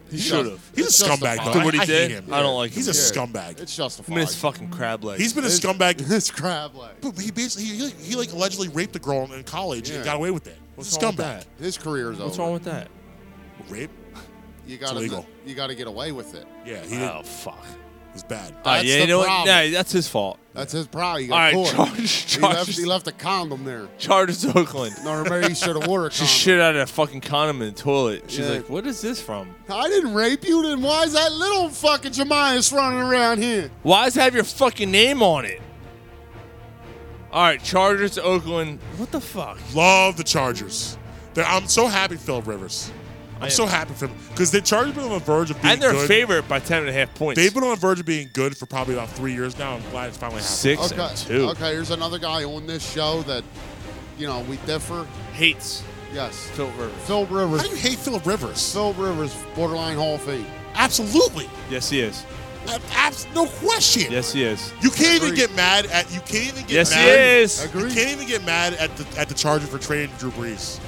A: He
D: He's
E: It's
D: a
E: just a
D: scumbag.
E: fuck.
D: though.
A: After what he
D: I, I
A: did,
D: hate him.
A: I don't like
D: He's
A: him.
D: a
E: Yeah.
D: scumbag.
E: It's justified.
A: I mean, his fucking crab leg.
D: He's been a scumbag.
E: It's crab leg.
D: But he basically he, he like allegedly raped a girl in college
E: Yeah.
D: and got away with it. What's a
A: wrong with
D: scumbag?
E: His career's
A: What's
E: over.
A: wrong with that?
D: Rape?
E: You got to.
D: illegal.
E: You got to get away with it.
D: Yeah. He
A: Oh fuck.
D: was bad.
A: Uh, yeah, you know what? Nah, that's his fault.
E: That's his problem. He
A: All
E: got
A: right,
E: caught.
A: charge-
E: he,
A: charge-
E: left, he left a condom there.
A: Charges Oakland.
E: No, remember he should have wore a
A: She
E: condom.
A: shit out of a fucking condom in the toilet. She's
E: Yeah.
A: like, "What is this from?
E: I didn't rape you, then why is that little fucking Jemias running around here?
A: Why does it have your fucking name on it?" All right, Chargers Oakland. What the fuck?
D: Love the Chargers. They're, I'm so happy Philip Rivers.
A: I
D: I'm
A: am.
D: so happy for him because the Chargers been on the verge of being
A: And they're
D: good.
A: favorite by ten and a half points.
D: They've been on the verge of being good for probably about three years now. I'm glad it's finally happened.
A: Six and two.
E: Okay, here's another guy on this show that, you know, we differ.
A: Hates.
E: Yes.
A: Phil Rivers.
E: Phil Rivers.
D: How do you hate Philip Rivers?
E: Phil Rivers, borderline Hall of Fame.
D: Absolutely.
A: Yes, he is.
D: Ab- abs- no question.
A: Yes, he is.
D: You can't even get mad at. You can't even get
A: Yes, he
D: mad.
A: is.
D: You can't even get mad at the at the Charger for trading Drew Brees.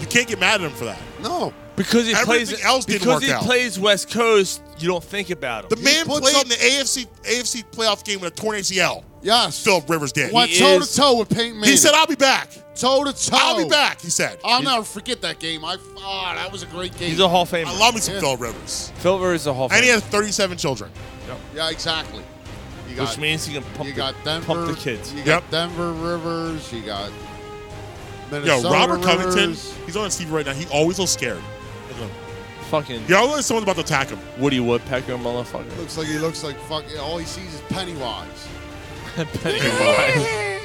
D: You can't get mad at him for that.
E: No.
A: Because he
D: Everything
A: plays
D: else didn't
A: because
D: work
A: he
D: out.
A: plays West Coast, you don't think about him.
D: The man played in the AFC AFC playoff game with a torn ACL.
E: Yes.
D: Philip Rivers did.
E: Went toe to toe with Peyton Manning.
D: He said, "I'll be back.
E: toe to toe.
D: I'll be back." He said.
E: Oh. I'll never forget that game. I ah, that was a great game.
A: He's a Hall of Famer.
D: I love me some
E: Yeah.
D: Philip Rivers.
A: Phil Rivers is a Hall of
D: And he
A: Famer,
D: has 37 children.
E: Yeah, exactly. You got,
A: which means he can pump,
E: you
A: the,
E: got Denver.
A: pump the kids.
E: You got Denver Rivers. You got Minnesota
D: Yo, Robert Covington,
E: Rivers.
D: he's on Steve right now. He always looks scared. Look at him.
A: Fucking
D: You always someone's about to attack him.
A: Woody Woodpecker, motherfucker.
E: Looks like he looks like fuck. All he sees is Pennywise.
A: Pennywise.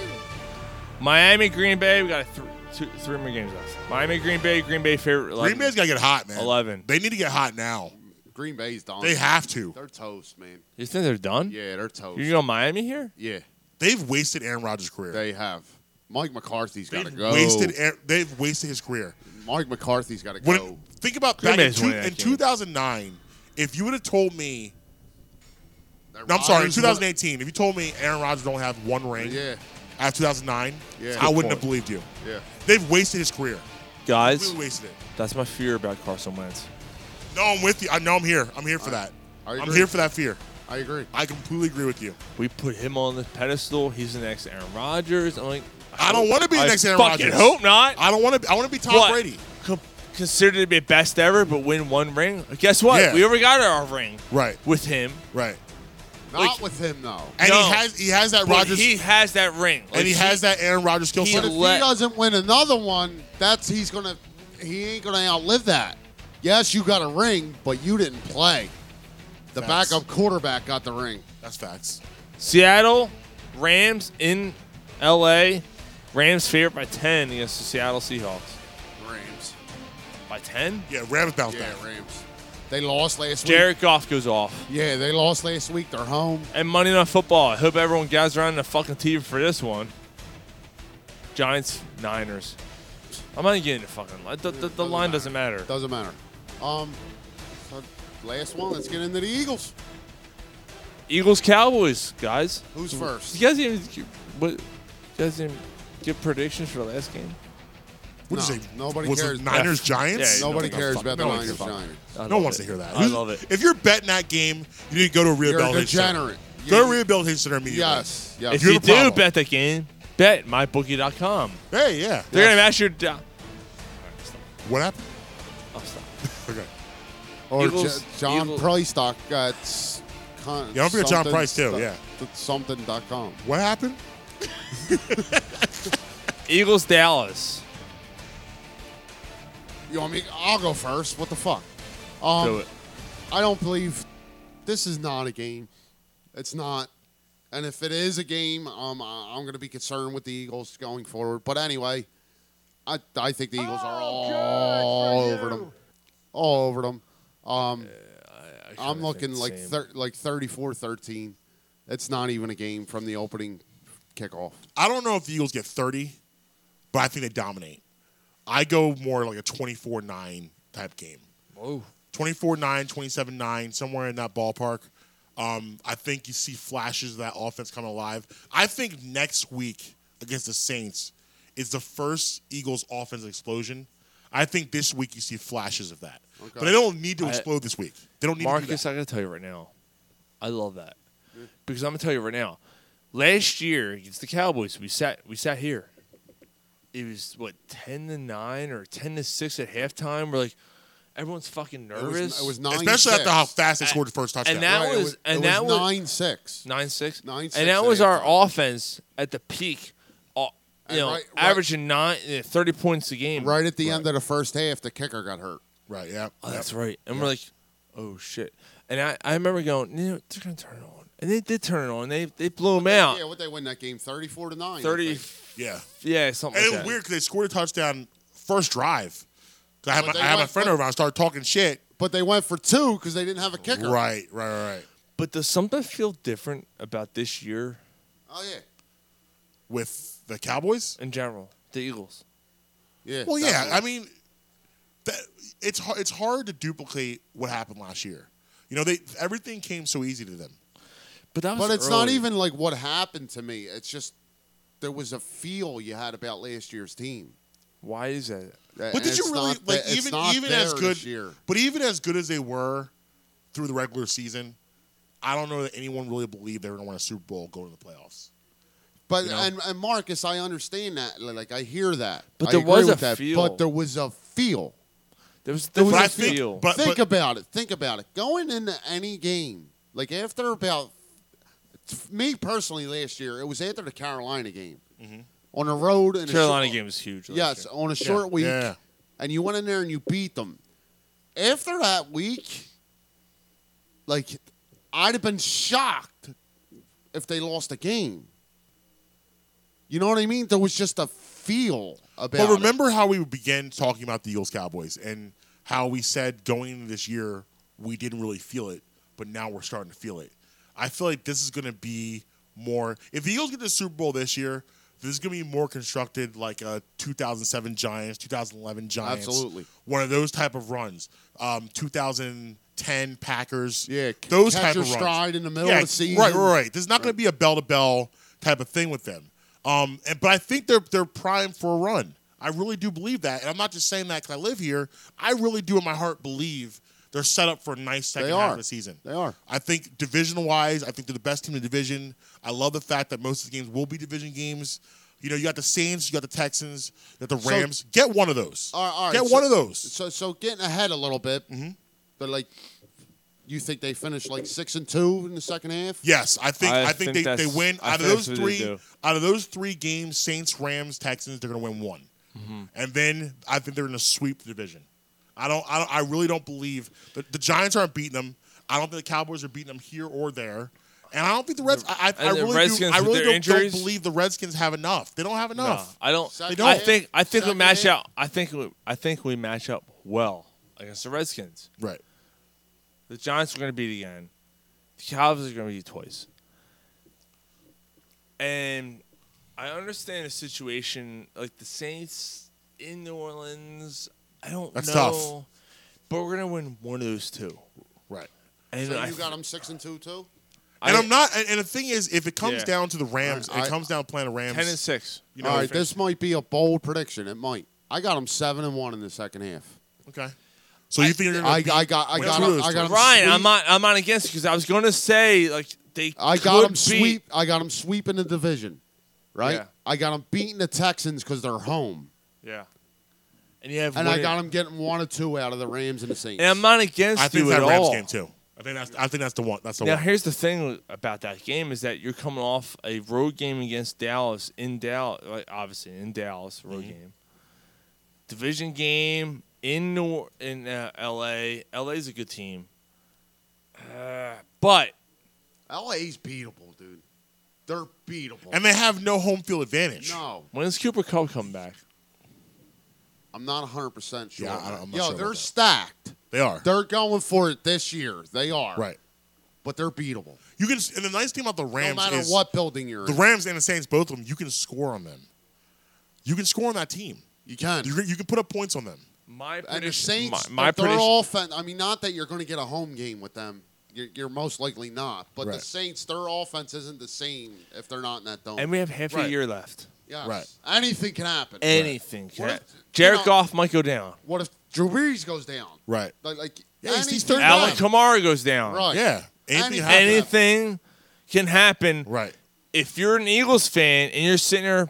A: Miami, Green Bay. We got three, two, three more games left. Miami, Green Bay. Green Bay favorite. 11.
D: Green Bay's got to get hot, man.
A: Eleven.
D: They need to get hot now.
E: Green Bay's done.
D: They have to.
E: They're toast, man.
A: You think they're done?
E: Yeah, they're toast.
A: You go Miami here?
E: yeah,
D: They've wasted Aaron Rodgers' career.
E: they have. Mike McCarthy's got to
D: They've
E: go.
D: Wasted. Aaron- They've wasted his career.
E: Mike McCarthy's got to
D: When-
E: go.
D: think about
A: Green
D: back in,
A: Bay's
D: two,
A: winning that
D: in
A: game.
D: 2009. If you would have told me, no, I'm sorry, in 2018. If you told me Aaron Rodgers only had one ring
E: Yeah,
D: after 2009,
E: Yeah.
D: I wouldn't
A: Good
D: have believed you.
E: yeah.
D: They've wasted his career.
A: Guys,
D: Completely wasted it.
A: that's my fear about Carson Wentz.
D: No, I'm with you. I know I'm here. I'm here for that.
E: I
D: I'm
E: agree.
D: here for that fear.
E: I agree.
D: I completely agree with you.
A: We put him on the pedestal. He's the next Aaron Rodgers. I'm like,
D: I don't want to be the
A: I
D: next Aaron
A: fucking
D: Rodgers.
A: hope not.
D: I don't want to. I want to be Tom
A: What?
D: Brady.
A: Co- considered to be best ever, but win one ring. Guess what?
D: Yeah.
A: We already got our ring
D: Right.
A: with him.
D: Right.
E: Not
A: Like-
E: with him though.
D: And
A: No.
D: he has he has that
A: But
D: Rodgers
A: he has that ring. Like,
D: and he, has that Aaron Rodgers skill
A: he
D: set.
E: But if
A: let-
E: he doesn't win another one, that's he's gonna he ain't gonna outlive that. Yes, you got a ring, but you didn't play. The
D: Facts.
E: backup quarterback got the ring.
D: That's facts.
A: Seattle Rams in L.A. Rams favorite by ten against the Seattle Seahawks.
E: Rams.
A: By ten,
D: Yeah, Rams bounce
E: Yeah,
D: back.
E: Rams. They lost last
A: Jared Goff goes off.
E: week. Yeah, they lost last week. They're home.
A: And Monday Night Football. I hope everyone gathers around the fucking TV for this one. Giants Niners. I'm not even getting the fucking line. The, the, the line
E: Doesn't matter.
A: doesn't matter.
E: Doesn't matter. Um so last one, let's get into the Eagles.
A: Eagles Cowboys, guys.
E: Who's first?
A: You guys even what? You guys even get predictions for the last game?
D: What
E: No,
D: is it?
E: nobody
D: was
E: cares.
D: It Niners Giants.
A: Yeah,
E: Nobody
A: no,
E: cares
A: fuck-
E: about the
A: no one
E: Niners
A: gives a fuck.
E: Giants.
A: I
D: No one
A: love
D: wants
A: it.
D: to hear that.
A: I love it.
D: If you're betting that game, you need to go to a
E: You're a
D: rehabilitation. center.
E: degenerate.
D: Go to a
E: You-
D: rehabilitation center immediately.
E: Yes. Yes.
A: If
D: You're
A: you
D: the
A: do
D: problem.
A: bet that game, bet mybookie.com.
D: Hey, yeah.
A: They're gonna match your. Do- I'll
D: What happened?
A: stop.
D: Okay.
E: Or
A: Eagles-
E: J- John
A: Eagle-
E: Price doc. Uh, s- con-
D: Yeah, don't forget John
E: something
D: Price, too,
E: doc-
D: yeah.
E: th- Something dot com.
D: What happened?
A: Eagles Dallas.
E: You want me? I'll go first. What the fuck? Um,
A: do it.
E: I don't believe this is not a game. It's not. And if it is a game, um, I- I'm going to be concerned with the Eagles going forward. But anyway, I I think the Eagles are all over them, all over them. Um, I'm looking like thir- like 34-13. It's not even a game from the opening kickoff.
D: I don't know if the Eagles get 30, but I think they dominate. I go more like a 24-9 type game.
A: Whoa.
D: 24-9, 27-9, somewhere in that ballpark. Um, I think you see flashes of that offense coming alive. I think next week against the Saints is the first Eagles offensive explosion. I think this week you see flashes of that. But they don't need to
A: I-
D: explode this week. They don't need to do
A: Marcus,
D: that.
A: I gotta tell you right now, I love that because I'm gonna tell you right now. Last year against the Cowboys, we sat we sat here. It was what ten to nine or ten to six at halftime. We're like, Everyone's fucking
E: was-
A: nervous.
E: it was nine
D: Especially after how
E: six.
D: fast they
A: And-
D: scored the first touchdown.
A: And that
E: Right, it
A: was
E: was-
A: and
E: it
A: that
E: was
A: was
E: nine six.
A: Nine six.
E: Nine six
A: And that
E: at
A: was our offense at the peak. all- you
E: And
A: know,
E: right- right-
A: averaging nine, eh, 30 points a game.
E: Right at the end of the first half, the kicker got hurt.
D: Right. Yeah.
A: Oh, that's right. And we're like, oh shit. And I, I remember going, you know, they're gonna turn it on, and they did turn it on. They they blew them
D: Uh,
A: out.
E: Yeah, what they win that game, thirty-four to nine. I
A: Thirty.
E: think.
D: Yeah.
A: Yeah, something.
D: And it
A: like
D: was
A: that.
D: weird because they scored a touchdown first drive. 'Cause I had,
E: But
D: my,
E: they
D: I had my
E: went-
D: friend
E: but-
D: over. and I started talking shit.
E: But they went for two because they didn't have a kicker.
D: Right. Right. Right.
A: But does something feel different about this year
E: Oh yeah.
D: With the Cowboys.
A: in general? The Eagles.
E: Yeah.
D: Well, yeah. I mean, that, it's har- it's hard to duplicate what happened last year. You know, they everything came so easy to them.
A: But that
E: But it's not even like what happened to me. It's just there was a feel you had about last year's team.
A: Why is that?
E: But
D: But did you really like even even as good?
E: this year?
D: But even as good as they were through the regular season, I don't know that anyone really believed they were going to win a Super Bowl going to the playoffs.
E: But
D: you know?
E: and, and Marcus, I understand that. li- Like I hear that.
A: But
E: I
A: there
E: agree
A: was
E: with
A: a
E: that.
A: feel.
E: But there was a feel.
A: There was
E: There
A: there
E: was
A: was
E: a
A: a
E: feel.
A: feel.
E: think about it. Think about it. Going into any game, like after about me personally last year, it was after the Carolina game on the road. And
A: Carolina game was huge. last
E: Yes,
A: year.
E: on a
A: Mm-hmm. Yeah.
E: short week,
A: Yeah.
E: and you went in there and you beat them. After that week, like I'd have been shocked if they lost a game. You know what I mean? There was just a feel about.
D: But
E: it.
D: remember how we began talking about the Eagles Cowboys and how we said going into this year we didn't really feel it, but now we're starting to feel it. I feel like this is going to be more. If the Eagles get to the Super Bowl this year, this is going to be more constructed like a 2007 Giants, 2011 Giants,
E: Absolutely.
D: one of those type of runs. Um, 2010 Packers, yeah,
E: c-
D: those
E: catch
D: type
E: your
D: of runs.
E: stride in the middle of the season.
D: Right, right, right. This is not going to be a bell to bell type of thing with them. Um, and, but I think they're they're primed for a run. I really do believe that, and I'm not just saying that because I live here. I really do, in my heart, believe they're set up for a nice second
E: They
D: half
E: are.
D: of the season.
E: They are.
D: I think division wise, I think they're the best team in the division. I love the fact that most of the games will be division games. You know, you got the Saints, you got the Texans, you got the
E: So-
D: Rams. Get one of those.
E: All right, all right,
D: Get
E: so-
D: one of those.
E: So, so getting ahead a little bit,
D: Mm-hmm.
E: but like, you think they finish like six and two in the second half?
D: Yes, I think I,
A: I think
D: think, they, they
A: that's-
D: win
A: I
D: out of
A: think
D: those
A: that's what they
D: three
A: do.
D: out of those three games. Saints, Rams, Texans. They're going to win one,
A: Mm-hmm.
D: and then I think they're going to sweep the division. I don't. I, don't, I really don't believe the, the Giants aren't beating them. I don't think the Cowboys are beating them here or there, and I don't think the Reds. I, I,
A: And
D: I
A: the
D: really
A: Redskins
D: do. I
A: with
D: really
A: their
D: don't,
A: injuries?
D: don't believe the Redskins have enough. They don't have enough.
A: No, I don't.
D: They
A: I
D: don't.
A: think I think we
D: Second
A: match
D: half.
A: up. I think we, I think we match up well against the Redskins.
D: Right.
A: The Giants are going to beat again. The Cowboys are going to beat twice. And I understand a situation like the Saints in New Orleans. I don't
D: That's tough.
A: know, but we're going to win one of those two.
D: Right.
A: And
E: So
A: I,
E: you got them six and two too.
D: And
A: I-
D: I'm not. And, and the thing is, if it comes
A: Yeah.
D: down to the Rams,
E: I-
D: it comes down to playing the Rams.
A: ten and six.
D: You know,
E: all right,
D: finish-
E: this might be a bold prediction. It might. I got them seven and one in the second half.
D: Okay. So you think they're
E: I-
D: going to?
E: I got- I got 'em- I got 'em
A: Ryan,
E: sweet.
A: I'm not. I'm not against because I was going to say like they.
E: I got
A: could
E: them
A: beat-
E: sweep. I got them sweeping the division, right?
A: Yeah.
E: I got them beating the Texans because they're home,
A: Yeah. And you have.
E: and
A: one
E: I
A: in-
E: got them getting one or two out of the Rams and the Saints.
A: And I'm not against
D: I think
A: you
D: it's
A: at
D: that Rams
A: all.
D: game too. I think that's. I think that's the one. That's the
A: now
D: one.
A: here's the thing about that game is that you're coming off a road game against Dallas in Dallas, like obviously in Dallas
E: Mm-hmm.
A: road game, division game in Nor- in uh, L.A. L.A.'s a good team, uh, but
E: LA's beatable, dude. They're beatable.
D: and they have no home field advantage.
E: no,
A: when's Cooper Cup come back?
E: I'm not 100 percent sure.
D: Yeah, I don't- I'm
E: Yo,
D: not sure about
E: they're
D: that.
E: stacked.
D: They are
E: They're going for it this year. They are
D: right.
E: but they're beatable.
D: You can. And the nice thing about the Rams
E: no matter
D: is
E: what building you're
D: the
E: in.
D: Rams and the Saints, both of them, you can score on them. You can score on that team.
E: You can.
D: You, can- you can put up points on them.
A: My
E: and the
A: prediction,
E: Saints,
A: my, my
E: but their
A: prediction,
E: offense. I mean, not that you're going to get a home game with them. You're, you're most likely not. But the
D: Right.
E: Saints, their offense isn't the same if they're not in that dome.
A: and we have half
D: Right.
A: a year left.
E: yes.
D: Right.
E: Anything can happen.
A: Anything. can
E: What if-
A: happen. Jared
E: you know-
A: Goff might go down.
E: What if Drew Brees goes down?
D: Right.
E: Like, like
D: Yeah, he's- he's
E: anything
D: third
E: can
A: Alan
E: happen.
A: Kamara goes down.
E: Right.
D: Yeah. Anything
E: Anything.
D: happens.
A: Anything can happen.
D: Right.
A: if you're an Eagles fan and you're sitting there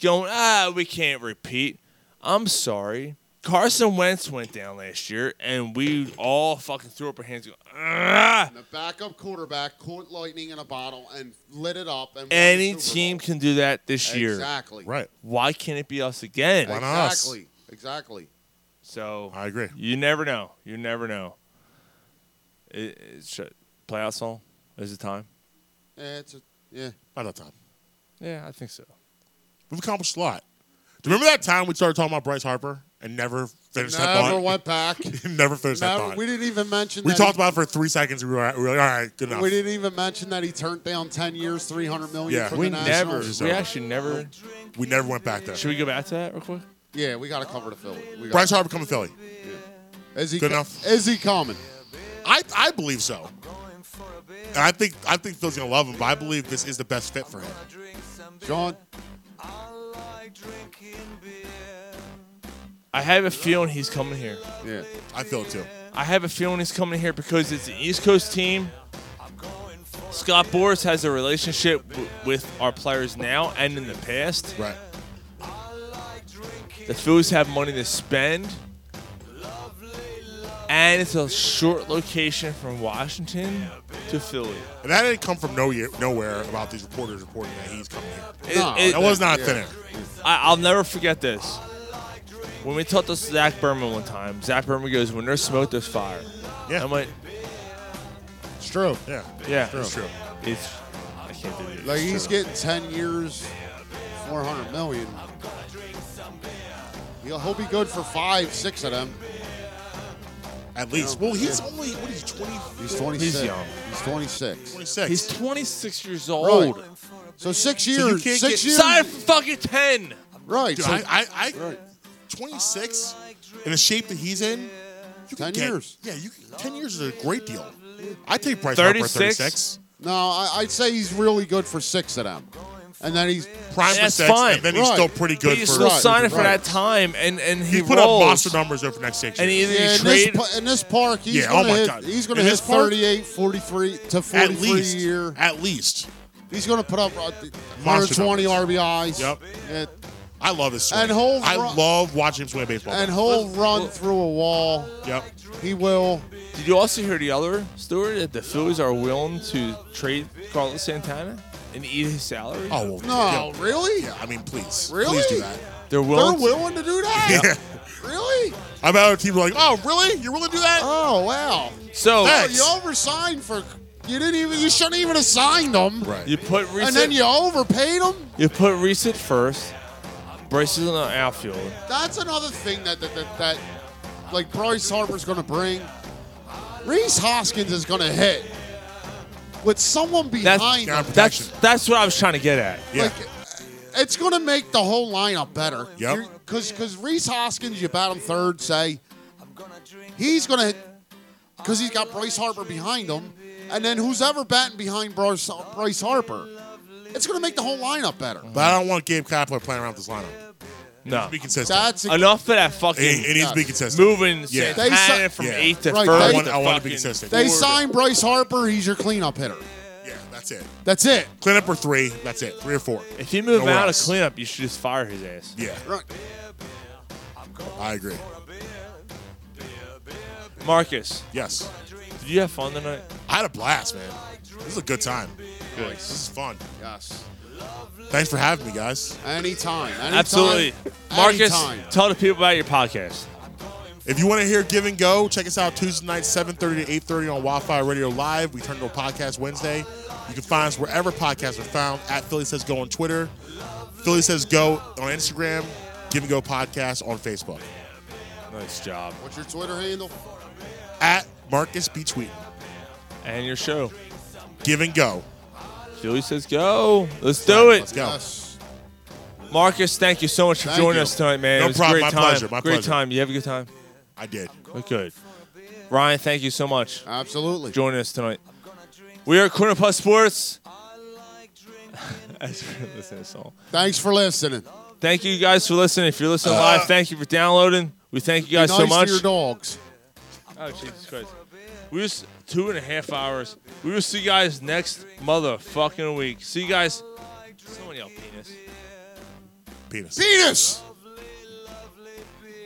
A: going, ah, we can't repeat, I'm sorry. Carson Wentz went down last year, and we all fucking threw up our hands. And go, "Ah."
E: And the backup quarterback caught lightning in a bottle and lit it up. And
A: Any team can do that this year.
E: Exactly.
A: Right. Why can't it be us again?
E: exactly. Exactly.
A: So
D: I agree.
A: You never know. You never know. It, it should, playoff song is the time.
E: Yeah, it's a, yeah.
D: About that time.
A: Yeah, I think so.
D: We've accomplished a lot. Do you remember that time we started talking about Bryce Harper and never finished that
E: Never
D: thought?
E: went back.
D: never finished that
E: Never-
D: thought.
E: we didn't even mention.
D: We
E: that
D: talked
E: he-
D: about it for three seconds. We were, we were like, all right, good enough.
E: We didn't even mention that he turned down ten years, three hundred million.
D: yeah,
E: from the Nationals.
A: We actually never.
D: We never went back there.
A: Should we go back to that real quick?
E: Yeah, we got to cover the Philly. We
D: Bryce
E: gotta-
D: Harper coming to Philly.
E: Is he
D: good
E: co-
D: enough?
E: Is he coming?
D: I I believe so. And I think I think Phil's gonna love him, but I believe this is the best fit for him.
E: John,
A: I have a feeling he's coming here.
E: Yeah,
D: I feel it too.
A: I have a feeling he's coming here because it's an East Coast team. Scott Boris has a relationship w- with our players now and in the past.
D: Right.
A: The Phillies have money to spend. And it's a short location from Washington to Philly.
D: And that didn't come from no year, nowhere about these reporters reporting that he's coming here.
A: It- it-
D: that was not thin air.
A: I, I'll never forget this. When we talked to Zach Berman one time, Zach Berman goes, "When there's smoke, there's fire." Yeah. I went,
E: it's true.
D: Yeah.
A: "Yeah,
E: It's true.
A: It's I can't do it.
E: Like
A: It's
E: he's
A: true.
E: getting ten years, four hundred million. He'll, he'll be good for five, six of them.
D: At least. Well, he's only what is he, twenty?
E: He's twenty six.
A: He's young.
E: He's twenty six.
D: Twenty six.
A: He's 26 years old.
E: Right. So six
D: you
E: years.
D: can't
E: six
D: get-
E: years.
A: Sign for fucking 10.
E: Right.
D: Dude,
E: so-
D: I, I, I twenty six in the shape that he's in. You
E: Ten
D: can get-
E: years.
D: Yeah, you can- ten years is a great deal. I take Bryce Harper at
E: 36?
D: thirty six.
E: No, I, I'd say he's really good for six of them, and then he's
D: Prime for six, and then he's
E: Right.
D: still pretty good
A: But you
D: for
A: still
E: Right,
A: signing for
E: right.
A: that time, and and he
D: He put
A: rolls.
D: up monster numbers over the next six years.
A: And he either
E: Yeah,
A: you
E: in this,
A: trade.
E: pa- in this park, he's
D: Yeah, oh
E: gonna
D: my
E: hit,
D: God.
E: he's gonna
D: In
E: hit
D: this park?
E: 38, 43 to 43
D: At least.
E: a year.
D: At least.
E: He's gonna put up uh,
D: Monster
E: 120 RBIs.
D: Yep.
E: Yeah,
D: I love his swing.
E: And whole
D: I
E: ro-
D: love watching him swing baseball.
E: and he'll run through a wall.
D: Yep.
E: He will.
A: Did you also hear the other story that the Phillies are willing to trade Carlos Santana and eat his salary?
D: Oh, well,
E: No,
D: yeah.
E: really?
D: Yeah, I mean, please.
E: Really?
D: Please do that.
A: they're
E: They're
A: willing.
E: willing to do that?
D: Yeah.
E: Really?
D: I'm out of team like, oh, really? You're willing to do that?
E: Oh wow!
A: to- so
E: Oh,
D: Thanks.
E: you oversigned for. You didn't even. You shouldn't even have signed him.
D: Right.
A: you put Reese.
E: And then you overpaid him.
A: you put Reese at first. Bryce is in the outfield.
E: That's another thing that that, that, that like Bryce Harper's going to bring. Reese Hoskins is going to hit with someone
A: That's
E: behind him.
A: that's that's what I was trying to get at.
D: Yeah.
E: It's going to make the whole lineup better.
D: Yep.
E: Because because Reese Hoskins, you bat him third, say he's going to hit because he's got Bryce Harper behind him, and then who's ever batting behind Bryce, Bryce Harper, it's going to make the whole lineup better.
D: but I don't want Gabe Kapler playing around with this lineup.
A: No.
D: Be consistent.
E: That's
A: Enough of that
D: it,
A: fucking
D: it needs to be consistent.
A: moving
D: Yeah.
A: Santana
E: They si-
A: from
D: Yeah.
A: eight to
E: Right,
A: first.
E: they-
D: I want,
A: to
D: I want to
A: fucking-
D: be consistent.
E: They
D: Or-
E: signed Bryce Harper. He's your cleanup hitter.
D: Yeah, that's it.
E: That's it.
D: Clean up or three. That's it. Three or four.
A: If you move
D: Nowhere
A: out
D: else.
A: of cleanup, you should just fire his ass.
D: Yeah,
E: Right.
D: I agree.
A: Marcus,
D: Yes.
A: did you have fun tonight?
D: I had a blast, man. This is a good time. This is fun.
E: Yes.
D: Thanks for having me, guys.
E: Anytime. anytime
A: Absolutely. Marcus,
E: anytime.
A: tell the people about your podcast.
D: If you want to hear Give and Go, check us out Tuesday night, 7.30 to 8.30 on Wi-Fi Radio Live. We turn to a podcast Wednesday. You can find us wherever podcasts are found, at Philly Says Go on Twitter, Philly Says Go on Instagram, Give and Go Podcast on Facebook.
A: Nice job.
E: What's your Twitter handle?
D: At Marcus B. Tweeting.
A: And your show.
D: Give and Go.
A: Philly says go. Let's do
D: Let's
A: it.
D: go.
E: Yes.
A: Marcus, thank you so much for
E: Thank
A: joining
E: you.
A: us tonight, man.
D: No
A: it was a
D: problem.
A: Great
D: My
A: time.
D: pleasure. My
A: great
D: pleasure.
A: time. You have a good time?
D: I did.
A: Oh, Good. Ryan, thank you so much for
E: Absolutely.
A: joining us tonight. We are Corner Plus Sports. As we listen to this song.
E: Thanks for listening.
A: Thank you guys for listening. If you're listening live, thank you for downloading. We thank you guys
E: Be
A: so
E: nice
A: much.
E: To your dogs.
A: Oh Jesus Christ! We was two and a half hours. We will see you guys next motherfucking week. See you guys. Someone yell penis.
D: Penis.
E: Penis.